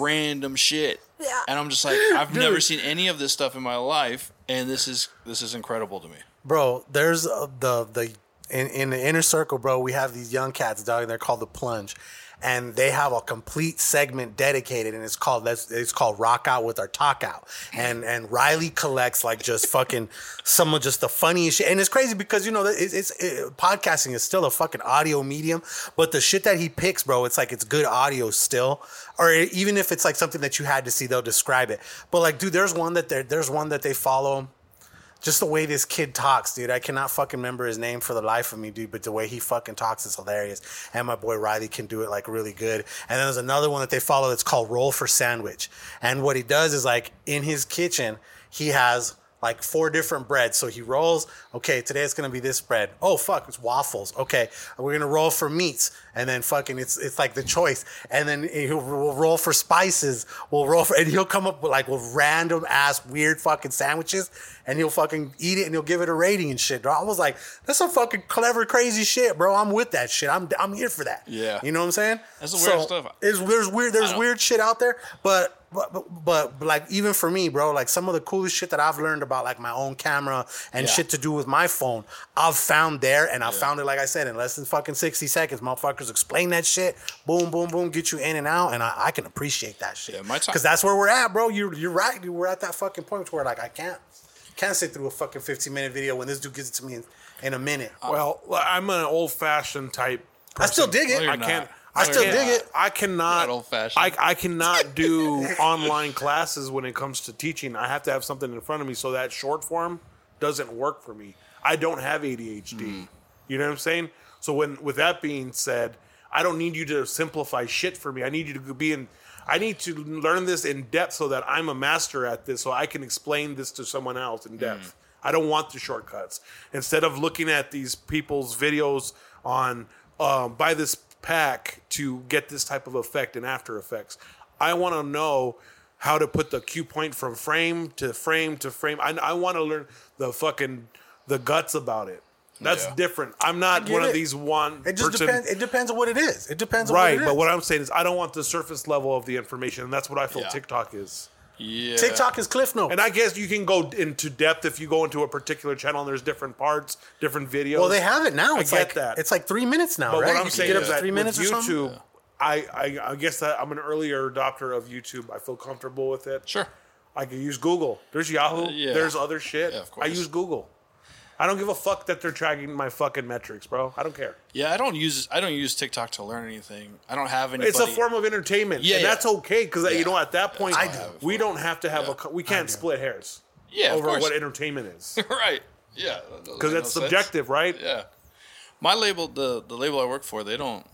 Speaker 5: random shit. Yeah. And I'm just like, I've never seen any of this stuff in my life, and this is this is incredible to me.
Speaker 3: bro. There's uh, the the in, in the inner circle, bro. We have these young cats, dog. They're called the Plunge, and they have a complete segment dedicated, and it's called that's it's called Rock Out with Our Talk Out. And and Riley collects like just fucking some of just the funniest shit, and it's crazy because you know that it's, it's it, podcasting is still a fucking audio medium, but the shit that he picks, bro, it's like it's good audio still. Or even if it's like something that you had to see, they'll describe it. But like, dude, there's one that they're- there's one that they follow just the way this kid talks, dude. I cannot fucking remember his name for the life of me, dude. But the way he fucking talks is hilarious. And my boy Riley can do it like really good. And then there's another one that they follow. It's called Roll for Sandwich. And what he does is like in his kitchen, he has like four different breads. So he rolls. Okay, today it's gonna be this bread. Oh fuck, it's waffles. Okay, we're gonna roll for meats, and then fucking it's it's like the choice. And then he'll we'll roll for spices. We'll roll for, and he'll come up with like with random ass weird fucking sandwiches, and he'll fucking eat it and he'll give it a rating and shit. Bro, I was like, that's some fucking clever, crazy shit, bro. I'm with that shit. I'm I'm here for that.
Speaker 5: Yeah.
Speaker 3: you know what I'm saying?
Speaker 5: That's the weird stuff.
Speaker 3: It's, there's weird. There's
Speaker 5: don't-
Speaker 3: weird shit out there, but. But, but but like even for me, bro, like some of the coolest shit that I've learned about like my own camera and
Speaker 5: Yeah.
Speaker 3: shit to do with my phone, I've found there and I found it like I said in less than fucking sixty seconds. Motherfuckers explain that shit, boom, boom, boom, get you in and out, and I, I can appreciate that shit.
Speaker 5: Yeah, my time-
Speaker 3: because that's where we're at, bro. You're you're right. dude. We're at that fucking point where like I can't can't sit through a fucking fifteen minute video when this dude gives it to me in, in a minute.
Speaker 5: Uh,
Speaker 4: Well, I'm an old fashioned type.
Speaker 3: I still dig
Speaker 5: No,
Speaker 3: it.
Speaker 5: oh, you're
Speaker 4: I can't.
Speaker 5: not.
Speaker 3: I still
Speaker 4: can't-
Speaker 3: dig it.
Speaker 4: I cannot.
Speaker 5: Not old-fashioned.
Speaker 4: I, I cannot do online classes when it comes to teaching. I have to have something in front of me, so that short form doesn't work for me. I don't have ADHD. You know what I'm saying? So when, with that being said, I don't need you to simplify shit for me. I need you to be in. I need to learn this in depth so that I'm a master at this, so I can explain this to someone else in depth. I don't want the shortcuts. Instead of looking at these people's videos on um, buy this pack to get this type of effect in After Effects, I want to know how to put the cue point from frame to frame to frame. I, I want to learn the fucking the guts about it. That's
Speaker 5: Yeah.
Speaker 4: different. I'm not
Speaker 3: get
Speaker 4: one
Speaker 3: it.
Speaker 4: of these one
Speaker 3: It just
Speaker 4: person.
Speaker 3: depends. It depends on what it is. It depends on
Speaker 4: right,
Speaker 3: what it is.
Speaker 4: but what I'm saying is, I don't want the surface level of the information, and that's what I feel
Speaker 5: Yeah.
Speaker 4: TikTok is.
Speaker 5: Yeah.
Speaker 3: TikTok is cliff notes.
Speaker 4: And I guess you can go into depth if you go into a particular channel and there's different parts, different videos.
Speaker 3: well, they have it now.
Speaker 4: I
Speaker 3: It's
Speaker 4: get
Speaker 3: like
Speaker 4: that.
Speaker 3: It's like three minutes now,
Speaker 4: But
Speaker 3: right?
Speaker 4: what I'm
Speaker 3: You can
Speaker 4: saying
Speaker 3: get up
Speaker 4: is
Speaker 3: to
Speaker 4: that
Speaker 3: three minutes
Speaker 4: with
Speaker 3: or something.
Speaker 4: YouTube, I, I I guess that I'm an earlier adopter of YouTube. I feel comfortable with it.
Speaker 5: Sure.
Speaker 4: I can use Google. There's Yahoo.
Speaker 5: Uh, yeah.
Speaker 4: There's other shit.
Speaker 5: Yeah, of
Speaker 4: I
Speaker 5: course.
Speaker 4: use Google. I don't give a fuck that they're tracking my fucking metrics, bro. I don't care.
Speaker 5: Yeah, I don't use I don't use TikTok to learn anything. I don't have anybody.
Speaker 4: It's a form of entertainment,
Speaker 5: Yeah,
Speaker 4: and
Speaker 5: yeah.
Speaker 4: that's okay because
Speaker 5: Yeah.
Speaker 4: you know at that point
Speaker 5: I do.
Speaker 4: we don't have to have a co- we can't split hairs
Speaker 5: Yeah, of
Speaker 4: over
Speaker 5: course.
Speaker 4: what entertainment is
Speaker 5: right. Yeah. that doesn't
Speaker 4: because
Speaker 5: make
Speaker 4: it's
Speaker 5: no sense.
Speaker 4: subjective, right?
Speaker 5: Yeah. My label, the the label I work for, they don't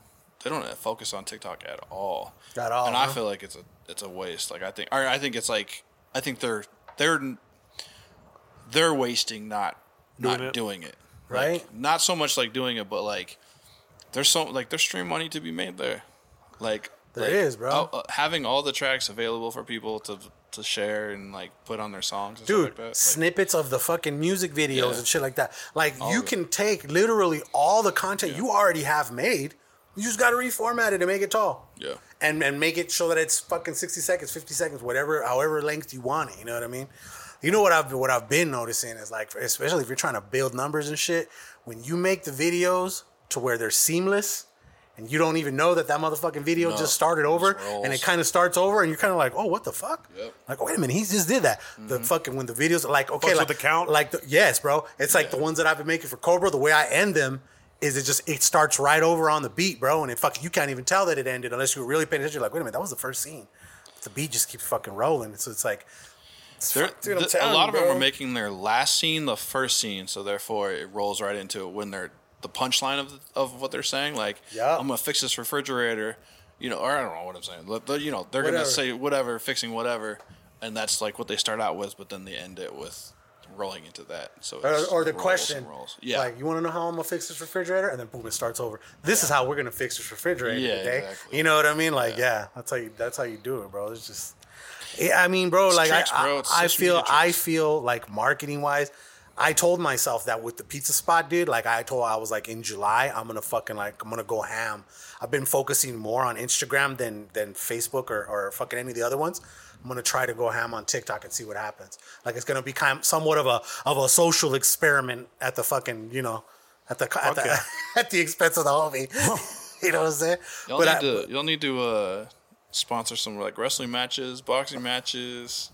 Speaker 5: they don't focus on TikTok at all.
Speaker 3: At all,
Speaker 5: And
Speaker 3: huh?
Speaker 5: I feel like it's a it's a waste. Like I think, or I think it's like I think they're they're they're wasting not
Speaker 4: Doing
Speaker 5: not
Speaker 4: it.
Speaker 5: doing it.
Speaker 3: Right?
Speaker 5: Not so much like doing it, but like there's so like there's stream money to be made there. Like
Speaker 3: There
Speaker 5: like,
Speaker 3: is, bro.
Speaker 5: all- uh, having all the tracks available for people to to share and like put on their songs, and
Speaker 3: dude
Speaker 5: stuff like that. Like,
Speaker 3: snippets of the fucking music videos
Speaker 5: Yeah.
Speaker 3: and shit like that like you
Speaker 5: of it.
Speaker 3: can take literally all the content you already have made you just gotta reformat it and make it tall
Speaker 5: Yeah.
Speaker 3: and and make it so that it's fucking 60 seconds 50 seconds whatever however length you want it you know what i mean you know what i've what i've been noticing is like especially if you're trying to build numbers and shit when you make the videos to where they're seamless and you don't even know that that motherfucking video just started over
Speaker 5: rolls.
Speaker 3: and it kind of starts over and you're kind of like oh what the fuck like wait a minute he just did that the
Speaker 5: Mm-hmm.
Speaker 3: fucking when the videos are like okay
Speaker 4: with
Speaker 3: like
Speaker 4: the count?
Speaker 3: like the, yes bro it's like the ones that i've been making for cobra the way i end them is it just it starts right over on the beat bro and it fucking you can't even tell that it ended unless you were really paying attention you're like wait a minute that was the first scene the beat just keeps fucking rolling so it's like
Speaker 5: They're-
Speaker 3: Dude, I'm
Speaker 5: th-
Speaker 3: telling
Speaker 5: a lot
Speaker 3: you,
Speaker 5: of them
Speaker 3: bro.
Speaker 5: are making their last scene the first scene, so therefore it rolls right into it when they're the punchline of of what they're saying. Like,
Speaker 3: Yeah.
Speaker 5: I'm gonna fix this refrigerator, you know, or I don't know what I'm saying. Let- let- You know, they're
Speaker 3: Whatever.
Speaker 5: gonna say whatever, fixing whatever, and that's like what they start out with, but then they end it with rolling into that. So
Speaker 3: or,
Speaker 5: it's
Speaker 3: or the
Speaker 5: rolls
Speaker 3: question
Speaker 5: and rolls. yeah,
Speaker 3: like you want to know how i'm gonna fix this refrigerator and then boom it starts over this is how we're gonna fix this refrigerator
Speaker 5: Yeah,
Speaker 3: today
Speaker 5: exactly.
Speaker 3: you know what i mean like yeah. that's how you that's how you do it bro it's just Yeah, i mean bro like
Speaker 5: tricks,
Speaker 3: i,
Speaker 5: bro.
Speaker 3: I-
Speaker 5: It's
Speaker 3: I
Speaker 5: social media
Speaker 3: feel i
Speaker 5: tricks.
Speaker 3: feel like marketing wise i told myself that with the pizza spot dude like i told i was like in july i'm gonna fucking like i'm gonna go ham i've been focusing more on instagram than than facebook or, or fucking any of the other ones i'm gonna try to go ham on tiktok and see what happens like it's gonna be kind somewhat of a of a social experiment at the fucking you know at the at the, at the expense of the homie you know what i'm saying
Speaker 5: Y'all need to y'all need to uh, sponsor some like wrestling matches, boxing matches.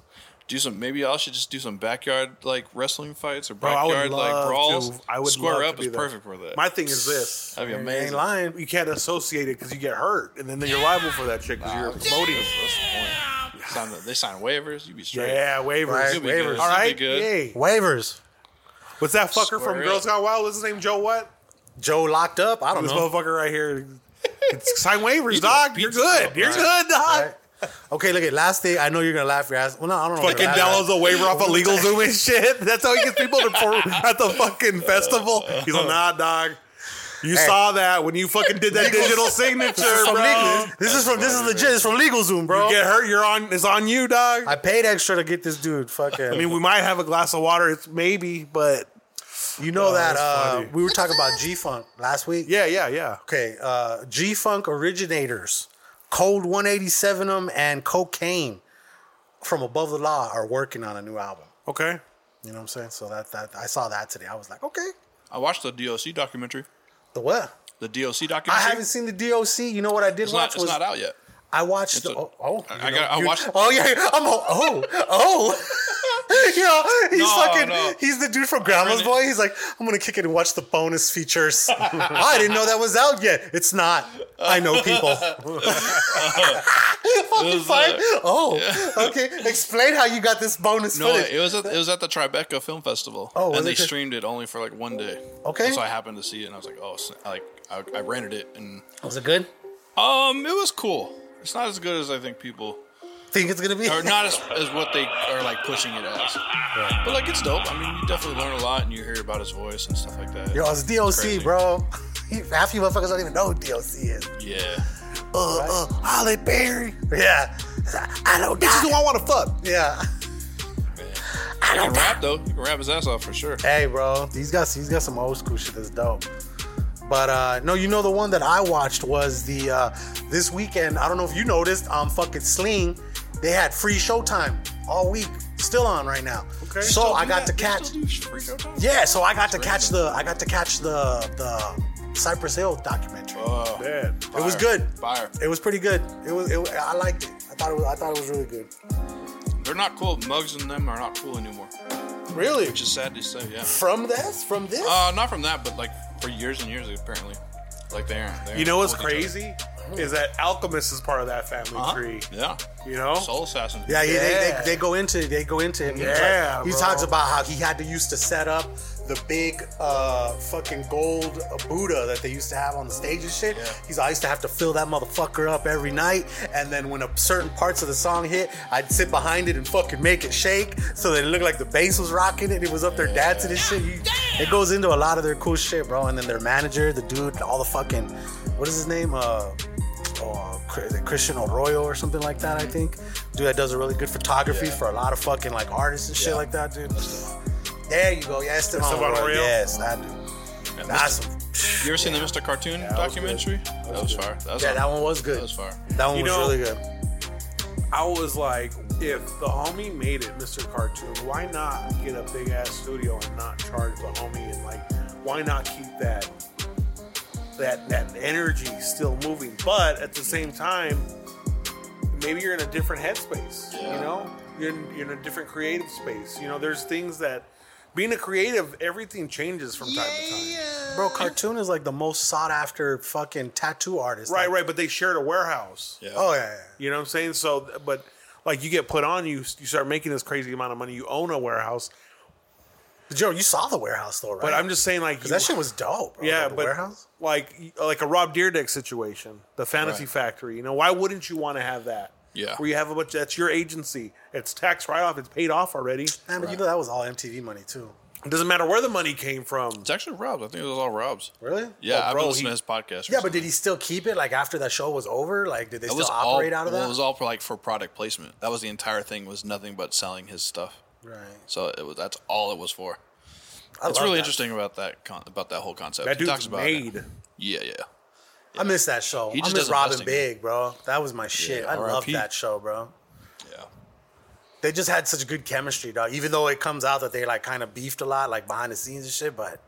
Speaker 5: Do some maybe y'all should just do some backyard like wrestling fights or
Speaker 4: I would
Speaker 5: backyard like
Speaker 4: love
Speaker 5: brawls.
Speaker 4: to- I would
Speaker 5: Square
Speaker 4: love
Speaker 5: up
Speaker 4: to
Speaker 5: is
Speaker 4: do that.
Speaker 5: perfect for that.
Speaker 4: My thing is this:
Speaker 5: That'd be
Speaker 3: I ain't
Speaker 5: amazing.
Speaker 3: lying
Speaker 4: you can't associate it because you get hurt, and then you're liable for that shit because you're promoting.
Speaker 5: That's, that's the point. Sign the- they sign waivers. You be straight.
Speaker 4: Yeah, waivers.
Speaker 5: You'll be
Speaker 3: waivers.
Speaker 5: good.
Speaker 4: All
Speaker 5: You'll
Speaker 4: right,
Speaker 5: be good.
Speaker 4: yay.
Speaker 3: waivers
Speaker 4: What's that fucker
Speaker 5: Square
Speaker 4: from
Speaker 5: it.
Speaker 4: Girls Gone Wild? What's his name? Joe what?
Speaker 3: joe locked up i don't
Speaker 4: This
Speaker 5: Uh-huh.
Speaker 3: know
Speaker 4: motherfucker right here. It's sign waivers,
Speaker 5: You
Speaker 4: dog.
Speaker 5: do
Speaker 4: You're
Speaker 5: pizza
Speaker 4: good.
Speaker 5: stuff,
Speaker 4: You're
Speaker 5: right?
Speaker 4: good, dog.
Speaker 3: Okay, look at last day. I know you're gonna laugh your ass. Well, no, I don't know.
Speaker 4: Fucking Dallas a waiver off of LegalZoom and shit. That's how he gets people to perform at the fucking festival. He's like, nah, dog. You saw that when you fucking did that digital signature,
Speaker 3: From
Speaker 4: bro.
Speaker 3: legal, this is from this is legit. It's from LegalZoom, bro.
Speaker 4: You get hurt, you're on. It's on you, dog.
Speaker 3: I paid extra to get this dude. Fucking.
Speaker 4: I mean, we might have a glass of water. It's maybe, but
Speaker 3: you know
Speaker 4: Oh,
Speaker 3: that
Speaker 4: that's
Speaker 3: uh,
Speaker 4: funny.
Speaker 3: we were talking about G Funk last week.
Speaker 4: yeah, yeah, yeah.
Speaker 3: Okay, uh, G Funk originators, Cold 187 them and Cocaine from Above the Law are working on a new album.
Speaker 4: Okay.
Speaker 3: You know what I'm saying? So that that I saw that today. I was like, okay,
Speaker 5: I watched the DOC documentary.
Speaker 3: the what?
Speaker 5: The DOC
Speaker 3: I
Speaker 5: documentary.
Speaker 3: haven't seen the DOC. You know what I did
Speaker 5: It's
Speaker 3: watch
Speaker 5: not, it's
Speaker 3: was
Speaker 5: not out yet.
Speaker 3: I watched. The,
Speaker 5: a-
Speaker 3: oh, oh
Speaker 5: I-
Speaker 3: you
Speaker 5: I got- I
Speaker 3: you-
Speaker 5: watched-
Speaker 3: Oh yeah, yeah, I'm. all- Oh, oh. you know, he's
Speaker 5: No,
Speaker 3: fucking.
Speaker 5: no.
Speaker 3: He's the dude from Grandma's Boy.
Speaker 5: really-
Speaker 3: He's like, I'm gonna kick it and watch the bonus features. I didn't know that was out yet. It's not. I know people.
Speaker 5: was,
Speaker 3: Fine.
Speaker 5: uh,
Speaker 3: oh, okay. Explain how you got this bonus
Speaker 5: No,
Speaker 3: footage.
Speaker 5: it was at, it was at the Tribeca Film Festival.
Speaker 3: Oh, was
Speaker 5: and
Speaker 3: it
Speaker 5: they
Speaker 3: just-
Speaker 5: streamed it only for like one day.
Speaker 3: Okay.
Speaker 5: And so I happened to see it, and I was like, oh, sna- like I, I rented it, and
Speaker 3: Was it good?
Speaker 5: um, it was cool. It's not as good as I think people,
Speaker 3: Think it's gonna be?
Speaker 5: or not as, as what they are like pushing it as. But like, it's dope. I mean, you definitely learn a lot, and you hear about his voice and stuff like that.
Speaker 3: Yo, it's
Speaker 5: crazy.
Speaker 3: DOC, bro. Half you motherfuckers don't even know who DOC is.
Speaker 5: Yeah.
Speaker 3: Uh, uh, Holly Berry. Yeah. I don't
Speaker 10: This
Speaker 3: die.
Speaker 10: is who I want to fuck.
Speaker 3: Yeah.
Speaker 5: He can rap though. He can rap his ass off for sure.
Speaker 3: Hey, bro, he's got he's got some old school shit that's dope. But uh, no, you know the one that I watched was the uh, this weekend. I don't know if you noticed on fucking Sling, they had free Showtime all week, still on right now. Okay. So Oh, I got to catch. Yeah, so I got to catch the I got to catch the the Cypress Hill documentary.
Speaker 4: Dead.
Speaker 3: it was good.
Speaker 5: Fire.
Speaker 3: It was pretty good. It was. It, I liked it. I thought it was. I thought it was really good.
Speaker 5: They're not cool. Mugs and them are not cool anymore,
Speaker 3: Really?
Speaker 5: which is sad to say. Yeah.
Speaker 3: From this? From this?
Speaker 5: Uh, not from that, but like for years and years apparently. Like they aren't. They
Speaker 4: You know what's
Speaker 5: aren't cool with each
Speaker 4: crazy is that Alchemist is part of that family
Speaker 5: other. Uh-huh.
Speaker 4: tree.
Speaker 5: Yeah.
Speaker 4: You know,
Speaker 5: Soul Assassin.
Speaker 3: Yeah, yeah. They,
Speaker 4: Yeah.
Speaker 3: they, they go into they go into him. He's like-
Speaker 4: Yeah,
Speaker 3: he
Speaker 4: bro.
Speaker 3: talks about how he had to used to set up the big uh, fucking gold uh, Buddha that they used to have on the stage and shit. He's I used to have to fill that motherfucker up every night, and then when a certain parts of the song hit, I'd sit behind it and fucking make it shake so that it looked like the bass was rocking it. and It was up there dancing and shit. You- it goes into a lot of their cool shit, bro. And then their manager, the dude, all the fucking what is his name? Uh, or Christian Arroyo or something like that. I think dude that does a really good photography for a lot of fucking like artists and shit like that, dude. There you go. Yeah, Esteban
Speaker 4: Esteban
Speaker 3: Arroyo.
Speaker 4: Arroyo.
Speaker 3: Yes, that dude. That's some.
Speaker 5: You ever seen the Mr. Cartoon documentary? That was, fire. That was
Speaker 3: Yeah, that
Speaker 5: awesome.
Speaker 3: one was good.
Speaker 5: That was fire.
Speaker 3: That one
Speaker 4: You
Speaker 3: was
Speaker 4: know-
Speaker 3: really good.
Speaker 4: I was like, if the homie made it, Mr. Cartoon, why not get a big ass studio and not charge the homie and like, why not keep that that that energy still moving? But at the same time, maybe you're in a different headspace. You know, you're in, you're in a different creative space. You know, there's things that being a creative, everything changes from time to time.
Speaker 3: Bro, cartoon is like the most sought after fucking tattoo artist.
Speaker 4: Right,
Speaker 3: Like,
Speaker 4: right. But they shared a warehouse.
Speaker 5: Yeah.
Speaker 3: Oh yeah, yeah.
Speaker 4: You know what I'm saying? So, but like you get put on, you you start making this crazy amount of money. You own a warehouse,
Speaker 3: But Joe, you saw the warehouse though, right?
Speaker 4: but I'm just saying like
Speaker 3: Cause
Speaker 4: you-
Speaker 3: that shit was dope. Bro.
Speaker 4: yeah,
Speaker 3: the
Speaker 4: but
Speaker 3: warehouse.
Speaker 4: like like a Rob Deerdick situation, the Fantasy
Speaker 5: Right.
Speaker 4: Factory. You know why wouldn't you want to have that?
Speaker 5: Yeah.
Speaker 4: where you have a bunch. That's your agency. It's tax write off. It's paid off already. It
Speaker 3: Man, but you know that was all MTV money too.
Speaker 4: doesn't matter where the money came from.
Speaker 5: It's actually Rob's. I think it was all Rob's.
Speaker 3: Really? Oh,
Speaker 5: Yeah, I've
Speaker 4: Oh, bro,
Speaker 5: been listening
Speaker 4: he-
Speaker 5: to his podcast.
Speaker 3: Yeah, but did he still keep it? Like after that show was over, like did they
Speaker 5: That
Speaker 3: still
Speaker 5: was
Speaker 3: operate
Speaker 5: all,
Speaker 3: out of
Speaker 5: well,
Speaker 3: that?
Speaker 5: It was all for like for product placement. That was the entire thing. Was nothing but selling his stuff.
Speaker 3: right.
Speaker 5: So it was that's all it was for.
Speaker 3: I
Speaker 5: It's
Speaker 3: love that.
Speaker 5: really interesting about that con- about that whole concept.
Speaker 4: That
Speaker 5: he talks
Speaker 4: dude's
Speaker 5: about It.
Speaker 4: made.
Speaker 5: Yeah, yeah.
Speaker 3: I miss that show.
Speaker 5: He
Speaker 3: I
Speaker 5: just
Speaker 3: miss
Speaker 5: doesn't
Speaker 3: Robin
Speaker 5: bust it, man.
Speaker 3: Big, bro. That was my shit. I love
Speaker 5: R.I.P..
Speaker 3: that show, bro.
Speaker 5: Yeah.
Speaker 3: They just had such good chemistry, dog. Even though it comes out that they like kind of beefed a lot, like behind the scenes and shit, but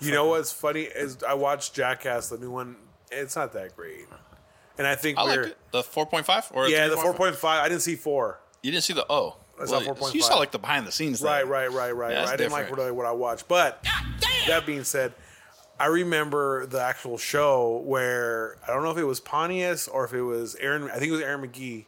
Speaker 4: You know what's funny is I watched Jackass, the new one. It's not that great, and I think
Speaker 5: I
Speaker 4: we're
Speaker 5: liked it. The 4.5 or
Speaker 4: yeah the
Speaker 5: 3.5?
Speaker 4: 4.5. I didn't see four.
Speaker 5: You didn't see the oh.
Speaker 4: I saw
Speaker 5: you
Speaker 4: 4.5.
Speaker 5: saw like the behind the scenes. thing.
Speaker 4: Right, right, right, right.
Speaker 5: Yeah,
Speaker 4: right.
Speaker 5: it's
Speaker 4: I didn't like
Speaker 5: different.
Speaker 4: really what I watched. But that being said, I remember the actual show where I don't know if it was Pontius or if it was Aaron. I think it was Aaron McGee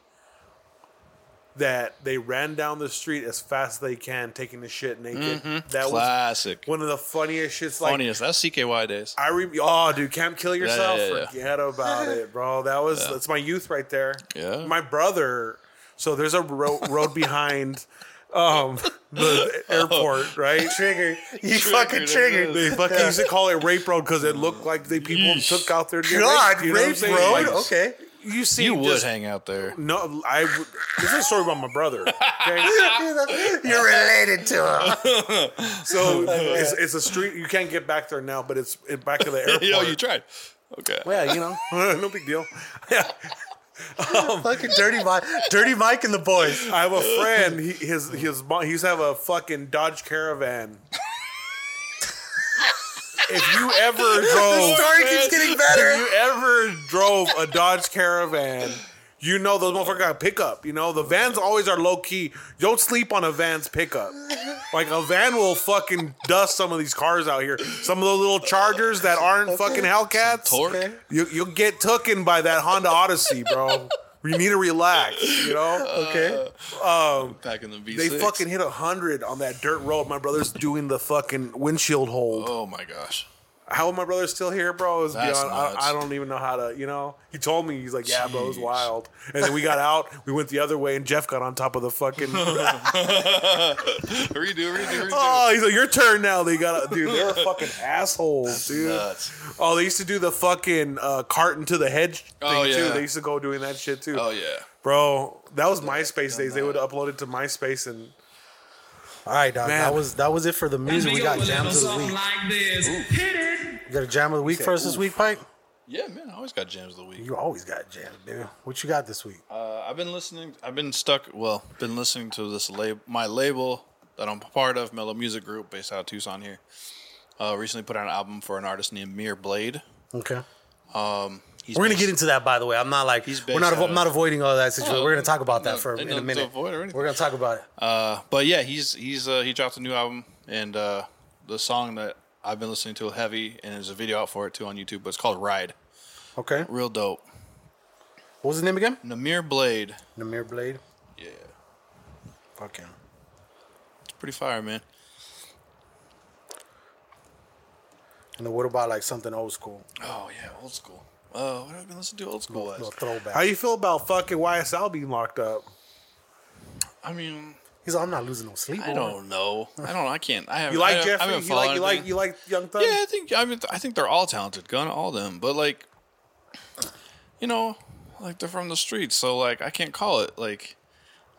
Speaker 4: that they ran down the street as fast as they can, taking the shit naked. That
Speaker 5: Mm-hmm. Classic.
Speaker 4: was one of the funniest shits. Like
Speaker 5: Funniest. That's CKY days.
Speaker 4: I re- oh, dude, camp kill yourself.
Speaker 5: yeah, yeah.
Speaker 4: Forget about it, bro. That was that's my youth right there.
Speaker 5: Yeah.
Speaker 4: my brother. So there's a ro- road behind um, the airport, right?
Speaker 3: trigger, you
Speaker 5: Oh. Triggered,
Speaker 3: fucking
Speaker 5: it
Speaker 3: triggered.
Speaker 4: They fucking used to call it rape road because it looked like they people
Speaker 5: Yeesh.
Speaker 4: took out their
Speaker 3: God,
Speaker 4: you know what I'm
Speaker 3: rape
Speaker 4: saying?
Speaker 3: road.
Speaker 4: Like,
Speaker 3: okay,
Speaker 4: you see,
Speaker 5: you would
Speaker 4: just-
Speaker 5: hang out there.
Speaker 4: No, I. would- This is a story about my brother. Okay?
Speaker 3: you're related to him.
Speaker 4: so it's, it's a street. You can't get back there now, but it's it, back to the airport.
Speaker 5: Yo, you tried. Okay.
Speaker 3: yeah, you know,
Speaker 4: no big deal. Yeah.
Speaker 3: fucking dirty Mike, dirty Mike and the boys.
Speaker 4: I have a friend. He, his his mom. He used to have a fucking Dodge Caravan. if you ever drove,
Speaker 3: Story keeps getting better.
Speaker 4: if you ever drove a Dodge Caravan, you know those motherfuckers got a pickup. You know the vans always are low key. Don't sleep on a van's pickup. Like a van will fucking dust some of these cars out here. Some of those little Chargers that aren't fucking Hellcats.
Speaker 5: Torque.
Speaker 4: You you'll get tooken by that Honda Odyssey, bro. You need to relax. You know.
Speaker 3: Okay.
Speaker 5: Back in the V6.
Speaker 4: They fucking hit a hundred on that dirt road. My brother's doing the fucking windshield hold.
Speaker 5: Oh my gosh.
Speaker 4: How my brother's still here, bro, is
Speaker 5: That's
Speaker 4: beyond. I, I
Speaker 5: nuts.
Speaker 4: don't even know how to. You know, he told me he's like, "Yeah, bro, it was wild." And then we got out. We went the other way, and Jeff got on top of the fucking.
Speaker 5: Redo, redo, redo.
Speaker 4: oh, he's like, "Your turn now." They got, dude. They were fucking assholes, dude.
Speaker 5: nuts.
Speaker 4: Oh, they used to do the fucking uh, cart into the hedge thing
Speaker 5: Oh, yeah.
Speaker 4: too. They used to go doing that shit too.
Speaker 5: Oh yeah.
Speaker 4: Bro, that was MySpace days. They would upload it to MySpace and
Speaker 3: All right, dog.
Speaker 4: Man.
Speaker 3: That was that was it for the music. We got jams of the week.
Speaker 7: like this. Hit it.
Speaker 3: You got a jam of the week for us this week, Pike?
Speaker 5: Yeah, man. I always got jams of the week.
Speaker 3: You always got jams, baby. What you got this week?
Speaker 5: Uh, I've been listening. I've been stuck. Well, been listening to this lab, my label that I'm part of, Mellow Music Group, based out of Tucson here. Uh, recently put out an album for an artist named Mir Blade. Um,
Speaker 3: Okay.
Speaker 5: He's
Speaker 3: We're gonna
Speaker 5: based-
Speaker 3: get into that, by the way. I'm not like
Speaker 5: He's
Speaker 3: we're not
Speaker 5: based out
Speaker 3: avo- I'm not
Speaker 5: of-
Speaker 3: avoiding all that situation.
Speaker 5: No,
Speaker 3: we're gonna talk about that
Speaker 5: no,
Speaker 3: for in
Speaker 5: no,
Speaker 3: a
Speaker 5: to
Speaker 3: minute.
Speaker 5: avoid or anything.
Speaker 3: We're gonna talk about it.
Speaker 5: Uh, but yeah, he's he's uh, he dropped a new album, and uh, the song that I've been listening to heavy, and there's a video out for it too on YouTube. But it's called Ride.
Speaker 3: Okay.
Speaker 5: Real dope.
Speaker 3: What was his name again?
Speaker 5: Namir Blade.
Speaker 3: Namir Blade.
Speaker 5: Yeah,
Speaker 3: Fuck him.
Speaker 5: it's pretty fire, man.
Speaker 3: And then what about like something old school?
Speaker 5: Oh yeah, old school. Uh, what have I been listening to old school?
Speaker 3: A
Speaker 5: As?
Speaker 3: little throwback.
Speaker 4: how you feel about fucking YSL being locked up?
Speaker 5: I mean,
Speaker 3: He's like, I'm not losing no sleep. over
Speaker 5: I
Speaker 3: it."
Speaker 5: don't know. I don't. know. I can't. I haven't.
Speaker 4: You like
Speaker 5: I,
Speaker 4: Jeffrey?
Speaker 5: I
Speaker 4: You like you like you like Young Thug?
Speaker 5: Yeah, I think. I mean, I think they're all talented. Gun, all them. But like, you know, like they're from the streets, so like I can't call it. Like,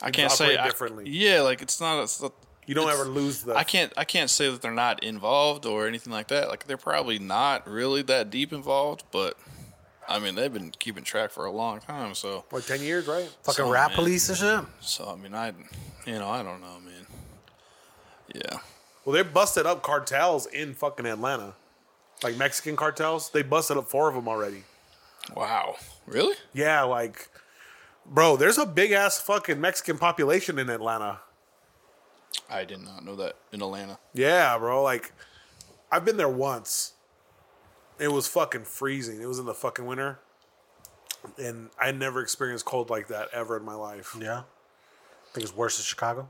Speaker 5: I can't say
Speaker 4: operate
Speaker 5: I-
Speaker 4: differently.
Speaker 5: yeah, like it's not. It's not
Speaker 4: You don't
Speaker 5: it's-
Speaker 4: ever lose the.
Speaker 5: I can't. I can't say that they're not involved or anything like that. Like they're probably not really that deep involved, but I mean they've been keeping track for a long time. So,
Speaker 4: What ten years, right?
Speaker 3: Fucking
Speaker 5: Son,
Speaker 3: rap
Speaker 5: man.
Speaker 3: police and shit.
Speaker 5: so I mean I, you know, I don't know, man. Yeah.
Speaker 4: Well, they busted up cartels in fucking Atlanta, like Mexican cartels. They busted up four of them already.
Speaker 5: Wow. Really?
Speaker 4: Yeah, like, bro, there's a big ass fucking Mexican population in Atlanta.
Speaker 5: I did not know that in Atlanta.
Speaker 4: Yeah, bro. Like, I've been there once. It was fucking freezing. It was in the fucking winter, and I never experienced cold like that ever in my life.
Speaker 3: Yeah. think it's worse than Chicago.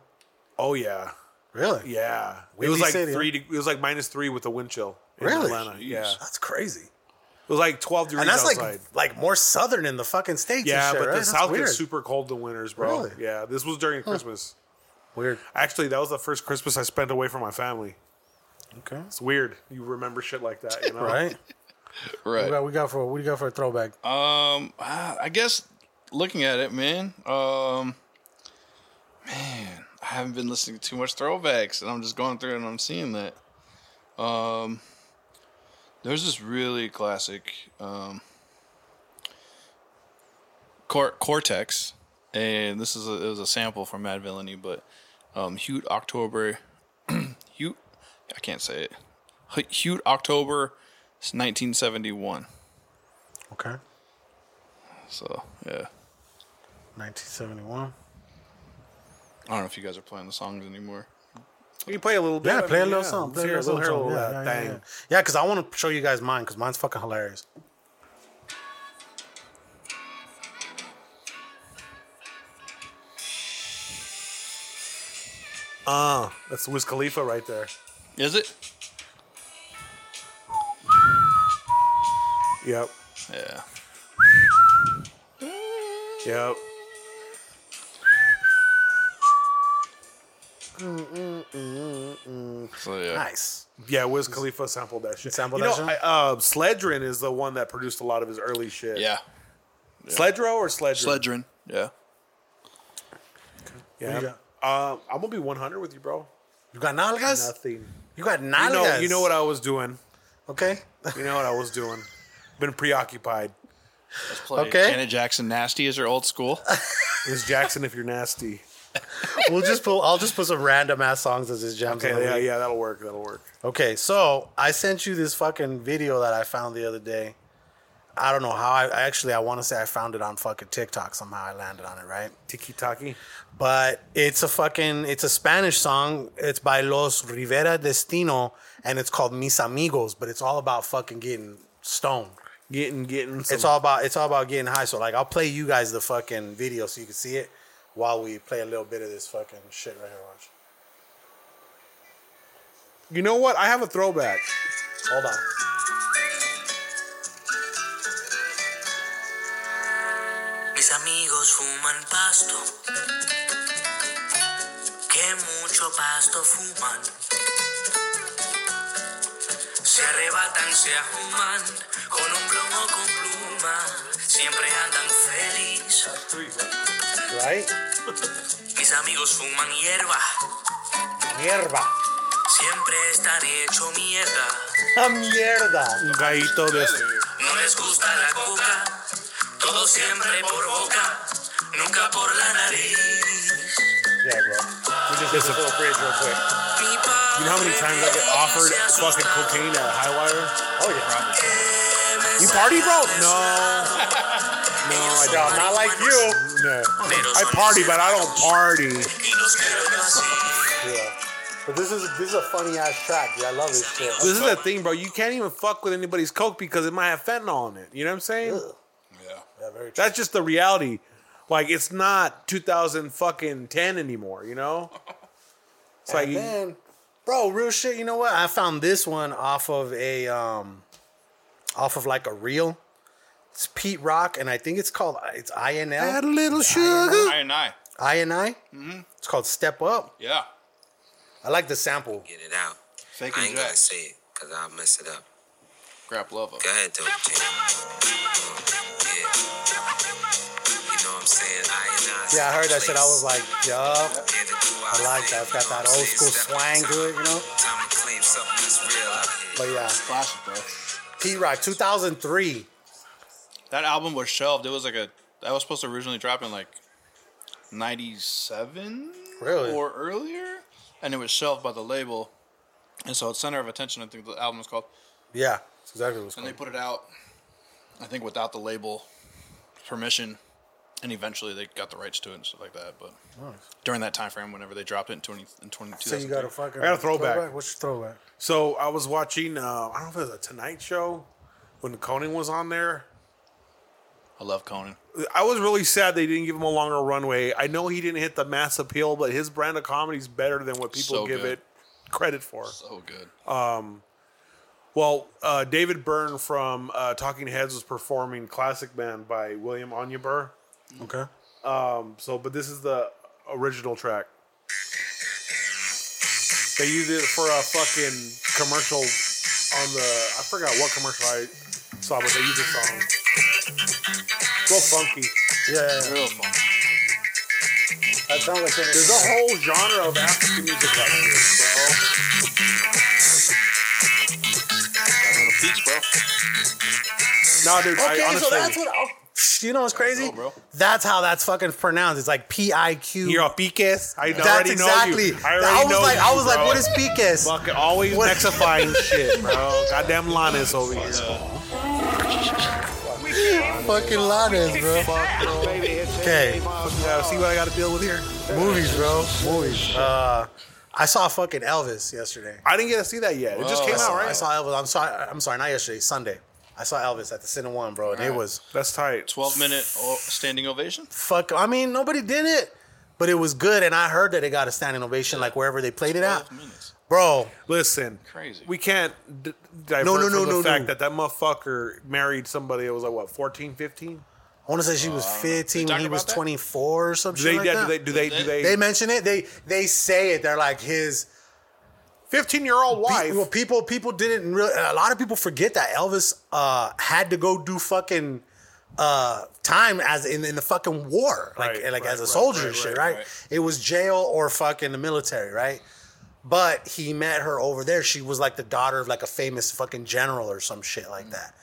Speaker 4: Oh yeah,
Speaker 3: Really?
Speaker 4: yeah. it
Speaker 3: Windy
Speaker 4: was like
Speaker 3: city, huh?
Speaker 4: three. De- it was like minus three with the wind chill. in
Speaker 3: Really?
Speaker 4: Atlanta. Yeah.
Speaker 3: That's crazy.
Speaker 4: It was like 12 degrees
Speaker 3: And that's
Speaker 4: outside.
Speaker 3: like like more southern in the fucking states. and
Speaker 4: yeah,
Speaker 3: shit,
Speaker 4: but
Speaker 3: right?
Speaker 4: the
Speaker 3: That's
Speaker 4: South
Speaker 3: weird.
Speaker 4: gets super cold in winters, bro.
Speaker 3: Really?
Speaker 4: Yeah, this was during Christmas.
Speaker 3: weird.
Speaker 4: Actually, that was the first Christmas I spent away from my family.
Speaker 3: Okay.
Speaker 4: It's weird. You remember shit like that, you know?
Speaker 3: Right.
Speaker 5: Right.
Speaker 3: What got, we got for what do you got for a throwback?
Speaker 4: Uh,
Speaker 5: Um, I I guess looking at it, man. Um, man, I haven't been listening to too much throwbacks, and I'm just going through and I'm seeing that. Um, there's this really classic, um, Cor- Cortex, and this is a, it was a sample from Mad Villainy, but um, Hute October, Hute, I can't say it, H- Hute October, 1971.
Speaker 3: Okay.
Speaker 5: So yeah.
Speaker 3: 1971.
Speaker 5: I don't know if you guys are playing the songs anymore.
Speaker 4: You play a little bit.
Speaker 3: Yeah,
Speaker 4: I
Speaker 3: play a
Speaker 4: mean,
Speaker 3: little
Speaker 4: yeah,
Speaker 3: song.
Speaker 4: let's
Speaker 3: Play a
Speaker 4: hear-
Speaker 3: little,
Speaker 4: let's hear a
Speaker 3: song.
Speaker 4: little
Speaker 3: Yeah,
Speaker 4: of
Speaker 3: yeah,
Speaker 4: that
Speaker 3: yeah,
Speaker 4: thing.
Speaker 3: yeah, because I want to show you guys mine because mine's fucking hilarious.
Speaker 4: Uh, that's Wiz Khalifa right there.
Speaker 5: Is it?
Speaker 4: Yep.
Speaker 5: Yeah.
Speaker 4: Yep.
Speaker 5: So yeah.
Speaker 3: Nice.
Speaker 4: Yeah, Wiz Khalifa sampled that shit.
Speaker 3: Sampled
Speaker 4: you
Speaker 3: that
Speaker 4: know,
Speaker 3: shit?
Speaker 4: I, uh, Sledrin is the one that produced a lot of his early shit.
Speaker 5: Yeah.
Speaker 4: Sledro or Sledrin?
Speaker 5: Sledrin. Yeah.
Speaker 4: Yeah.
Speaker 3: What
Speaker 4: Uh, I'm going to be 100 with you, bro.
Speaker 3: You got nalgas?
Speaker 4: Nothing.
Speaker 3: You got
Speaker 4: You
Speaker 3: nalgas?
Speaker 4: know, you know what I was doing.
Speaker 3: okay.
Speaker 4: You know what I was doing. Been preoccupied.
Speaker 5: Let's play
Speaker 3: Okay.
Speaker 5: Janet Jackson Nasty is her old school.
Speaker 4: Miss Jackson, if you're nasty.
Speaker 3: we'll just pull. I'll just put some random ass songs as his jams.
Speaker 4: Okay,
Speaker 3: on the
Speaker 4: yeah,
Speaker 3: week.
Speaker 4: yeah, that'll work. That'll work.
Speaker 3: Okay, so I sent you this fucking video that I found the other day I don't know how I I actually I want to say I found it on fucking TikTok somehow I landed on it right
Speaker 4: Tiki Taki.
Speaker 3: but it's a fucking it's a Spanish song it's by Los Rivera Destino and it's called Mis Amigos but it's all about fucking getting stoned
Speaker 4: Getting, getting. Some,
Speaker 3: it's all about it's all about getting high so like I'll play you guys the fucking video so you can see it while we play a little bit of this fucking shit right here watch
Speaker 4: You know what? I have a throwback.
Speaker 3: hold on
Speaker 10: Mis amigos fuman pasto. Que mucho pasto fuman. Se arrebatan, se ajuman con un plomo con pluma. Siempre andan feliz.
Speaker 3: right
Speaker 10: Mis amigos fuman hierba.
Speaker 3: mierda
Speaker 10: Siempre están hecho mierda.
Speaker 3: a mierda
Speaker 4: Un gallito de.
Speaker 10: No les gusta la coca. Todo siempre por boca. Nunca por la nariz.
Speaker 3: yeah bro
Speaker 4: We just did a little bridge real quick.
Speaker 10: Mi
Speaker 4: You know how many
Speaker 10: padre
Speaker 4: times I get offered
Speaker 10: se
Speaker 4: fucking
Speaker 10: asustaba.
Speaker 4: cocaine at Highwire?
Speaker 3: oh yeah
Speaker 4: You party, bro? No.
Speaker 10: No, I
Speaker 4: I don't.
Speaker 10: Not like you.
Speaker 4: No. I party, but I don't party.
Speaker 3: Yeah. But this is this is a funny ass track. Yeah, I love this shit.
Speaker 4: This is the thing, bro. You can't even fuck with anybody's coke because it might have fentanyl in it. You know what I'm saying?
Speaker 5: Yeah.
Speaker 3: Yeah, very true.
Speaker 4: That's just the reality. Like it's not 2000 fucking 10 anymore. You know? It's like
Speaker 3: And then, bro, real shit. You know what? I found this one off of a um, off of like a reel. It's Pete Rock, and I think it's called it's
Speaker 4: add a
Speaker 3: INL
Speaker 4: little sugar.
Speaker 5: I and I.
Speaker 3: INI.
Speaker 5: Mm-hmm.
Speaker 3: It's called Step Up.
Speaker 5: Yeah.
Speaker 3: I like the sample.
Speaker 10: Get it out.
Speaker 5: Fake
Speaker 10: I
Speaker 5: and
Speaker 10: ain't gonna
Speaker 5: Jack.
Speaker 10: say it, cause I'll mess it up.
Speaker 5: Grab Lovo.
Speaker 10: Go ahead, though, Jay. Yeah. You know what I'm saying? I ain't not
Speaker 3: Yeah, I heard that shit. I was like, yup.
Speaker 10: Yeah, to do our
Speaker 3: I like that.
Speaker 10: thing,
Speaker 3: It's got
Speaker 10: you know what
Speaker 3: that
Speaker 10: I'm
Speaker 3: old school
Speaker 10: saying? Step up
Speaker 3: swang
Speaker 10: time.
Speaker 3: to it, you know.
Speaker 10: Time to claim something that's real out here.
Speaker 3: But yeah,
Speaker 5: Classic, bro.
Speaker 3: Pete Rock, 2003.
Speaker 5: That album was shelved. It was like a. That was supposed to originally drop in like 97?
Speaker 3: Really?
Speaker 5: Or earlier? And it was shelved by the label. And so it's center of attention, I think the album was called.
Speaker 3: Yeah, that's exactly what's
Speaker 5: And
Speaker 3: called.
Speaker 5: they put it out, I think, without the label permission. And eventually they got the rights to it and stuff like that. But during that time frame, whenever they dropped it in 20, in 20,
Speaker 3: So you
Speaker 5: 2003.
Speaker 3: got a fucking.
Speaker 4: I got a throwback.
Speaker 3: What's your throwback?
Speaker 4: So I was watching. Uh, I don't know if it was a Tonight Show when Conan was on there.
Speaker 5: I love Conan.
Speaker 4: I was really sad they didn't give him a longer runway. I know he didn't hit the mass appeal, but his brand of comedy is better than what people
Speaker 5: So
Speaker 4: give
Speaker 5: good.
Speaker 4: it credit for.
Speaker 5: So good.
Speaker 3: Oh.
Speaker 4: Well, uh, David Byrne from uh, Talking Heads was performing Classic Man by William Onyebur.
Speaker 3: Okay.
Speaker 4: So, but this is the original track. They used it for a fucking commercial on the. I forgot what commercial I saw, but they used the song. Real funky.
Speaker 3: Yeah.
Speaker 5: Real fun.
Speaker 3: That sounds like something-
Speaker 4: There's a whole genre of African music like this,
Speaker 5: Peach, bro.
Speaker 4: bro. No, dude,
Speaker 3: Okay,
Speaker 4: I
Speaker 3: so
Speaker 4: honestly.
Speaker 3: that's what. I'll, Psh, you know what's crazy?
Speaker 5: know, bro.
Speaker 3: That's how that's fucking pronounced. It's like P I Q.
Speaker 4: you're a piques. I
Speaker 3: That's
Speaker 4: already
Speaker 3: exactly.
Speaker 4: know you. I already
Speaker 3: was
Speaker 4: know
Speaker 3: like,
Speaker 4: you,
Speaker 3: I was like,
Speaker 4: bro.
Speaker 3: what is Piques?
Speaker 4: Fucking always
Speaker 3: What-
Speaker 4: mexifying shit, bro. Goddamn Linus over here.
Speaker 3: fucking Lanes, bro. Okay,
Speaker 4: Yeah, see what I got to deal with here.
Speaker 3: movies, bro, movies. Uh, I saw fucking Elvis yesterday.
Speaker 4: I didn't get to see that yet. It just came
Speaker 5: Whoa.
Speaker 4: out,
Speaker 3: I
Speaker 4: right?
Speaker 3: saw Elvis. I'm sorry. I'm sorry. Not yesterday. Sunday. I saw Elvis at the Cine One, bro, and it was
Speaker 4: That's tight.
Speaker 5: 12 minute o- standing ovation.
Speaker 3: fuck. I mean, nobody did it, but it was good, and I heard that it got a standing ovation, like wherever they played it at,
Speaker 5: 12 minutes.
Speaker 3: bro.
Speaker 4: Listen,
Speaker 5: Crazy.
Speaker 4: We can't d- divert
Speaker 3: No,
Speaker 4: no,
Speaker 3: no,
Speaker 4: no,
Speaker 3: no,
Speaker 4: from the
Speaker 3: no,
Speaker 4: fact
Speaker 3: no.
Speaker 4: that that motherfucker married somebody that was like what 14, 15?
Speaker 3: I want to say she was 15 when
Speaker 5: talking
Speaker 3: he was
Speaker 5: about that?
Speaker 3: 24 or some
Speaker 4: Do
Speaker 3: shit
Speaker 4: they,
Speaker 3: like
Speaker 4: yeah,
Speaker 3: that.
Speaker 4: do they do they do they
Speaker 3: They mention it. They they say it. They're like his.
Speaker 4: 15 year old
Speaker 3: Pe-
Speaker 4: wife?
Speaker 3: well, people people didn't really. A lot of people forget that Elvis uh, had to go do fucking uh, time as in, in the fucking war, like
Speaker 4: Right,
Speaker 3: like
Speaker 4: right,
Speaker 3: as a
Speaker 4: right,
Speaker 3: soldier
Speaker 4: right,
Speaker 3: and shit,
Speaker 4: right,
Speaker 3: right? It was jail or fucking the military, right? But he met her over there. She was like the daughter of like a famous fucking general or some shit
Speaker 4: Mm.
Speaker 3: like that.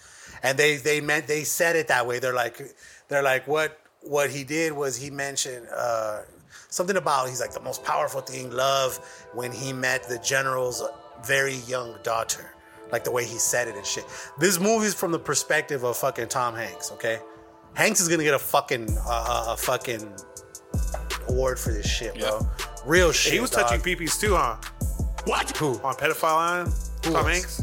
Speaker 3: And they they meant they said it that way. They're like they're like what what he did was he mentioned uh, something about he's like the most powerful thing love when he met the general's very young daughter. like the way he said it and shit. This movie's from the perspective of fucking Tom Hanks. Okay, Hanks is gonna get a fucking uh, a fucking award for this shit, bro. Real shit.
Speaker 4: He was
Speaker 3: dog.
Speaker 4: touching peepees too, huh?
Speaker 3: What? Who?
Speaker 4: On Pedophile Island? Tom
Speaker 3: else?
Speaker 4: Hanks?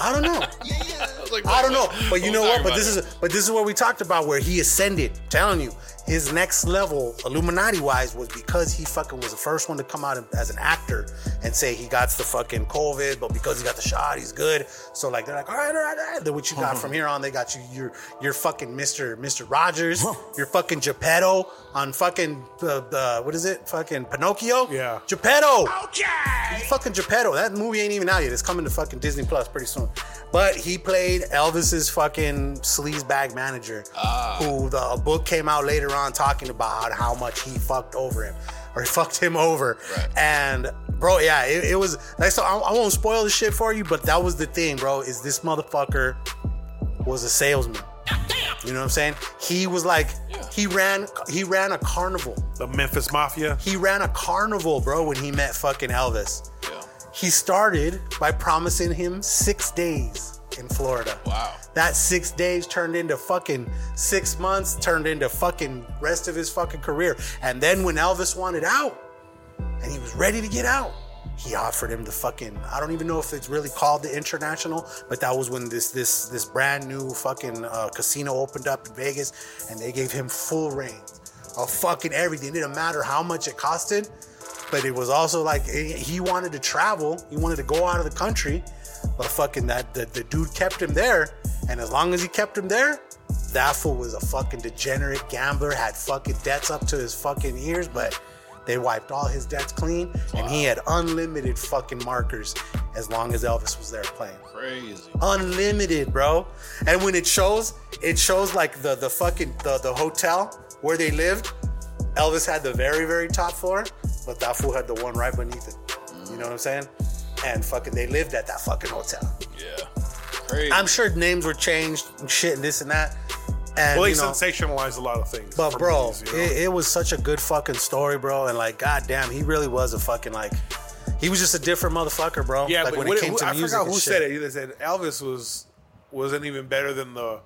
Speaker 3: I don't know.
Speaker 5: I, was like,
Speaker 3: I don't know,
Speaker 5: what-
Speaker 3: but you
Speaker 5: what
Speaker 3: know what?
Speaker 5: we talking
Speaker 3: But
Speaker 5: about
Speaker 3: this
Speaker 5: here?
Speaker 3: is but this is what we talked about where he ascended. Telling you, his next level, Illuminati wise, was because he fucking was the first one to come out as an actor and say he got the fucking COVID, but because he got the shot, he's good. So like they're like, all right, all right, all right. Then what you got from here on, they got you. You're you're fucking Mister Mister Rogers. You're fucking Geppetto on fucking uh, uh, what is it? Fucking Pinocchio.
Speaker 4: Yeah.
Speaker 3: Geppetto. He's fucking Geppetto. That movie ain't even out yet. It's coming to fucking Disney Plus pretty soon. But he played Elvis's fucking sleazebag manager, who the a book came out later on talking about how much he fucked over him or he fucked him over. And bro, yeah, it, it was. Like, so I, I won't spoil the shit for you, but that was the thing, bro. Is this motherfucker was a salesman? You know what I'm saying? He was like, he ran, he ran a carnival.
Speaker 4: the Memphis Mafia.
Speaker 3: He ran a carnival, bro, when he met fucking Elvis. He started by promising him six days in Florida.
Speaker 5: Wow.
Speaker 3: That six days turned into fucking six months, turned into fucking rest of his fucking career. And then when Elvis wanted out and he was ready to get out, he offered him the fucking I don't even know if it's really called the international, but that was when this this this brand new fucking uh, casino opened up in Vegas and they gave him full reign of fucking everything. It didn't matter how much it costed, but it was also like eh, he wanted to travel, he wanted to go out of the country, but fucking that the, the dude kept him there, and as long as he kept him there, that fool was a fucking degenerate gambler, had fucking debts up to his fucking ears, but they wiped all his debts clean, and he had unlimited fucking markers as long as Elvis was there playing
Speaker 5: crazy.
Speaker 3: Oh. unlimited, bro. And when it shows, it shows like the the fucking the, the hotel where they lived. Elvis had the very very top floor, but that fool had the one right beneath it. You know what I'm saying? And fucking, they lived at that fucking hotel.
Speaker 5: Yeah, crazy.
Speaker 3: I'm sure names were changed and shit and this and that. And
Speaker 4: Well, they
Speaker 3: you know,
Speaker 4: sensationalized a lot of things.
Speaker 3: but
Speaker 4: for
Speaker 3: bro,
Speaker 4: movies, you know?
Speaker 3: it, it was such a good fucking story, bro. And like, goddamn, he really was a fucking like, he was just a different motherfucker, bro.
Speaker 4: yeah,
Speaker 3: like
Speaker 4: but what it- I forgot who said it. They said Elvis was wasn't even better than the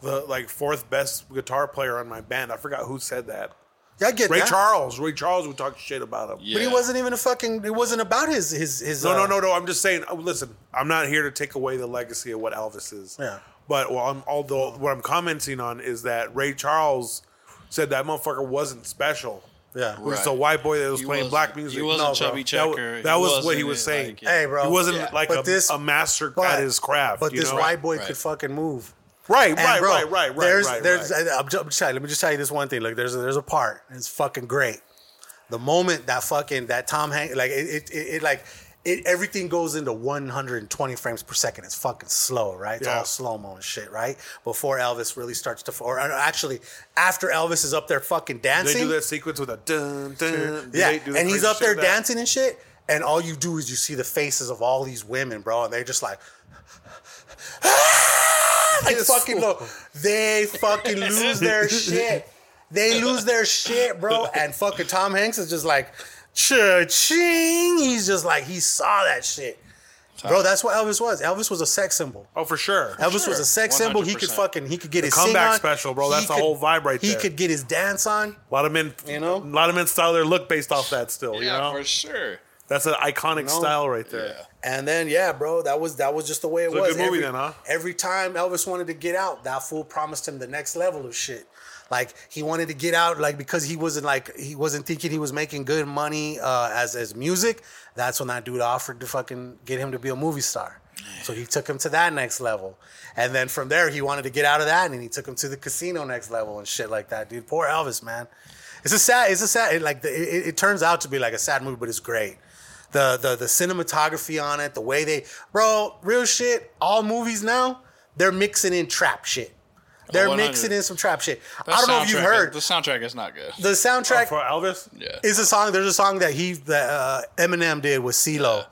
Speaker 4: the like fourth best guitar player on my band. I forgot who said that.
Speaker 3: Yeah, I get
Speaker 4: Ray
Speaker 3: that.
Speaker 4: Charles. Ray Charles would talk shit about him.
Speaker 5: yeah.
Speaker 3: But he wasn't even a fucking. It wasn't about his his his.
Speaker 4: No,
Speaker 3: uh,
Speaker 4: no, no, no. I'm just saying. oh, Listen, I'm not here to take away the legacy of what Elvis is.
Speaker 3: Yeah.
Speaker 4: But well, I'm, although what I'm commenting on is that Ray Charles said that motherfucker wasn't special.
Speaker 3: Yeah.
Speaker 4: He was just a
Speaker 5: Right.
Speaker 4: white boy that was
Speaker 5: He
Speaker 4: playing
Speaker 5: wasn't-
Speaker 4: black music.
Speaker 5: He wasn't
Speaker 3: No, bro.
Speaker 5: chubby
Speaker 4: That wa-
Speaker 5: checker.
Speaker 4: That, was what he
Speaker 5: wasn't
Speaker 4: was
Speaker 5: it,
Speaker 4: saying.
Speaker 5: like,
Speaker 3: Hey, bro.
Speaker 4: He wasn't
Speaker 5: Yeah.
Speaker 4: like
Speaker 3: But
Speaker 4: a,
Speaker 3: this-
Speaker 4: a master
Speaker 3: but-
Speaker 4: at his craft.
Speaker 3: But
Speaker 4: you
Speaker 3: this
Speaker 4: know?
Speaker 3: white boy
Speaker 5: Right.
Speaker 3: could fucking move.
Speaker 4: right,
Speaker 3: And
Speaker 4: right,
Speaker 3: bro,
Speaker 4: right, right, right,
Speaker 3: There's,
Speaker 4: right,
Speaker 3: there's.
Speaker 4: right.
Speaker 3: I- I'm just, sorry, let me just tell you this one thing. Look, there's a, there's a part. And it's fucking great. The moment that fucking that Tom Hanks like it it, it, it like it everything goes into 120 frames per second. It's fucking slow, right? It's
Speaker 4: Yeah.
Speaker 3: all slow mo and shit, right? Before Elvis really starts to, or uh, actually after Elvis is up there fucking
Speaker 4: They
Speaker 3: dancing.
Speaker 4: do that sequence with a dun dun.
Speaker 3: Yeah,
Speaker 4: They do the
Speaker 3: and he's
Speaker 4: crazy
Speaker 3: up
Speaker 4: shit
Speaker 3: there
Speaker 4: with that.
Speaker 3: dancing and shit, and all you do is you see the faces of all these women, bro, and they're just like, ah, like fucking, look, they fucking lose their shit. They lose their shit, bro, and fucking Tom Hanks is just like, cha-ching. He's just like he saw that shit, bro. That's what Elvis was. Elvis was a sex symbol.
Speaker 4: Oh, for sure.
Speaker 3: Elvis was a sex symbol. He could
Speaker 5: 100%.
Speaker 3: fucking he could get his
Speaker 4: comeback
Speaker 3: sing on.
Speaker 4: special, bro.
Speaker 3: He
Speaker 4: That's the
Speaker 3: could-
Speaker 4: whole vibe right
Speaker 3: He
Speaker 4: there.
Speaker 3: could get his dance on.
Speaker 4: A lot of men,
Speaker 3: You know?
Speaker 4: a lot of men style their look based off that. Still, you
Speaker 5: Yeah,
Speaker 4: know,
Speaker 5: for sure.
Speaker 4: that's an iconic
Speaker 3: know?
Speaker 4: style right there.
Speaker 5: Yeah.
Speaker 3: And then yeah, bro, that was that was just the way it
Speaker 4: a
Speaker 3: was.
Speaker 4: good movie
Speaker 3: every,
Speaker 4: then, huh?
Speaker 3: every time Elvis wanted to get out, that fool promised him the next level of shit. Like he wanted to get out, like because he wasn't like he wasn't thinking he was making good money uh, as as music. That's when that dude offered to fucking get him to be a movie star. So he took him to that next level, and then from there he wanted to get out of that, and he took him to the casino next level and shit like that, dude. Poor Elvis, man. It's a sad. It's a sad. It, like the, it, it turns out to be like a sad movie, but it's great the the the cinematography on it, the way they bro, real shit, all movies now, they're mixing in trap shit. They're
Speaker 5: 100.
Speaker 3: mixing in some trap shit.
Speaker 5: That
Speaker 3: I don't know if you've
Speaker 5: soundtrack
Speaker 3: heard
Speaker 5: Is, the soundtrack is Oh, not good.
Speaker 3: the soundtrack
Speaker 4: For Elvis,
Speaker 5: Yeah.
Speaker 3: is a song. There's a song that he that uh, Eminem did with CeeLo.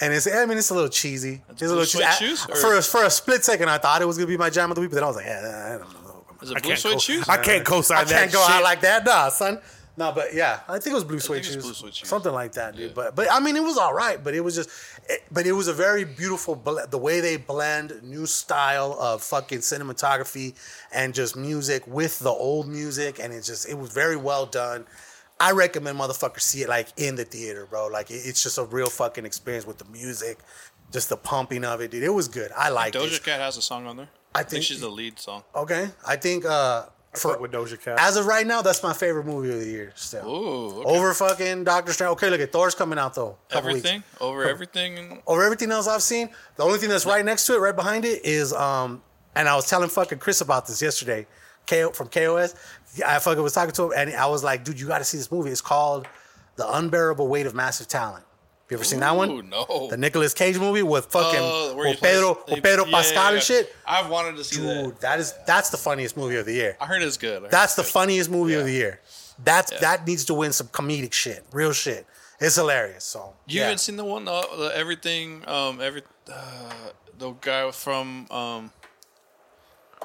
Speaker 3: And it's, I mean, it's a little cheesy. It's a
Speaker 5: Blue
Speaker 3: little cheesy.
Speaker 5: Suede
Speaker 3: I-
Speaker 5: Shoes, or-
Speaker 3: for, a, for a split second, I thought it was going to be my jam of the week, but then I was like, yeah, I don't know.
Speaker 5: Is it
Speaker 4: I
Speaker 5: Blue
Speaker 4: can't.
Speaker 5: Suede
Speaker 4: Co-
Speaker 5: Shoes?
Speaker 4: I can't co-sign
Speaker 3: I
Speaker 4: that.
Speaker 3: can't go
Speaker 4: shit.
Speaker 3: out like that, nah, son. No, but yeah, I think it was blue suede
Speaker 5: think it's
Speaker 3: shoes,
Speaker 5: blue suede shoes.
Speaker 3: something like that, dude.
Speaker 5: Yeah.
Speaker 3: But but I mean, it was all right. But it was just, it, but it was a very beautiful bl- the way they blend new style of fucking cinematography and just music with the old music, and it just it was very well done. I recommend motherfuckers see it like in the theater, bro. Like it- it's just a real fucking experience with the music, just the pumping of it, dude. It was good. I liked
Speaker 5: Doja
Speaker 3: it.
Speaker 5: Cat has a song on there.
Speaker 3: I
Speaker 5: I think,
Speaker 3: think-
Speaker 5: she's the lead song.
Speaker 3: Okay, I think uh
Speaker 4: fuck
Speaker 3: for
Speaker 4: with Doja Cat.
Speaker 3: as of right now, that's my favorite movie of the year. Still.
Speaker 5: Ooh, okay.
Speaker 3: Over fucking Doctor Strange. Okay, look at Thor's coming out
Speaker 4: Oh,
Speaker 3: though. couple weeks.
Speaker 5: everything over everything.
Speaker 3: Over everything else I've seen, the only thing that's right next to it, right behind it, is um. And I was telling fucking Chris about this yesterday, K from KOS. I fucking was talking to him, and I was like, dude, you got to see this movie. It's called The Unbearable Weight of Massive Talent. You ever seen that
Speaker 5: Ooh,
Speaker 3: one?
Speaker 5: no.
Speaker 3: The Nicolas Cage movie with fucking
Speaker 5: Oh, where he
Speaker 3: with Pedro,
Speaker 5: plays-
Speaker 3: with Pedro
Speaker 5: yeah,
Speaker 3: Pascal
Speaker 5: yeah, yeah.
Speaker 3: and shit.
Speaker 5: I've wanted to see
Speaker 3: Dude,
Speaker 5: that.
Speaker 3: that is that's the funniest movie of the year.
Speaker 5: I heard it's good. I heard
Speaker 3: That's the
Speaker 5: it's
Speaker 3: funniest movie of
Speaker 5: Yeah.
Speaker 3: the year. That's
Speaker 5: Yeah.
Speaker 3: that needs to win some comedic shit, real shit. It's hilarious. So
Speaker 5: You
Speaker 3: yeah.
Speaker 5: haven't seen the one, uh, the everything, um, every uh, the guy from um,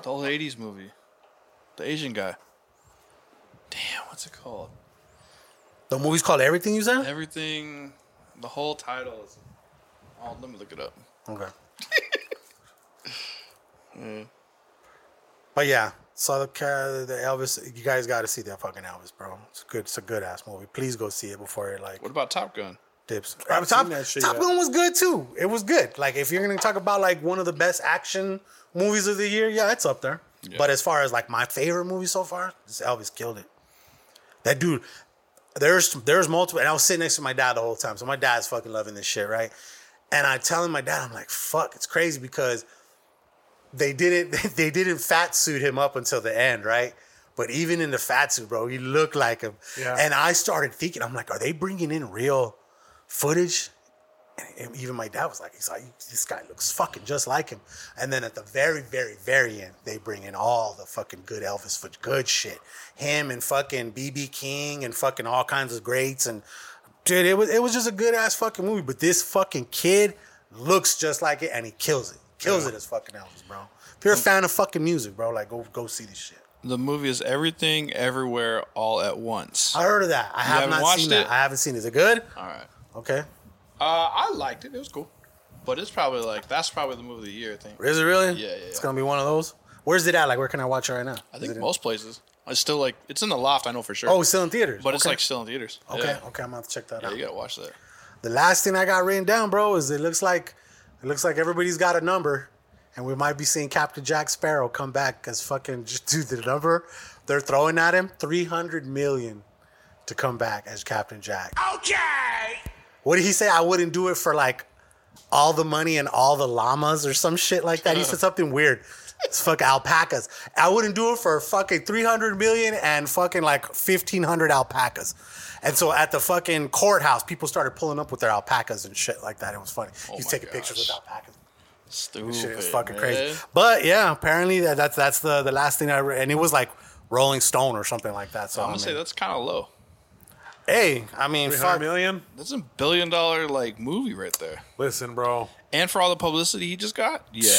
Speaker 5: the old '80s movie, the Asian guy. Damn, what's it called?
Speaker 3: the movie's called Everything You Said.
Speaker 5: Everything. The whole title is. Oh, let me look it up.
Speaker 3: Okay. But yeah, so the, ca- the Elvis, you guys got to see that fucking Elvis, bro. It's good. It's a good ass movie. Please go see it before it like
Speaker 5: What about Top Gun?
Speaker 3: dips.
Speaker 4: haven't
Speaker 3: Top,
Speaker 4: seen that shit
Speaker 3: Top
Speaker 4: yet.
Speaker 3: Gun was good too. It was good. Like if you're gonna talk about like one of the best action movies of the year, yeah, it's up there.
Speaker 5: Yeah.
Speaker 3: But as far as like my favorite movie so far, this Elvis killed it. That dude, there's there's multiple, and I was sitting next to my dad the whole time. So my dad's fucking loving this shit, right? And I telling my dad, I'm like, fuck, it's crazy because they didn't they didn't fat suit him up until the end, right? But even in the fat suit, bro, he looked like him.
Speaker 4: Yeah.
Speaker 3: And I started thinking, I'm like, are they bringing in real footage? And even my dad was like, he's like, this guy looks fucking just like him. And then at the very, very, very end, they bring in all the fucking good Elvis for good shit. Him and fucking BB King and fucking all kinds of greats. And dude, it was it was just a good ass fucking movie. But this fucking kid looks just like it and he kills it. Kills it as fucking Elvis, bro. If
Speaker 5: Mm.
Speaker 3: you're a fan of fucking music, bro, like go go see this shit.
Speaker 5: The movie is Everything, Everywhere, All at Once.
Speaker 3: I heard of that. I have
Speaker 5: haven't
Speaker 3: not
Speaker 5: watched
Speaker 3: seen that.
Speaker 5: it?
Speaker 3: I haven't seen it. Is it good?
Speaker 5: All right.
Speaker 3: Okay.
Speaker 5: Uh, I liked it. It was cool. But it's probably like that's probably the movie of the year. I think.
Speaker 3: Is it really?
Speaker 5: Yeah, yeah,
Speaker 3: It's
Speaker 5: yeah.
Speaker 3: gonna be one of those. Where's it at? Like, where can I watch it right now?
Speaker 5: I
Speaker 3: Is
Speaker 5: think
Speaker 3: it in-
Speaker 5: most places. It's still like it's in the loft. I know for sure.
Speaker 3: Oh, it's still in theaters.
Speaker 5: But it's
Speaker 3: Okay.
Speaker 5: like still in theaters.
Speaker 3: Okay,
Speaker 5: Yeah.
Speaker 3: okay, I'm gonna have to check that
Speaker 5: Yeah,
Speaker 3: out.
Speaker 5: you gotta watch that.
Speaker 3: The last thing I got written down, bro, is it looks like it looks like everybody's got a number, and we might be seeing Captain Jack Sparrow come back because fucking just do the number they're throwing at him, three hundred million to come back as Captain Jack.
Speaker 7: Okay.
Speaker 3: What did he say? I wouldn't do it for like all the money and all the llamas or some shit like that. He said something weird. It's fuck alpacas. I wouldn't do it for fucking 300 million and fucking like 1500 alpacas. And so at the fucking courthouse, people started pulling up with their alpacas and shit like that. It was funny. He's
Speaker 5: Oh my
Speaker 3: taking pictures with
Speaker 5: gosh.
Speaker 3: alpacas.
Speaker 5: Stupid.
Speaker 3: Shit, it's fucking
Speaker 5: man.
Speaker 3: crazy. But yeah, apparently that, that's that's the, the last thing I read. And it was like Rolling Stone or something like that. So
Speaker 5: I'm
Speaker 3: I
Speaker 5: gonna say
Speaker 3: mean,
Speaker 5: that's kind of low.
Speaker 3: hey, I mean,
Speaker 4: Three hundred
Speaker 3: fuck.
Speaker 4: million.
Speaker 5: That's a billion dollar like movie right there.
Speaker 4: Listen, bro.
Speaker 5: And for all the publicity he just got, yeah,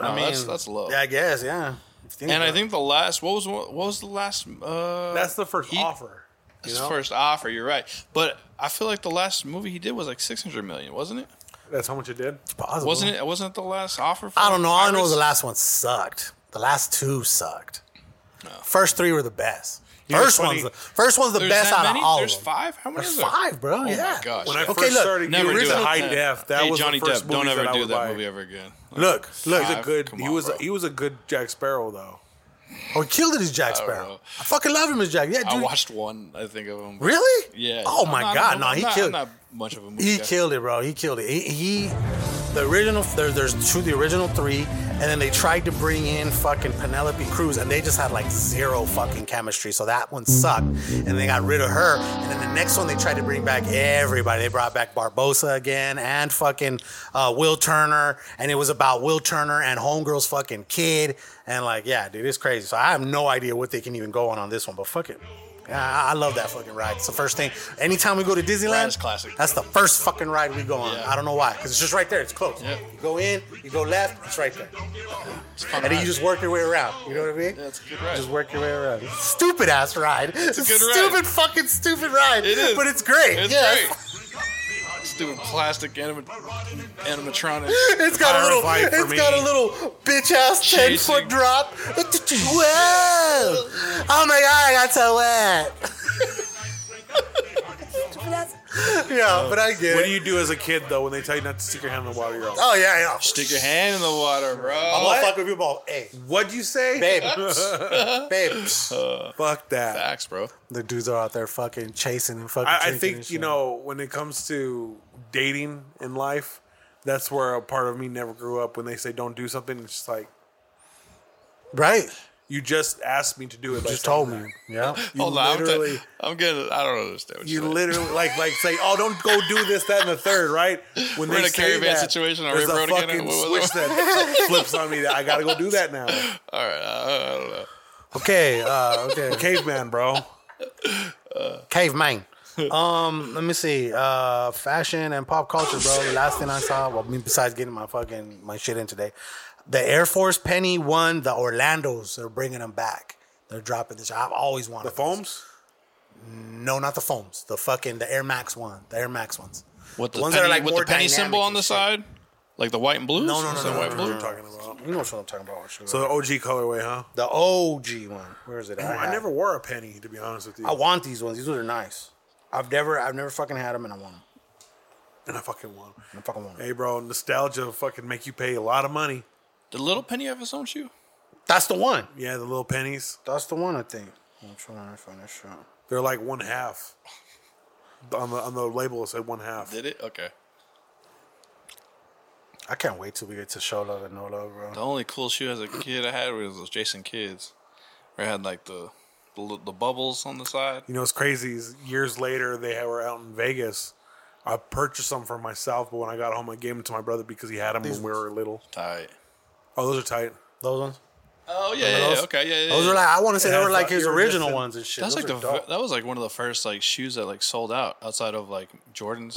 Speaker 5: no,
Speaker 3: I mean,
Speaker 5: that's that's low.
Speaker 3: Yeah, I guess, yeah. Think
Speaker 5: and I
Speaker 3: about it.
Speaker 5: think the last what was what was the last? Uh,
Speaker 4: That's the first
Speaker 5: he-
Speaker 4: offer.
Speaker 5: His first offer. You're right, but I feel like the last movie he did was like six hundred million, wasn't it?
Speaker 4: That's how much it did.
Speaker 3: Possible.
Speaker 5: Wasn't it? Wasn't it the last offer? For
Speaker 3: I don't know. All I know is
Speaker 5: Pirates?
Speaker 3: the last one sucked. The last two sucked. First three were the best.
Speaker 4: know,
Speaker 3: First
Speaker 4: it's
Speaker 3: one's
Speaker 4: funny.
Speaker 3: the first one's the
Speaker 5: There's
Speaker 3: best
Speaker 5: that
Speaker 3: out
Speaker 5: many?
Speaker 3: of all
Speaker 5: There's
Speaker 3: of them.
Speaker 5: five. How many?
Speaker 3: There's
Speaker 5: is there?
Speaker 3: five, bro.
Speaker 5: Oh my
Speaker 3: yeah.
Speaker 5: gosh.
Speaker 4: When I
Speaker 5: Okay,
Speaker 4: first
Speaker 3: look,
Speaker 4: started
Speaker 5: Never
Speaker 4: getting
Speaker 5: do
Speaker 4: into
Speaker 5: it.
Speaker 4: high def, that
Speaker 5: hey,
Speaker 4: was
Speaker 5: Johnny
Speaker 4: the first
Speaker 5: Depp. Don't
Speaker 4: movie
Speaker 5: ever
Speaker 4: that I
Speaker 5: do
Speaker 4: would
Speaker 5: that
Speaker 4: buy.
Speaker 5: movie ever again. Like,
Speaker 3: Look, look.
Speaker 4: He's a
Speaker 5: Five?
Speaker 4: good.
Speaker 5: Come
Speaker 4: He
Speaker 5: on,
Speaker 4: was.
Speaker 5: bro.
Speaker 4: He was a good Jack Sparrow though.
Speaker 3: Oh, he killed it as Jack
Speaker 5: don't
Speaker 3: Sparrow.
Speaker 5: know.
Speaker 3: I fucking love him as Jack. Yeah, dude.
Speaker 5: I watched one. I think of him.
Speaker 3: Really?
Speaker 5: Yeah.
Speaker 3: Oh
Speaker 5: I'm
Speaker 3: my
Speaker 5: not-
Speaker 3: god,
Speaker 5: I'm
Speaker 3: no,
Speaker 5: not-
Speaker 3: he
Speaker 5: I'm not-
Speaker 3: killed.
Speaker 5: I'm not much of a movie.
Speaker 3: He
Speaker 5: guy.
Speaker 3: killed it, bro. He killed it. He, he the original there, there's two the original three, and then they tried to bring in fucking Penelope Cruz, and they just had like zero fucking chemistry. So that one sucked, and they got rid of her. And then the next one they tried to bring back everybody. They brought back Barbosa again and fucking uh, Will Turner, and it was about Will Turner and Homegirl's fucking kid. And like, yeah, dude, it's crazy. So I have no idea what they can even go on on this one, but fuck it. I I love that fucking ride. It's the first thing. Anytime we go to Disneyland,
Speaker 5: Ride is classic.
Speaker 3: That's the first fucking ride we go on.
Speaker 5: Yeah.
Speaker 3: I don't know why, because it's just right there. It's close.
Speaker 5: Yeah.
Speaker 3: You go in, you go left, it's right there,
Speaker 5: It's a
Speaker 3: and
Speaker 5: fun
Speaker 3: then
Speaker 5: ride.
Speaker 3: you just work your way around. You know what I mean?
Speaker 5: Yeah, it's a good ride.
Speaker 3: Just work your way around. Stupid ass ride. It's
Speaker 5: a good ride.
Speaker 3: stupid fucking stupid ride.
Speaker 5: It is.
Speaker 3: but it's great.
Speaker 5: It's
Speaker 3: yeah.
Speaker 5: great. Stupid plastic anima- animatronic.
Speaker 3: It's got a little.
Speaker 4: Horrifying for
Speaker 3: It's
Speaker 4: me.
Speaker 3: got a little bitch ass ten foot
Speaker 5: Chasing.
Speaker 3: drop. Whoa! Oh my god, I got so wet. yeah, but I get
Speaker 4: What
Speaker 3: it.
Speaker 4: do you do as a kid though when they tell you not to stick your hand in the water? You're all,
Speaker 3: oh yeah, yeah.
Speaker 5: Stick your hand in the water, bro.
Speaker 3: I'm gonna fuck with you, ball. Hey,
Speaker 4: What'd you say?
Speaker 3: babe, babe.
Speaker 4: Fuck that.
Speaker 5: Facts, bro.
Speaker 3: The dudes are out there fucking chasing and fucking.
Speaker 4: I, I
Speaker 3: drinking and
Speaker 4: think you
Speaker 3: shit.
Speaker 4: know when it comes to dating in life, that's where a part of me never grew up. When they say don't do something, it's just like
Speaker 3: right?
Speaker 4: you just asked me to do it. by
Speaker 3: Just
Speaker 4: saying
Speaker 3: told
Speaker 4: that.
Speaker 3: me. Yeah,
Speaker 4: You
Speaker 5: Hold on, I'm,
Speaker 4: literally,
Speaker 5: t- I'm getting. I don't understand what
Speaker 4: you
Speaker 5: you're saying.
Speaker 4: literally like like say, oh, don't go do this, that, and the third, right? When
Speaker 5: We're in a caravan situation on
Speaker 4: there's
Speaker 5: River
Speaker 4: a
Speaker 5: Road again,
Speaker 4: fucking
Speaker 5: or what was
Speaker 4: switch that flips on me that I gotta go do that now.
Speaker 5: All right, I, I don't know.
Speaker 3: Okay, uh, okay.
Speaker 4: Caveman, bro.
Speaker 3: Caveman. um, let me see. Uh, fashion and pop culture,
Speaker 4: Oh,
Speaker 3: bro. The last thing I saw, well, I mean, besides getting my fucking my shit in today, the Air Force Penny won the Orlando's. They're bringing them back. They're dropping this. I've always wanted
Speaker 4: The
Speaker 3: those.
Speaker 4: foams.
Speaker 3: No, not the foams. The fucking the Air Max one. The Air Max ones.
Speaker 5: What the
Speaker 3: Ones that
Speaker 5: penny,
Speaker 3: are, like,
Speaker 5: with
Speaker 3: more
Speaker 5: the penny
Speaker 3: dynamic
Speaker 5: symbol on
Speaker 3: and
Speaker 5: the
Speaker 3: shit.
Speaker 5: side, like the white and blues.
Speaker 3: No, no, no,
Speaker 5: Is
Speaker 3: no,
Speaker 5: it
Speaker 3: no,
Speaker 5: white
Speaker 3: no,
Speaker 5: blue?
Speaker 3: no, no.
Speaker 4: Talking about
Speaker 3: You know what I'm talking about? Sugar.
Speaker 4: so the OG colorway, huh?
Speaker 3: the OG one. Where is it? at?
Speaker 4: I never wore a penny to be honest with you,
Speaker 3: I want these ones. These ones are nice. I've never, I've never fucking had them, and I want them.
Speaker 4: and I fucking want. 'em.
Speaker 3: I fucking want them.
Speaker 4: Hey, bro, nostalgia fucking make you pay a lot of money.
Speaker 5: Did little penny have his own shoe?
Speaker 3: That's the one.
Speaker 4: Yeah, the little pennies.
Speaker 3: That's the one. I think. I'm trying to find this shot.
Speaker 4: They're like one half. On the on the label it said one half.
Speaker 5: Did it? Okay.
Speaker 3: I can't wait till we get to Shola and Nola, bro.
Speaker 5: The only cool shoe as a kid I had was those Jason Kids, where it had like the the, li- the bubbles on the side.
Speaker 4: You know, it's crazy. is Years later, they had- were out in Vegas. I purchased them for myself, but when I got home, I gave them to my brother because he had them when we were little.
Speaker 5: Tight.
Speaker 4: Oh, those are tight.
Speaker 3: Those ones.
Speaker 5: Oh yeah, yeah, yeah,
Speaker 3: those?
Speaker 5: okay, yeah, yeah.
Speaker 3: Those
Speaker 5: yeah.
Speaker 3: are like I want to say
Speaker 4: It
Speaker 3: they
Speaker 4: has
Speaker 3: were like
Speaker 4: the
Speaker 3: his
Speaker 4: iridescent-
Speaker 3: original ones and shit.
Speaker 5: That's like the
Speaker 3: Those are
Speaker 5: v-
Speaker 3: dope.
Speaker 5: that was like one of the first like shoes that like sold out outside of like Jordans.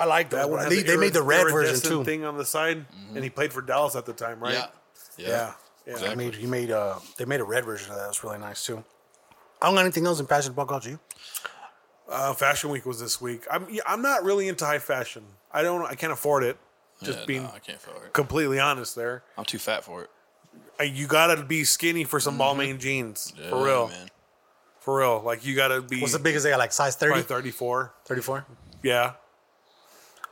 Speaker 3: I like
Speaker 4: That
Speaker 3: that one.
Speaker 4: has
Speaker 3: They,
Speaker 4: an
Speaker 3: they made the red
Speaker 4: iridescent
Speaker 3: version too.
Speaker 4: Thing on the side, and he played for Dallas at the time, right?
Speaker 5: Yeah.
Speaker 4: yeah, yeah.
Speaker 3: They made he made uh they made a red version of that. It's really nice too. I don't got anything else in passion pop culture. You?
Speaker 4: Uh, fashion Week was this week. I'm yeah, I'm not really into high fashion. I don't. I can't afford it. Just
Speaker 5: Yeah,
Speaker 4: being
Speaker 5: nah, I can't feel it.
Speaker 4: completely honest, there.
Speaker 5: I'm too fat for it.
Speaker 4: Uh, You gotta be skinny for some Balmain jeans, for
Speaker 5: Mm-hmm. Yeah,
Speaker 4: real,
Speaker 5: man.
Speaker 4: for real. Like you gotta be
Speaker 3: What's the biggest they got? Like size
Speaker 4: probably
Speaker 3: 30?
Speaker 4: 34.
Speaker 3: 34?
Speaker 4: Yeah,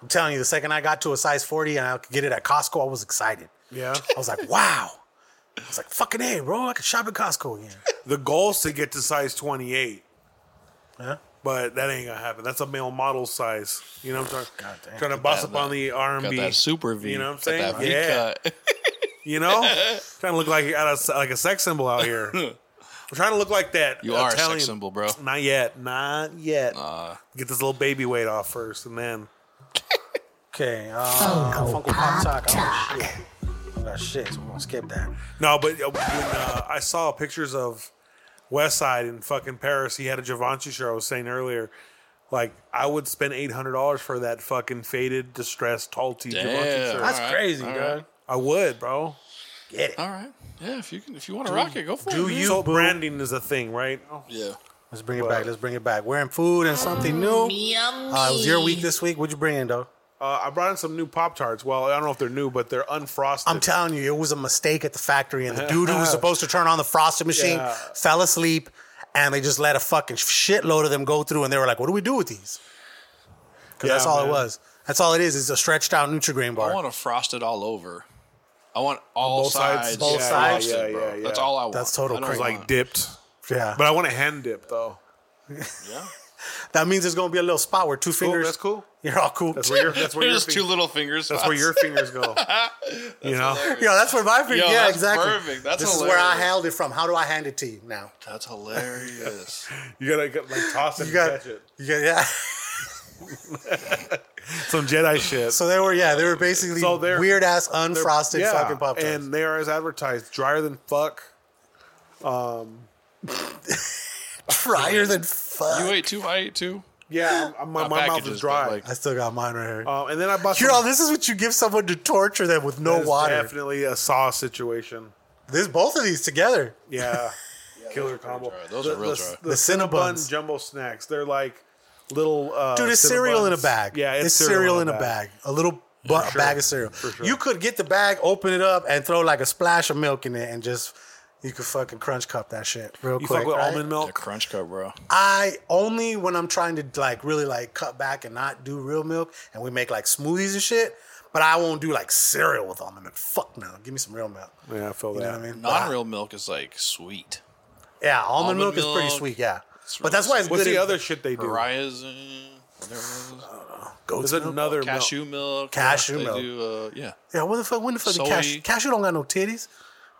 Speaker 3: I'm telling you, the second I got to a size 40 and I could get it at Costco, I was excited.
Speaker 4: yeah.
Speaker 3: I was like, wow. I was like, fucking hey, bro, I could shop at Costco again.
Speaker 4: the goal's to get to size 28,
Speaker 3: Yeah.
Speaker 4: but that ain't gonna happen. That's a male model size. You know what I'm talking?
Speaker 3: God damn.
Speaker 4: Trying to boss
Speaker 5: Got
Speaker 4: up on
Speaker 5: that-
Speaker 4: the
Speaker 5: Got
Speaker 4: R&B.
Speaker 5: that super V.
Speaker 4: You know what I'm
Speaker 5: Got
Speaker 4: saying?
Speaker 5: That V
Speaker 4: Yeah.
Speaker 5: cut.
Speaker 4: You know, trying to look like you're out of, like a sex symbol out here. We're trying to look like that.
Speaker 5: You are a
Speaker 4: Italian-
Speaker 5: sex symbol, bro.
Speaker 4: Not yet. Not yet. Get this little baby weight off first, and then
Speaker 3: Okay. Uh, Funko Pop Talk. Oh, shit. I got shit, so we're going to skip that.
Speaker 4: no. But uh, when uh, I saw pictures of West Side in fucking Paris, he had a Givenchy shirt. I was saying earlier. Like I would spend eight hundred dollars for that fucking faded, distressed, tall tee Givenchy
Speaker 5: Damn.
Speaker 4: shirt.
Speaker 3: That's
Speaker 5: All right,
Speaker 3: crazy,
Speaker 5: all
Speaker 3: dog.
Speaker 5: right.
Speaker 4: I would, bro.
Speaker 3: Get it.
Speaker 5: All right. Yeah, if you can, if you want to rock it, go for it. man.
Speaker 4: So branding is a thing, right? Uh,
Speaker 5: Yeah.
Speaker 3: Let's bring it back. Let's bring it back. We're in food and something new. Uh, it was your week this week. What'd you bring in, though?
Speaker 4: Uh, I brought in some new Pop Tarts. Well, I don't know if they're new, but they're unfrosted.
Speaker 3: I'm telling you, it was a mistake at the factory, and the dude who was supposed to turn on the frosted machine
Speaker 4: Yeah.
Speaker 3: fell asleep, and they just let a fucking shitload of them go through, and they were like, "What do we do with these?" Because
Speaker 4: Yeah,
Speaker 3: that's all
Speaker 4: man.
Speaker 3: it was. That's all it is. Is a stretched out Nutrigrain bar.
Speaker 5: I want to frost it all over. I want all
Speaker 4: both sides?
Speaker 5: sides.
Speaker 3: Both
Speaker 5: frosted,
Speaker 3: sides?
Speaker 4: Yeah, yeah,
Speaker 5: bro.
Speaker 4: yeah, yeah.
Speaker 5: That's all I want.
Speaker 3: That's total
Speaker 5: I don't
Speaker 3: crazy.
Speaker 5: want-
Speaker 4: like dipped,
Speaker 3: yeah,
Speaker 4: but I want a hand dip though.
Speaker 5: yeah.
Speaker 3: that means there's gonna be a little spot where two
Speaker 4: Cool,
Speaker 3: fingers.
Speaker 4: that's cool.
Speaker 3: You're all cool.
Speaker 4: That's where your that's where your
Speaker 5: There's two
Speaker 4: fingers,
Speaker 5: little fingers.
Speaker 4: that's where your fingers go. you know,
Speaker 3: Yo, that's where my finger.
Speaker 5: Yo,
Speaker 3: yeah,
Speaker 5: that's
Speaker 3: exactly.
Speaker 5: perfect. That's
Speaker 3: this is where I
Speaker 5: hilarious.
Speaker 3: held it from. How do I hand it to you now?
Speaker 5: That's hilarious.
Speaker 4: you gotta get, like toss it,
Speaker 3: You
Speaker 4: and
Speaker 3: got.
Speaker 4: catch it.
Speaker 3: You got. Yeah.
Speaker 4: Some Jedi shit.
Speaker 3: So they were. Yeah, they were basically
Speaker 4: So they're-
Speaker 3: weird ass unfrosted
Speaker 4: Yeah,
Speaker 3: fucking pop tarts.
Speaker 4: and they are as advertised, drier than fuck.
Speaker 3: Frier than fuck.
Speaker 5: You ate two. I ate two.
Speaker 4: Yeah, I'm- my,
Speaker 5: Not
Speaker 4: my mouth
Speaker 5: packages,
Speaker 4: is dry.
Speaker 5: but, like-
Speaker 3: I still got mine right here.
Speaker 4: Uh, and then I bought
Speaker 3: You're all,
Speaker 4: some,
Speaker 3: this is what you give someone to torture them with no
Speaker 4: It's
Speaker 3: water.
Speaker 4: Definitely a sauce situation.
Speaker 3: This both of these together.
Speaker 4: Yeah, killer combo.
Speaker 5: dry. Those are real
Speaker 4: the,
Speaker 5: dry.
Speaker 4: The,
Speaker 3: The Cinnabons.
Speaker 4: Cinnabon jumbo snacks. They're like little uh,
Speaker 3: Dude, it's cereal in a
Speaker 4: Cinnabuns.
Speaker 3: bag.
Speaker 4: Yeah,
Speaker 3: it's, cereal in a bag. A little bu- a
Speaker 4: sure.
Speaker 3: bag of cereal.
Speaker 4: For sure.
Speaker 3: You could get the bag, open it up, and throw like a splash of milk in it, and just you could fucking crunch cup that shit real
Speaker 4: You
Speaker 3: quick.
Speaker 4: fuck with
Speaker 3: right?
Speaker 4: almond
Speaker 5: The
Speaker 4: milk.
Speaker 5: crunch cup, bro.
Speaker 3: I only when I'm trying to like really like cut back and not do real milk, and we make like smoothies and shit. But I won't do like cereal with almond milk. Fuck no, give me some real milk.
Speaker 4: Yeah, I feel
Speaker 3: You
Speaker 4: that.
Speaker 3: know what I mean? But I-
Speaker 5: Non-real milk is like sweet.
Speaker 3: Yeah, almond,
Speaker 5: Almond
Speaker 3: milk, is pretty
Speaker 5: milk.
Speaker 3: sweet. Yeah,
Speaker 5: It's
Speaker 3: but that's why it's
Speaker 5: really
Speaker 4: What's
Speaker 3: good.
Speaker 4: the
Speaker 3: in-
Speaker 4: other shit they do?
Speaker 5: Mariah's. uh, whatever it was.
Speaker 3: goat's
Speaker 4: There's
Speaker 3: milk?
Speaker 4: another milk.
Speaker 5: Cashew milk.
Speaker 3: Cashew
Speaker 5: they
Speaker 3: milk.
Speaker 5: Do, uh, yeah.
Speaker 3: Yeah, when the fuck? When the fuck?
Speaker 5: Soy.
Speaker 3: Cashew, cashew don't got no titties.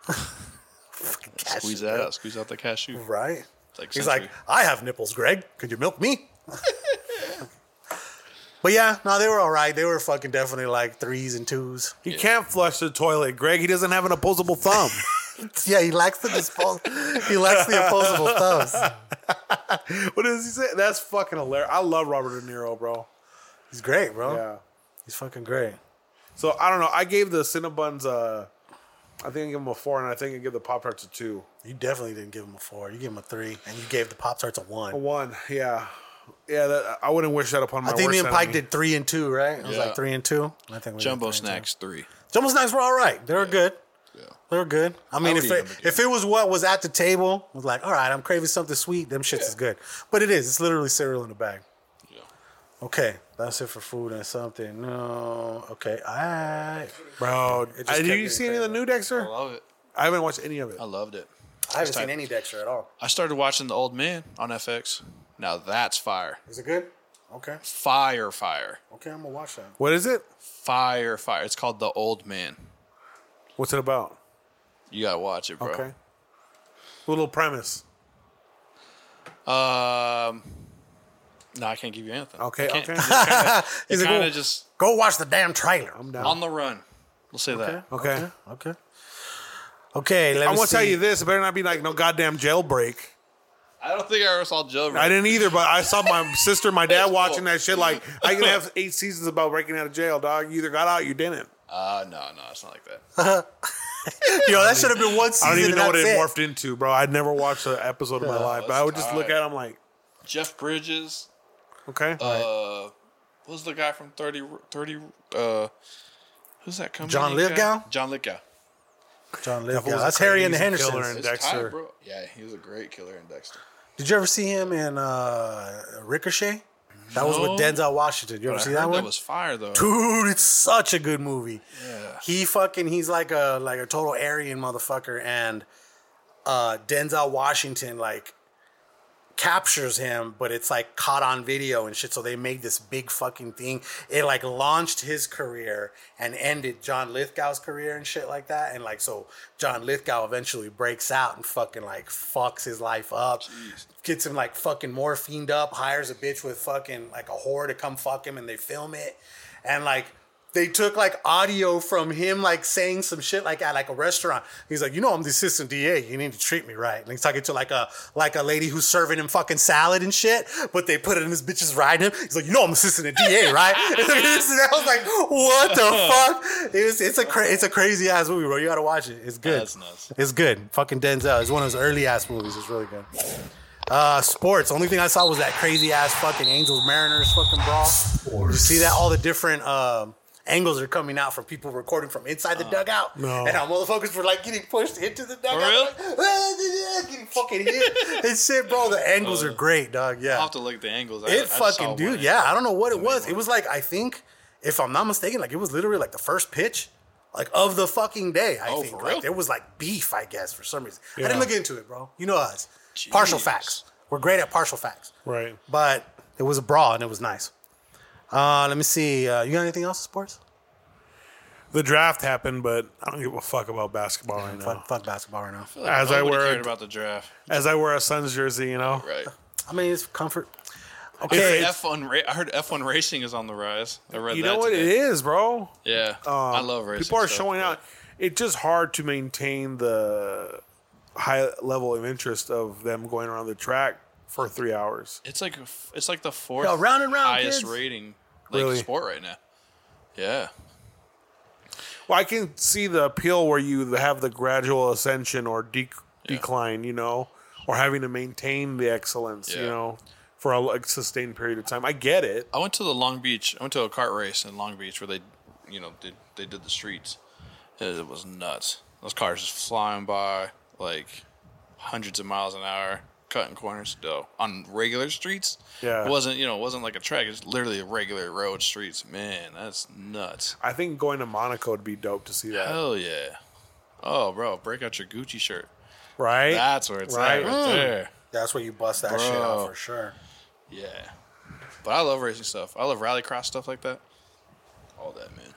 Speaker 3: Fucking cashew
Speaker 5: Squeeze that
Speaker 3: milk.
Speaker 5: out. Squeeze out the cashew.
Speaker 3: Right.
Speaker 5: It's like
Speaker 3: He's
Speaker 5: century.
Speaker 3: like, I have nipples, Greg. Could you milk me? but yeah, no, they were all right. They were fucking definitely like threes and twos.
Speaker 4: He can't flush the toilet, Greg. He doesn't have an opposable thumb.
Speaker 3: Yeah, he likes the dispos- he likes the opposable thumbs.
Speaker 4: what does he say? That's fucking hilarious. I love Robert De Niro, bro.
Speaker 3: He's great, bro.
Speaker 4: Yeah.
Speaker 3: He's fucking great.
Speaker 4: So I don't know. I gave the Cinnabuns uh I think I give them a four, and I think I give the Pop Tarts a two.
Speaker 3: You definitely didn't give him a four. You gave him a three, and you gave the Pop Tarts a one.
Speaker 4: A one, yeah, yeah. That, I wouldn't wish that upon Oh,
Speaker 3: I
Speaker 4: my.
Speaker 3: think me
Speaker 4: worst
Speaker 3: and Pike
Speaker 4: enemy.
Speaker 3: did three and two, right? It was
Speaker 5: Yeah.
Speaker 3: like three and two. I think we did
Speaker 5: jumbo
Speaker 3: three and two.
Speaker 5: snacks three.
Speaker 3: Jumbo snacks were all right. They were good.
Speaker 5: Yeah.
Speaker 3: They were good. I mean, if
Speaker 5: would eat
Speaker 3: it,
Speaker 5: them again.
Speaker 3: if it was what was at the table, I was like, all right, I'm craving something sweet. Them shits is good. But it is. It's literally cereal in a bag.
Speaker 5: Yeah.
Speaker 3: Okay, that's it for food and something. No, okay, all right.
Speaker 4: bro.
Speaker 3: just
Speaker 4: uh,
Speaker 3: kept
Speaker 4: Did you
Speaker 3: getting
Speaker 4: see any of the new
Speaker 5: I
Speaker 4: Dexter?
Speaker 5: love it.
Speaker 4: I haven't watched any of it.
Speaker 5: I loved it.
Speaker 3: I haven't
Speaker 5: This
Speaker 3: seen
Speaker 5: time-
Speaker 3: any Dexter at all.
Speaker 5: I started watching The Old Man on FX. Now that's fire.
Speaker 3: Is it good? Okay,
Speaker 5: Fire, fire.
Speaker 3: okay, I'm gonna watch that.
Speaker 4: What is it?
Speaker 5: Fire, fire. It's called The Old Man.
Speaker 4: What's it about?
Speaker 5: You gotta watch it, bro.
Speaker 4: Okay. Little premise.
Speaker 5: Um, no, I can't give you anything.
Speaker 4: Okay,
Speaker 5: I can't.
Speaker 4: okay.
Speaker 3: He's
Speaker 5: It's
Speaker 3: like,
Speaker 5: kind
Speaker 3: go,
Speaker 5: of just
Speaker 3: go watch the damn trailer. I'm down.
Speaker 5: on the run. We'll say that.
Speaker 4: Okay.
Speaker 3: Okay, okay. Let
Speaker 4: I
Speaker 3: me
Speaker 4: want to tell
Speaker 3: see.
Speaker 4: you this. It better not be like no goddamn jailbreak.
Speaker 5: I don't think I ever saw Joe.
Speaker 4: I didn't either, but I saw my sister, and my dad
Speaker 5: That's
Speaker 4: watching
Speaker 5: cool.
Speaker 4: that shit. Like I can have eight seasons about breaking out of jail, dog. You either got out, or you didn't.
Speaker 5: Uh, no, no, it's not like that.
Speaker 3: Yo, that should have been one season.
Speaker 4: I don't even
Speaker 3: and
Speaker 4: know what it
Speaker 3: that's
Speaker 4: morphed into, bro. I'd never watched an episode of my life, but I would just
Speaker 5: All
Speaker 4: look
Speaker 5: right.
Speaker 4: at him like,
Speaker 5: Jeff Bridges.
Speaker 4: okay,
Speaker 5: Uh, who's the guy from 30, 30 uh, who's that company?
Speaker 3: John
Speaker 5: guy?
Speaker 3: Lithgow?
Speaker 5: John Lithgow.
Speaker 3: John Lithgow.
Speaker 4: was a
Speaker 3: That's Harry and the
Speaker 4: crazy killer
Speaker 3: Hendersons.
Speaker 4: and-
Speaker 5: It's tied,
Speaker 4: Dexter.
Speaker 5: bro. Yeah, he was a great killer in Dexter.
Speaker 3: Did you ever see him in uh, Ricochet? That was with
Speaker 5: No.
Speaker 3: Denzel Washington. You ever
Speaker 5: I
Speaker 3: see
Speaker 5: heard
Speaker 3: that one?
Speaker 5: was fire though.
Speaker 3: Dude, it's such a good movie.
Speaker 5: Yeah.
Speaker 3: He fucking he's like a like a total Aryan motherfucker, and uh, Denzel Washington like captures him, but it's like caught on video and shit. So they make this big fucking thing. It like launched his career and ended John Lithgow's career and shit like that. And like so, John Lithgow eventually breaks out and fucking like fucks his life up, gets him like fucking morphined up, hires a bitch with fucking like a whore to come fuck him, and they film it, and like they took like audio from him like saying some shit like at like a restaurant. He's like, you know, I'm the assistant DA. You need to treat me right. And he's talking to like a like a lady who's serving him fucking salad and shit. But they put it in this bitch's ride him. He's like, you know, I'm assistant to DA, right? and I was like, what the fuck? It's it's a cra- it's a crazy ass movie, bro. You gotta watch it. It's good.
Speaker 5: That's nuts.
Speaker 3: It's good. Fucking Denzel. It's one of those early ass movies. It's really good. Uh, sports. Only thing I saw was that crazy ass fucking Angels Mariners fucking brawl. You see that? All the different um, angles are coming out from people recording from inside the dugout.
Speaker 4: no.
Speaker 3: And our motherfuckers were like getting pushed into the dugout.
Speaker 5: real?
Speaker 3: Like, "Ah, getting fucking hit. and shit, bro. The angles are great, dog. Yeah.
Speaker 5: Uh, I'll have to look at the angles. I- I
Speaker 3: It
Speaker 5: just saw
Speaker 3: fucking
Speaker 5: one
Speaker 3: dude,
Speaker 5: in-
Speaker 3: yeah. I don't know what it
Speaker 5: the
Speaker 3: was.
Speaker 5: main
Speaker 3: It
Speaker 5: one.
Speaker 3: was like I think, if I'm not mistaken, like it was literally like the first pitch, like of the fucking day. I
Speaker 5: Oh,
Speaker 3: think
Speaker 5: for
Speaker 3: like
Speaker 5: real?
Speaker 3: there was like beef, I guess, for some reason. I
Speaker 4: Yeah.
Speaker 3: didn't look into it, bro. You know us, partial
Speaker 5: Jeez.
Speaker 3: facts. We're great at partial facts,
Speaker 4: right?
Speaker 3: but it was a brawl and it was nice. Uh, let me see. Uh, you got anything else in sports?
Speaker 4: The draft happened, but I don't give a fuck about basketball right now.
Speaker 3: Fuck, fuck basketball right now.
Speaker 4: As I
Speaker 5: Nobody
Speaker 4: wear
Speaker 5: cared about the draft,
Speaker 4: as I wear a Suns jersey, you know.
Speaker 5: right?
Speaker 3: I mean, it's comfort.
Speaker 5: Hey,
Speaker 3: Okay,
Speaker 5: F one. Ra- I heard F one racing is on the rise. I read
Speaker 4: You
Speaker 5: that
Speaker 4: know what
Speaker 5: today.
Speaker 4: it is, bro.
Speaker 5: Yeah, I love racing.
Speaker 4: People are
Speaker 5: stuff,
Speaker 4: showing
Speaker 5: but
Speaker 4: out. It's just hard to maintain the high level of interest of them going around the track for three hours.
Speaker 5: It's like it's like the fourth
Speaker 4: Yo, round and round,
Speaker 5: highest
Speaker 4: kids.
Speaker 5: rating like
Speaker 4: Really?
Speaker 5: sport right now. Yeah.
Speaker 4: Well, I can see the appeal where you have the gradual ascension or dec decline, you know, or having to maintain the excellence, you
Speaker 5: Yeah.
Speaker 4: know, for a like, sustained period of time. I get it.
Speaker 5: I went to the Long Beach. I went to a kart race in Long Beach where they, you know, did they did the streets. It was nuts. Those cars just flying by like hundreds of miles an hour, cutting corners. No, on regular streets.
Speaker 4: Yeah.
Speaker 5: it wasn't you know it wasn't like a track. It's literally regular road streets. Man, that's nuts.
Speaker 4: I think going to Monaco would be dope to see that,
Speaker 5: Hell yeah. Oh, bro, break out your Gucci shirt.
Speaker 4: right?
Speaker 5: That's where it's
Speaker 4: Right.
Speaker 5: at right
Speaker 4: Mm.
Speaker 5: there.
Speaker 3: That's where you bust that shit
Speaker 5: Bro.
Speaker 3: out for sure.
Speaker 5: Yeah. But I love racing stuff. I love rallycross stuff like that. All that, man.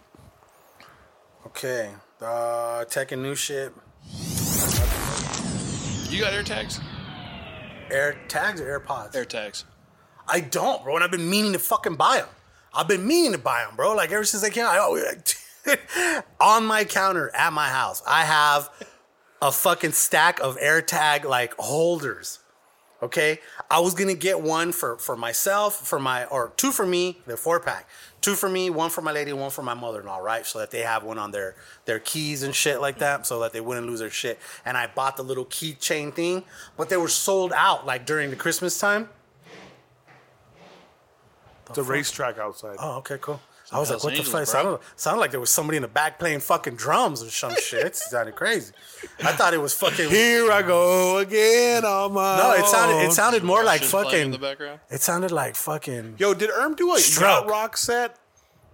Speaker 3: Okay, uh, tech and new shit.
Speaker 5: You got air tags?
Speaker 3: Air tags or AirPods?
Speaker 5: Air tags.
Speaker 3: I don't, bro. And I've been meaning to fucking buy them. I've been meaning to buy them, bro. Like ever since they came out, I always, like, on my counter at my house, I have a fucking stack of AirTag like holders. Okay, I was gonna get one for for myself, for my or two for me, the four pack, two for me, one for my lady, one for my mother in law, right? So that they have one on their their keys and shit like that, so that they wouldn't lose their shit. And I bought the little keychain thing, but they were sold out like during the Christmas time.
Speaker 4: It's a racetrack outside.
Speaker 3: Oh, okay, cool. I was like,
Speaker 5: Hells
Speaker 3: what the
Speaker 5: Angels,
Speaker 3: fuck?
Speaker 5: bro.
Speaker 3: Sounded, sounded like there was somebody in the back playing fucking drums or some shit. It sounded crazy. I thought it was fucking.
Speaker 4: Here I go again on my
Speaker 3: No, it sounded
Speaker 4: own.
Speaker 3: it sounded more like
Speaker 5: Shit playing in
Speaker 3: fucking.
Speaker 5: the background.
Speaker 3: It sounded like fucking.
Speaker 4: Yo, did Erm do a
Speaker 3: Stroke.
Speaker 4: yacht rock set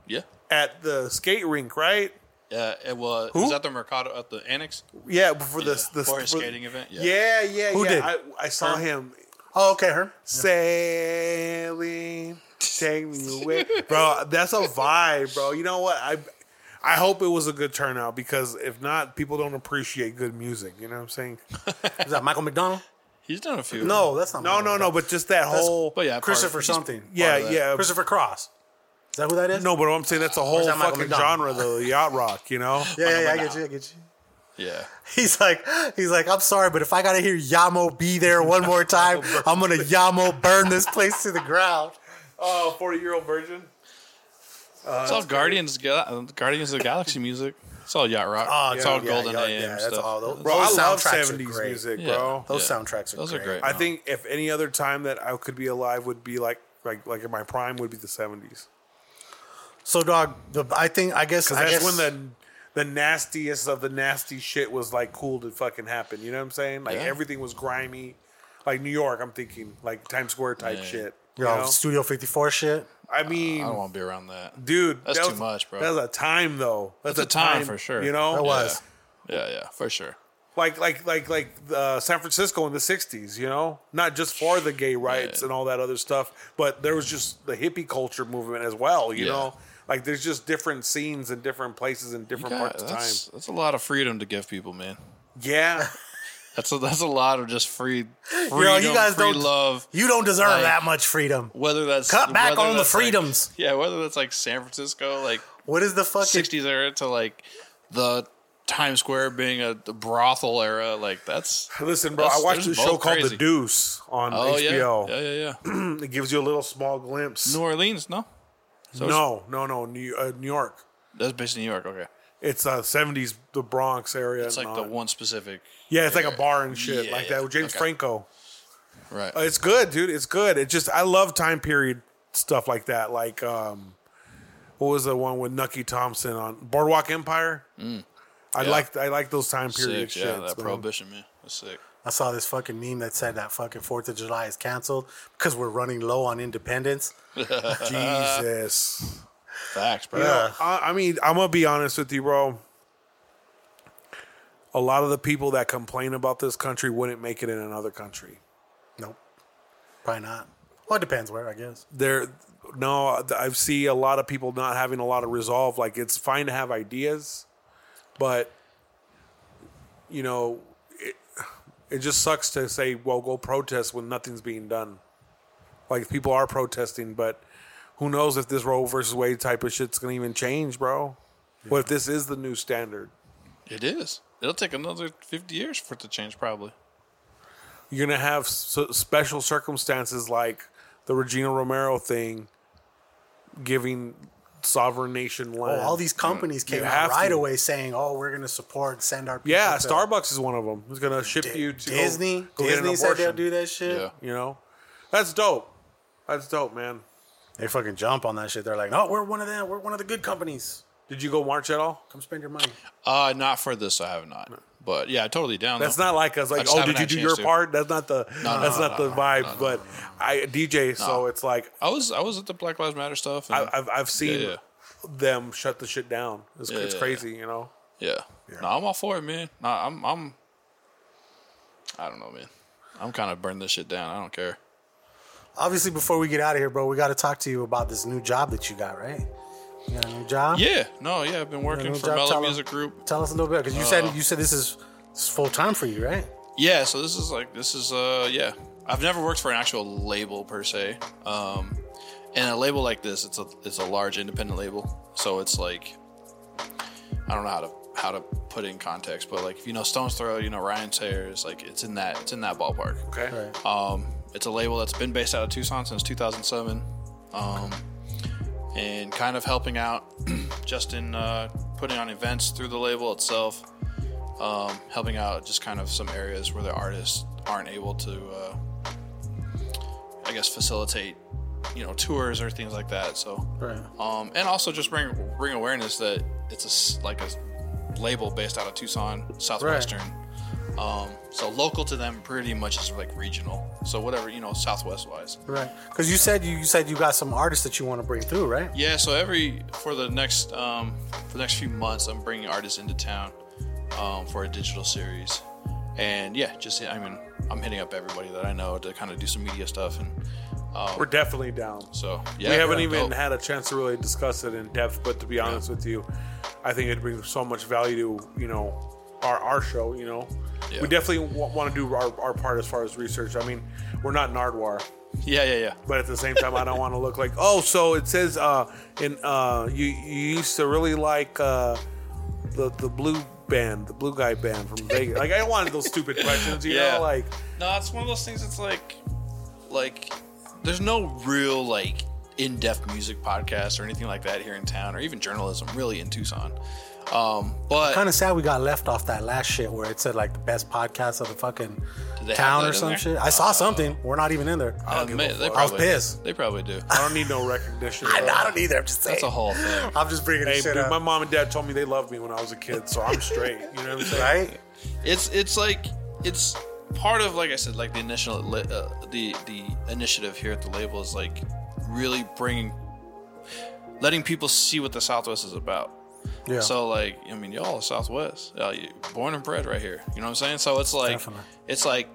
Speaker 5: Yeah.
Speaker 4: at the skate rink? Right?
Speaker 5: Yeah, it was.
Speaker 4: Who?
Speaker 5: Was that the Mercado at the Annex?
Speaker 4: Yeah, for the
Speaker 5: Yeah,
Speaker 4: the
Speaker 5: for a
Speaker 4: for-
Speaker 5: skating event. Yeah.
Speaker 4: Yeah, yeah,
Speaker 3: Who
Speaker 4: yeah.
Speaker 3: did?
Speaker 4: I, I saw him
Speaker 3: Oh, okay, her.
Speaker 4: sailing, take me away, bro. That's a vibe, bro. You know what? I I hope it was a good turnout because if not, people don't appreciate good music. You know what I'm saying?
Speaker 3: Is that Michael McDonald?
Speaker 5: He's done a few.
Speaker 3: No, that's not.
Speaker 4: No,
Speaker 3: Michael
Speaker 4: no, no.
Speaker 3: McDonald.
Speaker 4: But just that whole
Speaker 5: But yeah, part-
Speaker 3: Christopher
Speaker 5: he's-
Speaker 3: something.
Speaker 4: yeah,
Speaker 5: of that.
Speaker 4: yeah.
Speaker 3: Christopher Cross. Is that who that is?
Speaker 4: No, but I'm saying that's a whole
Speaker 3: that Michael
Speaker 4: fucking genre,
Speaker 3: McDonald?
Speaker 4: though. Yacht rock, you know.
Speaker 3: Yeah, yeah, yeah, I get you. I get you.
Speaker 5: Yeah.
Speaker 3: He's like, he's like, I'm sorry, but if I gotta hear Yamo be there one more time, I'm gonna Yamo burn this place to the ground.
Speaker 4: Oh, 40 year old virgin.
Speaker 5: it's all Guardians, Gal- Guardians of the Galaxy music. It's all yacht rock.
Speaker 3: Oh,
Speaker 5: it's
Speaker 3: yeah,
Speaker 5: all
Speaker 3: yeah,
Speaker 5: Golden
Speaker 3: yeah,
Speaker 5: AM
Speaker 3: yeah, that's
Speaker 5: stuff.
Speaker 3: all those-
Speaker 4: Bro, I love
Speaker 3: soundtracks are
Speaker 4: 70s
Speaker 3: great.
Speaker 4: music,
Speaker 5: Yeah.
Speaker 4: bro.
Speaker 3: Those
Speaker 5: Yeah.
Speaker 3: soundtracks are
Speaker 5: Those are
Speaker 3: great.
Speaker 5: great.
Speaker 4: I
Speaker 5: No.
Speaker 4: think if any other time that I could be alive would be like like like in my prime would be the 70s.
Speaker 3: So, dog, the, I think I guess I
Speaker 4: That's
Speaker 3: guess,
Speaker 4: when the the nastiest of the nasty shit was like cool to fucking happen. You know what I'm saying? Like
Speaker 5: Yeah.
Speaker 4: everything was grimy. Like New York, I'm thinking like Times Square type
Speaker 5: Yeah.
Speaker 4: shit. You
Speaker 3: yo,
Speaker 4: know?
Speaker 3: Studio Fifty Four shit.
Speaker 4: I mean,
Speaker 5: I don't want to be around that.
Speaker 4: dude,
Speaker 5: That's
Speaker 4: that
Speaker 5: too
Speaker 4: was-
Speaker 5: much, bro.
Speaker 4: That was a time though. That's,
Speaker 5: That's
Speaker 4: a
Speaker 5: a time
Speaker 4: time,
Speaker 5: for sure.
Speaker 4: You know,
Speaker 3: That was
Speaker 5: Yeah, yeah, for sure.
Speaker 4: like like like like uh, San Francisco in the '60s. You know, not just for the gay rights and all that other stuff, but there was just the hippie culture movement as well. You
Speaker 5: Yeah.
Speaker 4: know, like there's just different scenes and different places and
Speaker 5: You
Speaker 4: different
Speaker 5: got-
Speaker 4: parts of time.
Speaker 5: that's, that's a lot of freedom to give people, man.
Speaker 4: Yeah.
Speaker 5: That's a, that's a lot of just free, freedom,
Speaker 3: Yo, you guys
Speaker 5: free
Speaker 3: don't
Speaker 5: love.
Speaker 3: You don't deserve
Speaker 5: Like-
Speaker 3: that much freedom.
Speaker 5: Whether that's
Speaker 3: Cut back
Speaker 5: whether
Speaker 3: on the
Speaker 5: that's like-
Speaker 3: freedoms.
Speaker 5: yeah, whether that's like San Francisco, like
Speaker 3: What is the fucking?
Speaker 5: '60s era to like the Times Square being a the brothel era, like that's
Speaker 4: Listen, bro,
Speaker 5: That's-
Speaker 4: I watched
Speaker 5: they're
Speaker 4: this
Speaker 5: both
Speaker 4: show called
Speaker 5: crazy.
Speaker 4: The Deuce on
Speaker 5: oh yeah,
Speaker 4: HBO.
Speaker 5: yeah, yeah, yeah.
Speaker 4: Mm, It gives you a little small glimpse.
Speaker 5: New Orleans, no, So it's-
Speaker 4: no, no, no, New, uh, New York.
Speaker 5: that's based in New York. Okay,
Speaker 4: It's uh, 70s, the Bronx area.
Speaker 5: it's like
Speaker 4: and
Speaker 5: the
Speaker 4: on.
Speaker 5: one specific,
Speaker 4: Yeah, it's like a bar and shit,
Speaker 5: Yeah,
Speaker 4: like that with James
Speaker 5: okay.
Speaker 4: Franco.
Speaker 5: right?
Speaker 4: Uh, It's good, dude. It's good. It just, I love time period stuff like that. Like, um, what was the one with Nucky Thompson on Boardwalk Empire? I
Speaker 5: Mm. Yeah.
Speaker 4: like I like those time period
Speaker 5: sick,
Speaker 4: shit.
Speaker 5: yeah, that prohibition, man, that's sick.
Speaker 3: I saw this fucking meme that said that fucking Fourth of July is canceled because we're running low on independence.
Speaker 4: Jesus.
Speaker 5: Facts, bro.
Speaker 4: Yeah. I, I mean, I'm gonna be honest with you, bro. A lot of the people that complain about this country wouldn't make it in another country.
Speaker 3: Nope, probably not. Well, it depends where, I guess.
Speaker 4: There, no, I see a lot of people not having a lot of resolve. Like it's fine to have ideas, but you know, it, it just sucks to say, "Well, go protest" when nothing's being done. Like people are protesting, but who knows if this Roe versus Wade type of shit's gonna even change, bro? What if this is the new standard?
Speaker 5: It is. It'll take another 50 years for it to change, probably.
Speaker 4: You're gonna have s special circumstances like the Regina Romero thing, giving sovereign nation land.
Speaker 3: Oh, all these companies
Speaker 4: You
Speaker 3: came
Speaker 4: have
Speaker 3: out right
Speaker 4: to.
Speaker 3: away saying, "Oh, we're going to support, send our people
Speaker 4: Yeah,
Speaker 3: to
Speaker 4: Starbucks is one of them. Who's gonna ship
Speaker 3: Di-
Speaker 4: you to
Speaker 3: Disney."
Speaker 4: Go get an
Speaker 3: Disney said they'll
Speaker 4: abortion,
Speaker 3: do that shit.
Speaker 5: Yeah.
Speaker 4: You know, that's dope. That's dope, man.
Speaker 3: They fucking jump on that shit. They're like, "No, we're one of them. We're one of the good companies.
Speaker 4: Did you go march at all?
Speaker 3: Come spend your money."
Speaker 5: Uh, not for this, I have not. But yeah, totally down.
Speaker 4: That's
Speaker 5: though.
Speaker 4: not like us.
Speaker 5: I
Speaker 4: Like,
Speaker 5: just
Speaker 4: oh,
Speaker 5: haven't
Speaker 4: did you
Speaker 5: had
Speaker 4: do
Speaker 5: a
Speaker 4: your
Speaker 5: chance to.
Speaker 4: part? That's not the.
Speaker 5: no,
Speaker 4: that's
Speaker 5: no,
Speaker 4: not
Speaker 5: no,
Speaker 4: the vibe. but I DJ, so it's like
Speaker 5: I was I was at the Black Lives Matter stuff. And,
Speaker 4: I, I've I've seen
Speaker 5: yeah.
Speaker 4: them shut the shit down. It's,
Speaker 5: Yeah,
Speaker 4: it's
Speaker 5: yeah,
Speaker 4: crazy, you know.
Speaker 5: yeah. No, I'm all for it, man. No, I'm I'm. I don't know, man. I'm kind of burning this shit down. I don't care.
Speaker 3: Obviously, before we get out of here, bro, we got to talk to you about this new job that you got, right? You got a new job.
Speaker 5: Yeah, no, yeah. I've been working
Speaker 3: new
Speaker 5: for
Speaker 3: job,
Speaker 5: Mellow
Speaker 3: Tyler.
Speaker 5: Music Group.
Speaker 3: Tell us a little bit because you said you said this is full time for you, right?
Speaker 5: Yeah, so this is like this is uh yeah. I've never worked for an actual label per se. Um and a label like this, it's a it's a large independent label. So it's like I don't know how to how to put it in context, but like if you know Stone's Throw, you know Ryan Sayers, like it's in that it's in that ballpark.
Speaker 4: Okay.
Speaker 5: Um, it's a label that's been based out of Tucson since 2007, um, and kind of helping out just in uh, putting on events through the label itself, um, helping out just kind of some areas where the artists aren't able to, uh, I guess, facilitate, you know, tours or things like that. So
Speaker 3: Right.
Speaker 5: um, and also just bring bring awareness that it's a s like a label based out of Tucson, Southwestern. Um, so local to them pretty much is like regional. So whatever you know, Southwest wise.
Speaker 3: Right. Because you said you, you said you got some artists that you want to bring through, right?
Speaker 5: Yeah. So every for the next um, for the next few months, I'm bringing artists into town um, for a digital series, and yeah, just I mean, I'm hitting up everybody that I know to kind of do some media stuff, and
Speaker 4: We're definitely down.
Speaker 5: so yeah,
Speaker 4: we haven't
Speaker 5: yeah,
Speaker 4: even
Speaker 5: dope.
Speaker 4: had a chance to really discuss it in depth, but to be honest with you, I think it brings so much value to you know our our show. You know,
Speaker 5: Yeah.
Speaker 4: we definitely w- want to do our, our part as far as research. I mean, we're not Nardwar,
Speaker 5: yeah, yeah, yeah.
Speaker 4: but at the same time, I don't want to look like oh, so it says uh, in uh, you you used to really like uh, the the blue band, the blue guy band from Vegas. like I don't want those stupid questions. You
Speaker 5: Yeah.
Speaker 4: know, like
Speaker 5: No, it's one of those things that's like, like, there's no real like in-depth music podcast or anything like that here in town, or even journalism really in Tucson. Um, but
Speaker 3: Kind of sad we got left off that last shit where it said like the best podcast of the fucking
Speaker 5: Do they have
Speaker 3: town
Speaker 5: that
Speaker 3: or
Speaker 5: in
Speaker 3: some
Speaker 5: there? Um,
Speaker 3: shit. I saw something. We're not even in there.
Speaker 5: I
Speaker 3: don't give
Speaker 5: admit,
Speaker 3: a
Speaker 5: they
Speaker 3: fuck. I was
Speaker 5: probably
Speaker 3: pissed.
Speaker 5: they probably do.
Speaker 4: I don't need no recognition.
Speaker 3: I, I don't either. I'm just saying.
Speaker 5: That's a whole thing.
Speaker 3: I'm just bringing
Speaker 4: Hey,
Speaker 3: this shit
Speaker 4: dude,
Speaker 3: up.
Speaker 4: my mom and dad told me they loved me when I was a kid, so I'm straight. You know what I'm saying?
Speaker 3: right?
Speaker 5: It's it's like it's part of like I said, like the initial li- uh, the the initiative here at the label is like really bringing, letting people see what the Southwest is about.
Speaker 3: Yeah.
Speaker 5: So like, I mean, y'all are Southwest, uh, you- born and bred right here. You know what I'm saying? So it's like,
Speaker 3: Definitely.
Speaker 5: it's like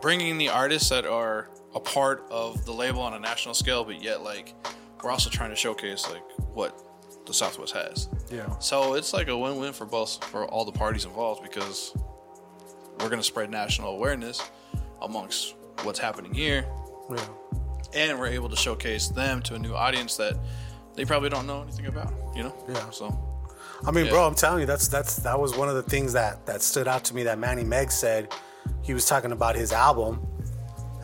Speaker 5: bringing the artists that are a part of the label on a national scale, but yet like we're also trying to showcase like what the Southwest has.
Speaker 3: yeah.
Speaker 5: So it's like a win-win for both for all the parties involved because we're gonna spread national awareness amongst what's happening here,
Speaker 3: Yeah.
Speaker 5: and we're able to showcase them to a new audience that they probably don't know anything about. You know?
Speaker 3: Yeah.
Speaker 5: So.
Speaker 3: I mean,
Speaker 5: Yeah.
Speaker 3: bro, I'm telling you, that's that's that was one of the things that that stood out to me that Manny Meg said. He was talking about his album,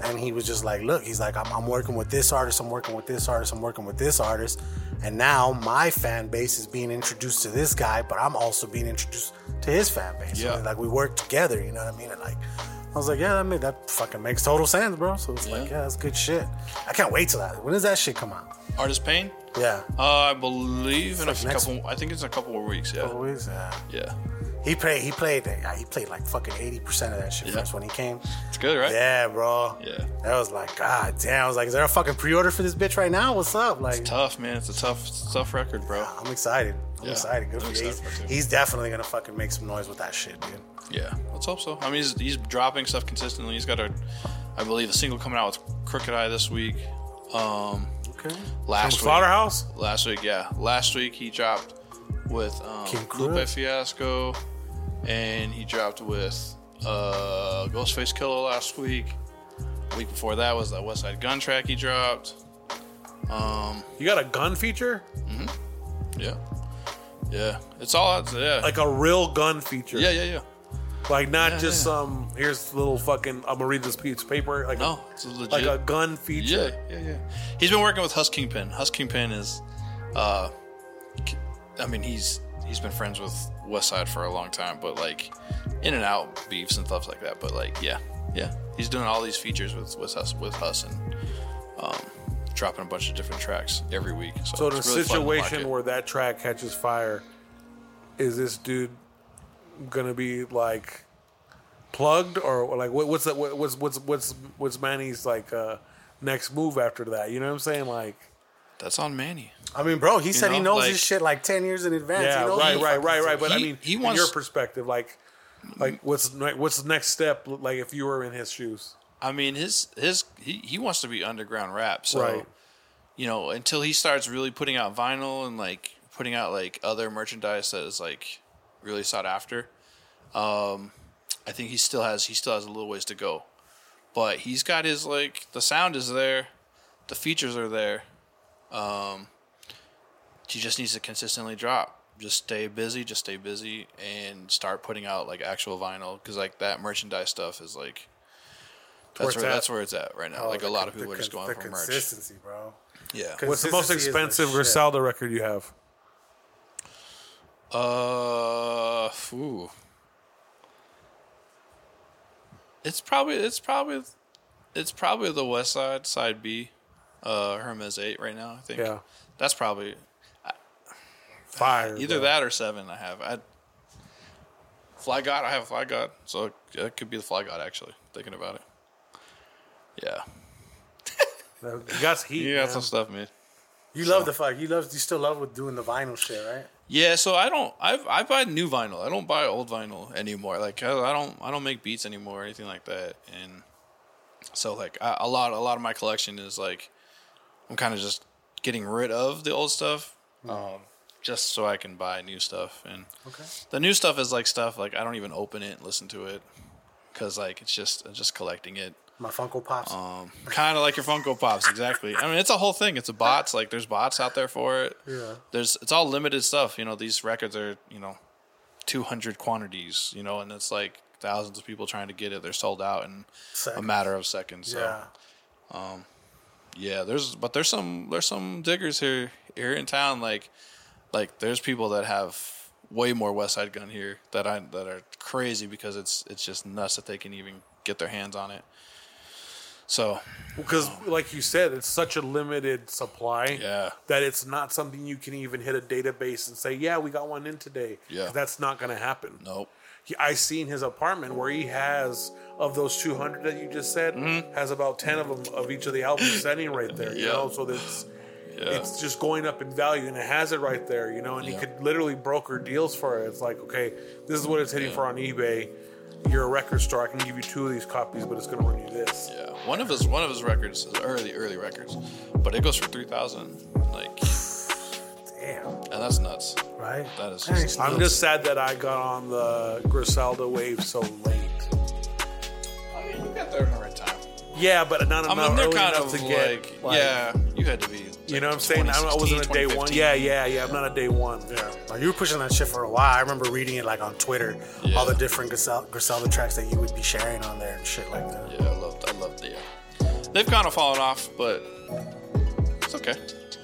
Speaker 3: and he was just like, "Look, he's like, I'm, I'm working with this artist, I'm working with this artist, I'm working with this artist, and now my fan base is being introduced to this guy, but I'm also being introduced to his fan base.
Speaker 5: Yeah.
Speaker 3: And, like we work together, you know what I mean? And like, I was like, yeah, that made, that fucking makes total sense, bro. So it's like,
Speaker 5: Yeah.
Speaker 3: yeah, that's good shit. I can't wait till that. When does that shit come out?
Speaker 5: Artist Pain?
Speaker 3: Yeah.
Speaker 5: Uh, I believe in a
Speaker 3: Like next-
Speaker 5: couple. I think it's in a couple of weeks. Yeah,
Speaker 3: Oh, is that?
Speaker 5: yeah.
Speaker 3: He played. He played. yeah, He played like fucking eighty percent of that shit
Speaker 5: Yeah.
Speaker 3: first when he came.
Speaker 5: It's good, right?
Speaker 3: Yeah, bro.
Speaker 5: Yeah.
Speaker 3: That was like, god damn. I was like, is there a fucking pre-order for this bitch right now? What's up? Like,
Speaker 5: Tough man. It's a tough, it's a tough record, bro.
Speaker 3: I'm excited. I'm
Speaker 5: Yeah.
Speaker 3: excited. Good
Speaker 5: I'm
Speaker 3: for you.
Speaker 5: excited
Speaker 3: He's,
Speaker 5: for it, too.
Speaker 3: he's definitely gonna fucking make some noise with that shit, dude.
Speaker 5: Yeah, let's hope so. I mean, he's, he's dropping stuff consistently. He's got a, I believe, a single coming out with Crooked Eye this week. Um,
Speaker 3: Okay.
Speaker 5: last week,
Speaker 4: Slaughterhouse.
Speaker 5: last week, yeah, last week he dropped with um,
Speaker 3: King Krug.
Speaker 5: Lupe Fiasco, and he dropped with uh, Ghostface Killer last week. Week before that was that West Side Gun track he dropped.
Speaker 4: You got a gun feature?
Speaker 5: Yeah, yeah, it's all out. Yeah,
Speaker 4: Like a real gun feature.
Speaker 5: Yeah, yeah, yeah.
Speaker 4: Like not just some here's little fucking I'm gonna read this piece of paper like
Speaker 5: No, it's
Speaker 4: a,
Speaker 5: legit.
Speaker 4: like a gun feature.
Speaker 5: Yeah, yeah, yeah. He's been working with Hus Kingpin. Hus Kingpin is, uh, I mean, he's he's been friends with Westside for a long time, but like in and out beefs and stuff like that. But like, yeah, yeah, he's doing all these features with with Hus with Hus and um, dropping a bunch of different tracks every week. So,
Speaker 4: So in a
Speaker 5: it's really fun to watch
Speaker 4: situation
Speaker 5: it.
Speaker 4: where that track catches fire, is this dude gonna be like plugged or, or like what, what's that? What, what's what's what's what's Manny's like uh, next move after that? You know what I'm saying? Like
Speaker 5: that's on Manny.
Speaker 3: I mean, bro, he
Speaker 5: You
Speaker 3: said he
Speaker 5: know,
Speaker 3: knows
Speaker 5: like-
Speaker 3: his shit like ten years in advance.
Speaker 4: yeah,
Speaker 3: he knows
Speaker 4: right,
Speaker 3: he
Speaker 4: right,
Speaker 3: fucking
Speaker 4: right, right.
Speaker 3: sucks.
Speaker 4: But I
Speaker 5: He-
Speaker 4: mean,
Speaker 5: he
Speaker 4: in
Speaker 5: wants-
Speaker 4: your perspective, like like what's like, what's the next step? Like if you were in his shoes,
Speaker 5: I mean, his his he, he wants to be underground rap. So,
Speaker 4: Right.
Speaker 5: you know, until he starts really putting out vinyl and like putting out like other merchandise that is like really sought after, um, I think he still has he still has a little ways to go. But he's got his like the sound is there, the features are there. Um, he just needs to consistently drop. Just stay busy, just stay busy, and start putting out like actual vinyl because like that merchandise stuff is like
Speaker 4: where it's
Speaker 5: that's where,
Speaker 4: at.
Speaker 5: that's where it's at right now.
Speaker 3: Oh,
Speaker 5: like a
Speaker 3: the
Speaker 5: lot
Speaker 3: con-
Speaker 5: of people
Speaker 3: the
Speaker 5: are just
Speaker 3: con-
Speaker 5: going for
Speaker 3: the
Speaker 5: merch.
Speaker 3: consistency, bro.
Speaker 5: Yeah.
Speaker 4: what's the most
Speaker 3: Consistency is the
Speaker 4: expensive
Speaker 3: shit.
Speaker 4: Griselda record you have?
Speaker 5: Uh, ooh. It's probably it's probably it's probably the West Side Side B, uh, Hermes Eight right now. I think.
Speaker 4: Yeah,
Speaker 5: That's probably
Speaker 4: fire.
Speaker 5: either
Speaker 4: bro.
Speaker 5: that or seven. I have I. Fly God, I have Fly God, so it, it could be the Fly God. Actually, thinking about it. Yeah,
Speaker 4: You got heat.
Speaker 5: you got
Speaker 4: man.
Speaker 5: some stuff, man.
Speaker 3: You love the fuck. You love. You still love with doing the vinyl shit, right?
Speaker 5: Yeah, so I don't. I've, I buy new vinyl. I don't buy old vinyl anymore. Like I, I don't. I don't make beats anymore or anything like that. And so like I, a lot. A lot of my collection is like I'm kind of just getting rid of the old stuff, um, just so I can buy new stuff. And the new stuff is like stuff like I don't even open it, and listen to it, because like it's just I'm just collecting it.
Speaker 3: My Funko Pops.
Speaker 5: Um, kind of like your Funko Pops, exactly. I mean, it's a whole thing. It's a bots. Like, there's bots out there for it.
Speaker 3: Yeah.
Speaker 5: There's it's all limited stuff. You know, these records are you know, 200 quantities. You know, and it's like thousands of people trying to get it. They're sold out in a
Speaker 3: Seconds.
Speaker 5: matter of seconds. So
Speaker 3: yeah.
Speaker 5: yeah. there's but there's some there's some diggers here here in town. Like, like there's people that have way more West Side Gun here that I that are crazy because it's it's just nuts that they can even get their hands on it. So
Speaker 4: because like you said it's such a limited supply
Speaker 5: Yeah.
Speaker 4: that it's not something you can even hit a database and say yeah we got one in today
Speaker 5: Yeah.
Speaker 4: 'Cause that's not going to happen
Speaker 5: nope.
Speaker 4: he, i seen his apartment where he has of those 200 that you just said has about 10 of them of each of the albums standing right there you
Speaker 5: Mm-hmm. Yeah.
Speaker 4: know so that's
Speaker 5: Yeah.
Speaker 4: it's just going up in value and it has it right there you know and he
Speaker 5: Yeah.
Speaker 4: could literally broker deals for it it's like okay this is what it's hitting for on ebay you're a record store i can give you two of these copies but it's going to run you this
Speaker 5: Yeah, one of his one of his records, his early early records, but it goes for three thousand. Like,
Speaker 3: Damn.
Speaker 5: and that's nuts.
Speaker 3: Right.
Speaker 5: That is
Speaker 3: Thanks.
Speaker 5: just-
Speaker 4: I'm just sad that I got on the Griselda wave so late.
Speaker 5: I mean, you got there in the right time.
Speaker 4: Yeah, but not
Speaker 5: I
Speaker 4: enough
Speaker 5: mean, they're
Speaker 4: early
Speaker 5: kind
Speaker 4: enough
Speaker 5: of
Speaker 4: to
Speaker 5: like,
Speaker 4: get. Like,
Speaker 5: yeah, you had to be.
Speaker 4: You know what I'm saying? I wasn't a day one. Yeah, yeah, yeah. I'm not a day one.
Speaker 3: Yeah. Like, you were pushing that shit for a while. I remember reading it like on Twitter,
Speaker 5: Yeah.
Speaker 3: all the different Griselda, Griselda tracks that you would be sharing on there and shit like that.
Speaker 5: Yeah, I loved, I loved the. uh, They've kind of fallen off, but it's okay.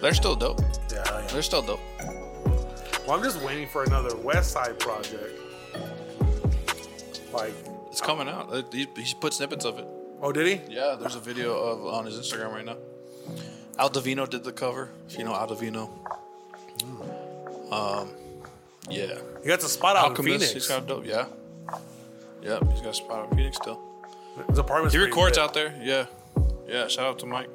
Speaker 5: They're still dope.
Speaker 3: Yeah. hell yeah.
Speaker 5: They're still dope.
Speaker 4: Well, I'm just waiting for another West Side project. Like,
Speaker 5: It's coming out. Uh, He, he put snippets of it.
Speaker 4: oh, did he?
Speaker 5: Yeah, there's a video of on his Instagram right now. Aldovino did the cover. If you know Aldovino. Um, yeah.
Speaker 4: He got the spot out in
Speaker 5: Alchemist, he's
Speaker 4: Phoenix.
Speaker 5: got dope. Yeah. Yeah, he's got a spot in Phoenix still.
Speaker 4: His apartment's
Speaker 5: He
Speaker 4: pretty
Speaker 5: records
Speaker 4: big.
Speaker 5: out there. Yeah. Yeah, shout out to Mike.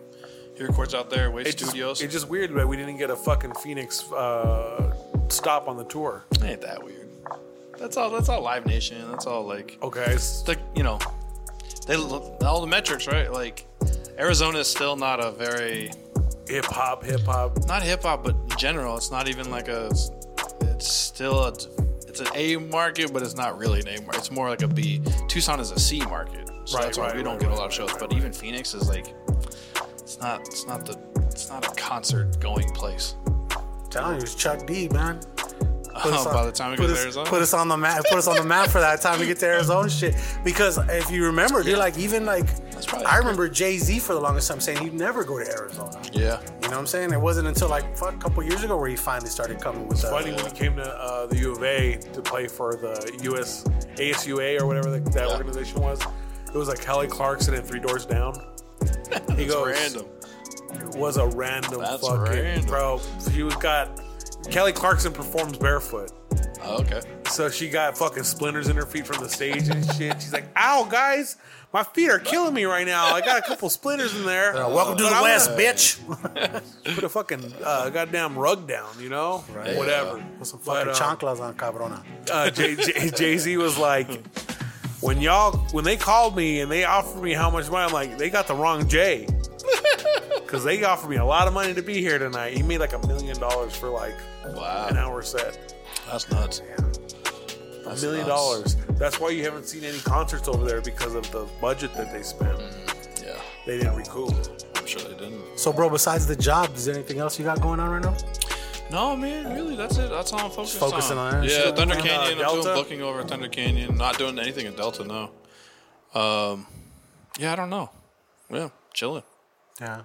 Speaker 5: He records out there, Wave
Speaker 4: It's just-
Speaker 5: Studios.
Speaker 4: it's just weird that we didn't get a fucking Phoenix uh, stop on the tour.
Speaker 5: ain't that weird. That's all that's all Live Nation. That's all like
Speaker 4: Okay. it's-
Speaker 5: like you know, they look all the metrics, right? Like Arizona is still not a very
Speaker 4: Hip hop, hip hop.
Speaker 5: not hip hop, but in general, it's not even like a. It's still a. It's an A market, but it's not really an A market. It's more like a B. Tucson is a C market, so
Speaker 4: Right,
Speaker 5: that's why
Speaker 4: right,
Speaker 5: we don't
Speaker 4: right,
Speaker 5: get a
Speaker 4: right,
Speaker 5: lot of shows. but even Phoenix is like, it's not. It's not the. It's not a concert going place.
Speaker 3: telling you, it's Chuck D, man.
Speaker 11: Put us
Speaker 5: Oh,
Speaker 11: on-
Speaker 5: by the time we
Speaker 11: put
Speaker 5: get to
Speaker 11: us-
Speaker 5: Arizona?
Speaker 11: put us on the map. Put us on the map for that time we get to Arizona shit. Because if you remember, dude, like even like
Speaker 5: probably
Speaker 11: I remember Jay Z for the longest time saying he'd never go to Arizona. You know
Speaker 5: Yeah.
Speaker 11: what I'm saying? It wasn't until like fuck, a couple years ago where he finally started coming with us.
Speaker 4: Funny when he came to uh, the U of A to play for the US ASUA or whatever the, that organization was. It was like Kelly Clarkson and Three Doors Down. He
Speaker 5: It's
Speaker 4: goes
Speaker 5: random.
Speaker 4: It was a random
Speaker 5: That's
Speaker 4: fucking
Speaker 5: random.
Speaker 4: bro. He was got Kelly Clarkson performs barefoot.
Speaker 5: Oh, okay.
Speaker 4: So she got fucking splinters in her feet from the stage and shit. She's like, "Ow, guys, my feet are killing me right now. I got a couple splinters in there."
Speaker 11: Uh, welcome to
Speaker 4: But
Speaker 11: the
Speaker 4: I'm
Speaker 11: West,
Speaker 4: gonna
Speaker 11: bitch.
Speaker 4: Put a fucking uh, goddamn rug down, you know?
Speaker 5: Right.
Speaker 4: Whatever. Put some
Speaker 3: Fucking
Speaker 4: but, um,
Speaker 3: chanclas on cabrona.
Speaker 4: uh, Jay Jay Z was like, when y'all when they called me and they offered me how much money, I'm like, they got the wrong Jay, because they offered me a lot of money to be here tonight. He made like a million dollars for like an
Speaker 5: Wow.
Speaker 4: hour set,
Speaker 5: That's nuts.
Speaker 4: a million dollars. That's why you haven't seen any concerts over there because of the budget that they spent.
Speaker 5: Yeah.
Speaker 4: They didn't recoup.
Speaker 5: I'm sure they didn't.
Speaker 3: So, bro, besides the job, is there anything else you got going on right now?
Speaker 5: No, man, really, that's it. That's all I'm focused
Speaker 3: focusing
Speaker 5: on.
Speaker 3: on that
Speaker 5: yeah,
Speaker 3: shit.
Speaker 5: Thunder
Speaker 4: And, uh,
Speaker 5: Canyon. I'm
Speaker 4: Delta?
Speaker 5: doing booking over at Thunder Canyon. Not doing anything at Delta, no. Um, yeah, I don't know. Yeah, chilling.
Speaker 3: Yeah.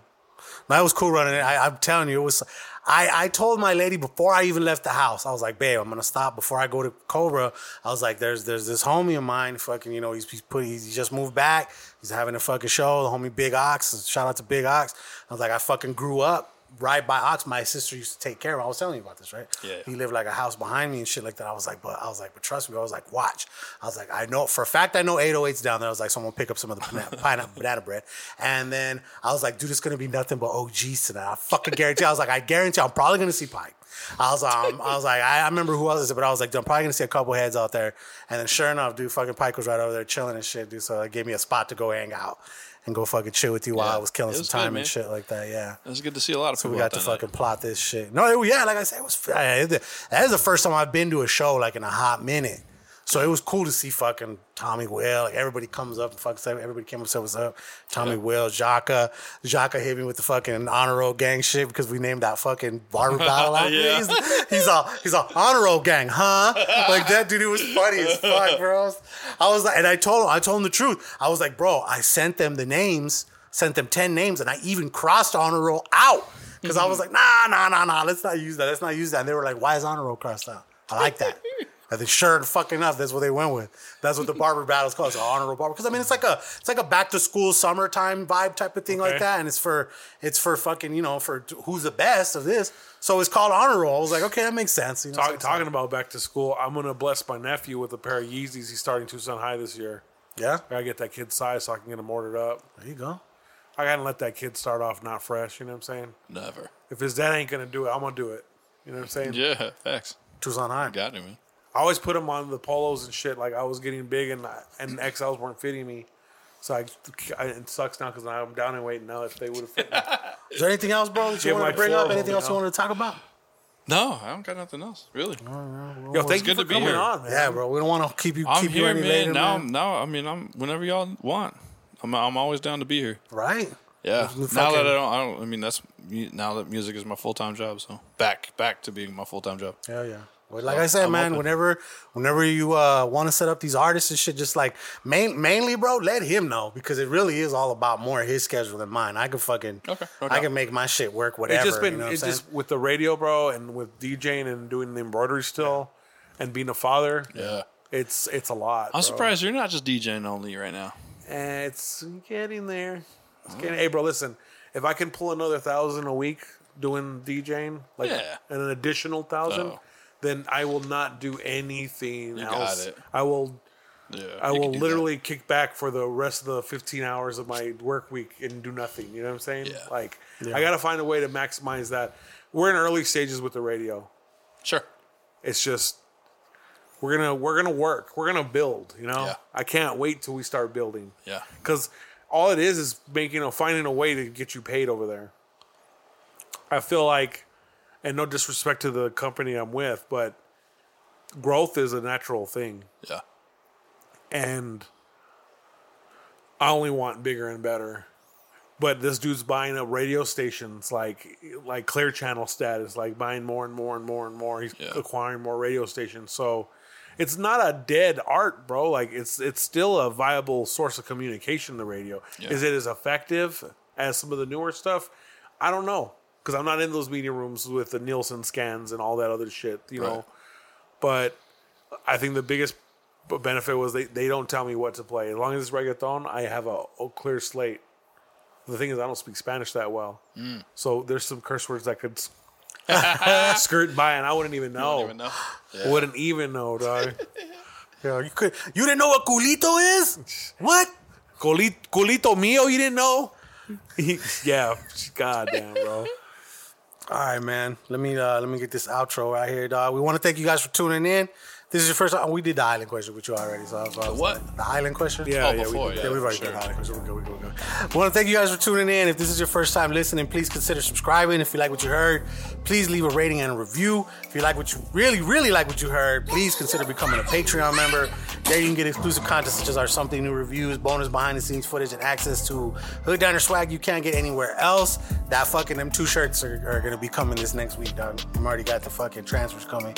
Speaker 3: That was cool running it. I, I'm telling you, it was. I, I told my lady before I even left the house, I was like, babe, I'm gonna stop before I go to Cobra. I was like, there's there's this homie of mine, fucking, you know, he's he's put he's, he just moved back. He's having a fucking show. The homie Big Ox. Shout out to Big Ox. I was like, I fucking grew up right by Ox. My sister used to take care of. him. I was telling you about this, right?
Speaker 5: Yeah.
Speaker 3: He lived like a house behind me and shit like that. I was like, but I was like, but trust me, I was like, watch. I was like, I know for a fact I know 808's down there. I was like, so I'm gonna pick up some of the pana- pineapple banana bread. And then I was like, dude, it's gonna be nothing but OGs tonight. I fucking guarantee. I was like, I guarantee I'm probably gonna see Pike. I was um, I was like, I, I remember who else is it, but I was like, dude, I'm probably gonna see a couple heads out there. And then sure enough, dude, fucking Pike was right over there chilling and shit, dude. So it gave me a spot to go hang out and go fucking chill with you while
Speaker 5: Yeah.
Speaker 3: I was killing
Speaker 5: It was
Speaker 3: some time
Speaker 5: good, man.
Speaker 3: and shit like that. Yeah.
Speaker 5: It's good to see a lot of
Speaker 3: So
Speaker 5: people.
Speaker 3: we got
Speaker 5: out
Speaker 3: to
Speaker 5: that night.
Speaker 3: fucking plot this shit. No, it, yeah, like I said, it was. That is the first time I've been to a show like in a hot minute. So it was cool to see fucking Tommy Will. Like everybody comes up and fucks up. Everybody came up and said what's up. Tommy Will, Jaka. Jaka hit me with the fucking honor roll gang shit because we named that fucking barber battle after
Speaker 5: Yeah.
Speaker 3: me. he's, he's all he's all honor roll gang, huh? Like that dude, it was funny as fuck, bro. I was like, and I told him, I told him the truth. I was like, bro, I sent them the names, sent them 10 names, and I even crossed honor roll out. because I was like, nah, nah, nah, nah, let's not use that. Let's not use that. And they were like, why is honor roll crossed out? I like that. And then sure and fucking enough, that's what they went with. That's what the barber battle is called. It's an honorable barber. Because I mean it's like a it's like a back to school summertime vibe type of thing like
Speaker 4: Okay.
Speaker 3: that. And it's for it's for fucking, you know, for t- who's the best of this. So it's called honor roll. I was like, okay, that makes sense. You know, so
Speaker 4: Talk,
Speaker 3: it's
Speaker 4: talking about back to school, I'm gonna bless my nephew with a pair of Yeezys. He's starting Tucson High this year.
Speaker 3: like- Yeah.
Speaker 4: I gotta get that kid size so I can get him ordered up.
Speaker 3: There you go.
Speaker 4: I gotta let that kid start off not fresh. You know what I'm saying?
Speaker 5: Never.
Speaker 4: If his dad ain't gonna do it, I'm gonna do it. You know what I'm saying?
Speaker 5: Yeah, facts.
Speaker 3: Tucson High.
Speaker 5: Got to man.
Speaker 4: I always put him on the polos and shit. Like I was getting big and and XLs weren't fitting me, so I, I it sucks now because I'm down in weight now. If they would have fit, me.
Speaker 3: Is there anything else, bro, that you
Speaker 4: Give
Speaker 3: want
Speaker 4: like
Speaker 3: to bring
Speaker 4: four
Speaker 3: up?
Speaker 4: of 'em,
Speaker 3: Anything
Speaker 4: you
Speaker 3: else you
Speaker 4: know?
Speaker 3: want to talk about?
Speaker 5: No, I don't got nothing else really.
Speaker 4: yo, thank you
Speaker 5: good
Speaker 4: for
Speaker 5: to be
Speaker 4: coming
Speaker 5: here.
Speaker 4: on, man.
Speaker 3: Yeah, bro. We don't want to keep you
Speaker 5: I'm
Speaker 3: keep you
Speaker 5: here,
Speaker 3: any
Speaker 5: man.
Speaker 3: later.
Speaker 5: now,
Speaker 3: man.
Speaker 5: now, I mean, I'm whenever y'all want. I'm, I'm always down to be here.
Speaker 3: Right.
Speaker 5: Yeah.
Speaker 3: Fucking-
Speaker 5: Now that I don't, I don't. I mean, that's mu- now that music is my full time job. So back, back to being my full time job.
Speaker 3: Hell yeah. Well, like I said,
Speaker 5: I'm
Speaker 3: man,
Speaker 5: open.
Speaker 3: whenever whenever you uh, want to set up these artists and shit, just like main, mainly, bro, let him know because it really is all about more his schedule than mine. I can fucking,
Speaker 5: Okay, no
Speaker 3: I
Speaker 5: doubt.
Speaker 3: can make my shit work. Whatever.
Speaker 4: It's just been
Speaker 3: you know what
Speaker 4: it's
Speaker 3: I'm
Speaker 4: just with the radio, bro, and with DJing and doing the embroidery still, and being a father.
Speaker 5: Yeah.
Speaker 4: It's it's a lot.
Speaker 5: I'm surprised you're not just DJing only right now.
Speaker 4: It's getting there. It's getting. Hey, bro, listen. If I can pull another thousand a week doing DJing, like
Speaker 5: Yeah.
Speaker 4: an additional thousand,
Speaker 5: Oh.
Speaker 4: then I will not do anything
Speaker 5: You got
Speaker 4: else.
Speaker 5: it.
Speaker 4: I will.
Speaker 5: Yeah.
Speaker 4: I
Speaker 5: you can
Speaker 4: will
Speaker 5: do
Speaker 4: literally kick back for the rest of the 15 hours of my work week and do nothing. You know what I'm saying?
Speaker 5: Yeah.
Speaker 4: Like, I got to find a way to maximize that. We're in early stages with the radio.
Speaker 5: that. Sure.
Speaker 4: It's just we're gonna we're gonna work. We're gonna build. You know,
Speaker 5: Yeah.
Speaker 4: I can't wait till we start building.
Speaker 5: Yeah.
Speaker 4: Because all it is is making a finding a way to get you paid over there. I feel like, and no disrespect to the company I'm with, but growth is a natural thing,
Speaker 5: Yeah.
Speaker 4: and I only want bigger and better. But this dude's buying up radio stations like like Clear Channel status, like buying more and more and more and more. He's acquiring more radio stations. So it's not a dead art, bro. Like it's it's still a viable source of communication. The radio
Speaker 5: Yeah.
Speaker 4: is it as effective as some of the newer stuff? I don't know because I'm not in those media rooms with the Nielsen scans and all that other shit. You
Speaker 5: Right.
Speaker 4: know, but I think the biggest b- benefit was they, they don't tell me what to play. As long as it's reggaeton, I have a, a clear slate. The thing is, I don't speak Spanish that well,
Speaker 5: Mm.
Speaker 4: so there's some curse words that could s- skirt by, and I wouldn't even know.
Speaker 5: even know. Yeah.
Speaker 4: Wouldn't even know, dog. yeah, you could.
Speaker 3: You didn't know what culito is? What?
Speaker 4: Colito, colito mio, you didn't know? yeah, goddamn, bro.
Speaker 3: All right, man. Let me uh, let me get this outro right here, dog. We want to thank you guys for tuning in. This is your first time. We did the island question with you already, so I was, I was-
Speaker 5: what?
Speaker 3: The island question?
Speaker 5: Yeah, Oh, yeah, we before,
Speaker 3: we
Speaker 5: did that. yeah,
Speaker 3: we've already
Speaker 5: sure.
Speaker 3: done island question. We go, we go, we go. We want to thank you guys for tuning in. If this is your first time listening, please consider subscribing. If you like what you heard, please leave a rating and a review. If you like what you really, really like what you heard, please consider becoming a Patreon member. There you can get exclusive content such as our something new reviews, bonus behind the scenes footage, and access to Hood Diner swag you can't get anywhere else. That fucking them two shirts are, are gonna be coming this next week, dog. I'm already got the fucking transfers coming.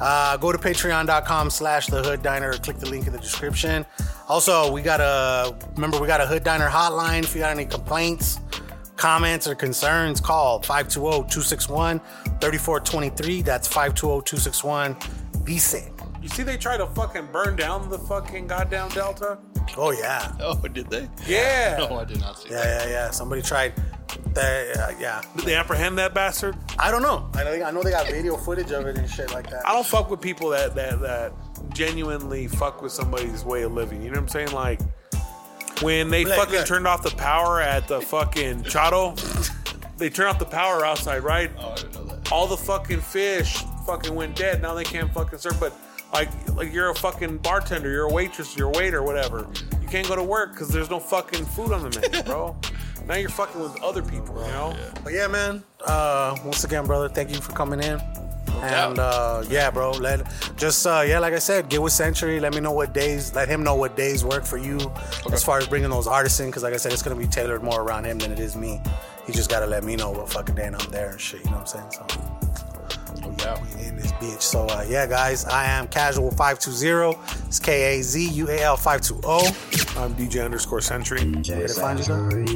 Speaker 3: Uh, go to patreon.com slash the hood diner or click the link in the description. Also, we got a remember we got a hood diner hotline if you got any complaints, comments, or concerns, call oh, 520-261-3423. That's oh, 520-261 BC.
Speaker 4: You see, they try to fucking burn down the fucking goddamn Delta.
Speaker 3: Oh yeah.
Speaker 5: Oh, did they?
Speaker 4: Yeah.
Speaker 5: No, I did not see
Speaker 3: Yeah, yeah, yeah. Somebody tried that uh, yeah.
Speaker 4: Did they apprehend that bastard?
Speaker 3: I don't know. I know I know they got video footage of it and shit like that.
Speaker 4: I don't fuck with people that that that genuinely fuck with somebody's way of living. You know what I'm saying? Like when they
Speaker 3: Look,
Speaker 4: fucking
Speaker 3: look.
Speaker 4: turned off the power at the fucking Chato, they turned off the power outside, right?
Speaker 5: Oh, I didn't know that.
Speaker 4: All the fucking fish fucking went dead. Now they can't fucking serve. But like like you're a fucking bartender, you're a waitress, you're a waiter, whatever. You can't go to work because there's no fucking food on the menu, bro. now you're fucking with other people, you know?
Speaker 3: But yeah, man. Uh, once again, brother, thank you for coming in.
Speaker 5: doubt.
Speaker 3: And uh, yeah, bro. Let just uh, yeah, like I said, get with Century. Let me know what days. Let him know what days work for you as far as bringing those artists in. Because like I said, it's gonna be tailored more around him than it is me. He just gotta let me know what fucking day and I'm there and shit. You know what I'm saying? So in this bitch. So uh, yeah, guys, I am Casual Five Two Zero. It's K A Z U A L Five Two O.
Speaker 4: I'm DJ underscore Century.
Speaker 3: Where to find you,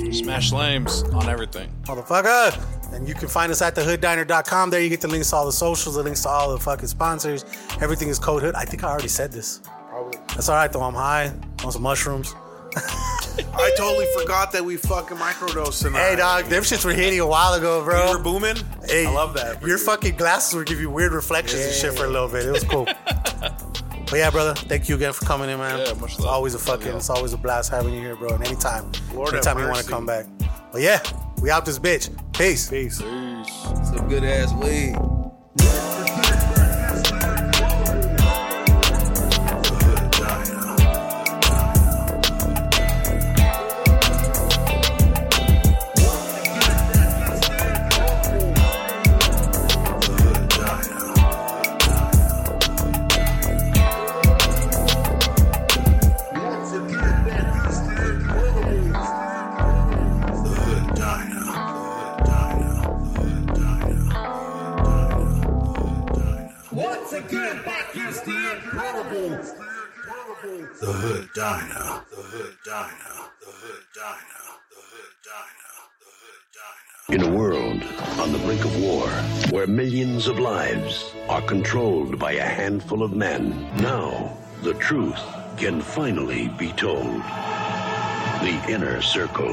Speaker 3: though?
Speaker 5: Smash lames on everything.
Speaker 3: motherfucker. And you can find us at thehooddiner.com. There you get the links to all the socials, the links to all the fucking sponsors. Everything is code hood. I think I already said this.
Speaker 4: Probably.
Speaker 3: That's all right though. I'm high on some mushrooms.
Speaker 4: I totally forgot that we fucking microdosed tonight.
Speaker 3: Hey dog, them shits were hitting a while ago,
Speaker 4: You
Speaker 3: bro.
Speaker 4: were booming.
Speaker 3: Hey,
Speaker 4: I love that. for
Speaker 3: Your
Speaker 4: you.
Speaker 3: fucking glasses would give you weird reflections and shit for a little bit. It was cool. but yeah, brother, thank you again for coming in, man.
Speaker 5: Yeah, much
Speaker 3: it's
Speaker 5: love.
Speaker 3: always a
Speaker 5: Love
Speaker 3: fucking,
Speaker 5: y'all.
Speaker 3: it's always a blast having you here, bro. And anytime,
Speaker 4: Lord have
Speaker 3: anytime you want to
Speaker 4: mercy.
Speaker 3: come back. But yeah, we out this bitch. Peace.
Speaker 4: Peace.
Speaker 12: Some good ass weed.
Speaker 13: Once again, back is the incredible.
Speaker 14: The Hood Diner. The Hood Diner. The Hood Diner. The Hood Diner. The Hood Diner.
Speaker 1: In a world on the brink of war, where millions of lives are controlled by a handful of men, now the truth can finally be told. The Inner Circle.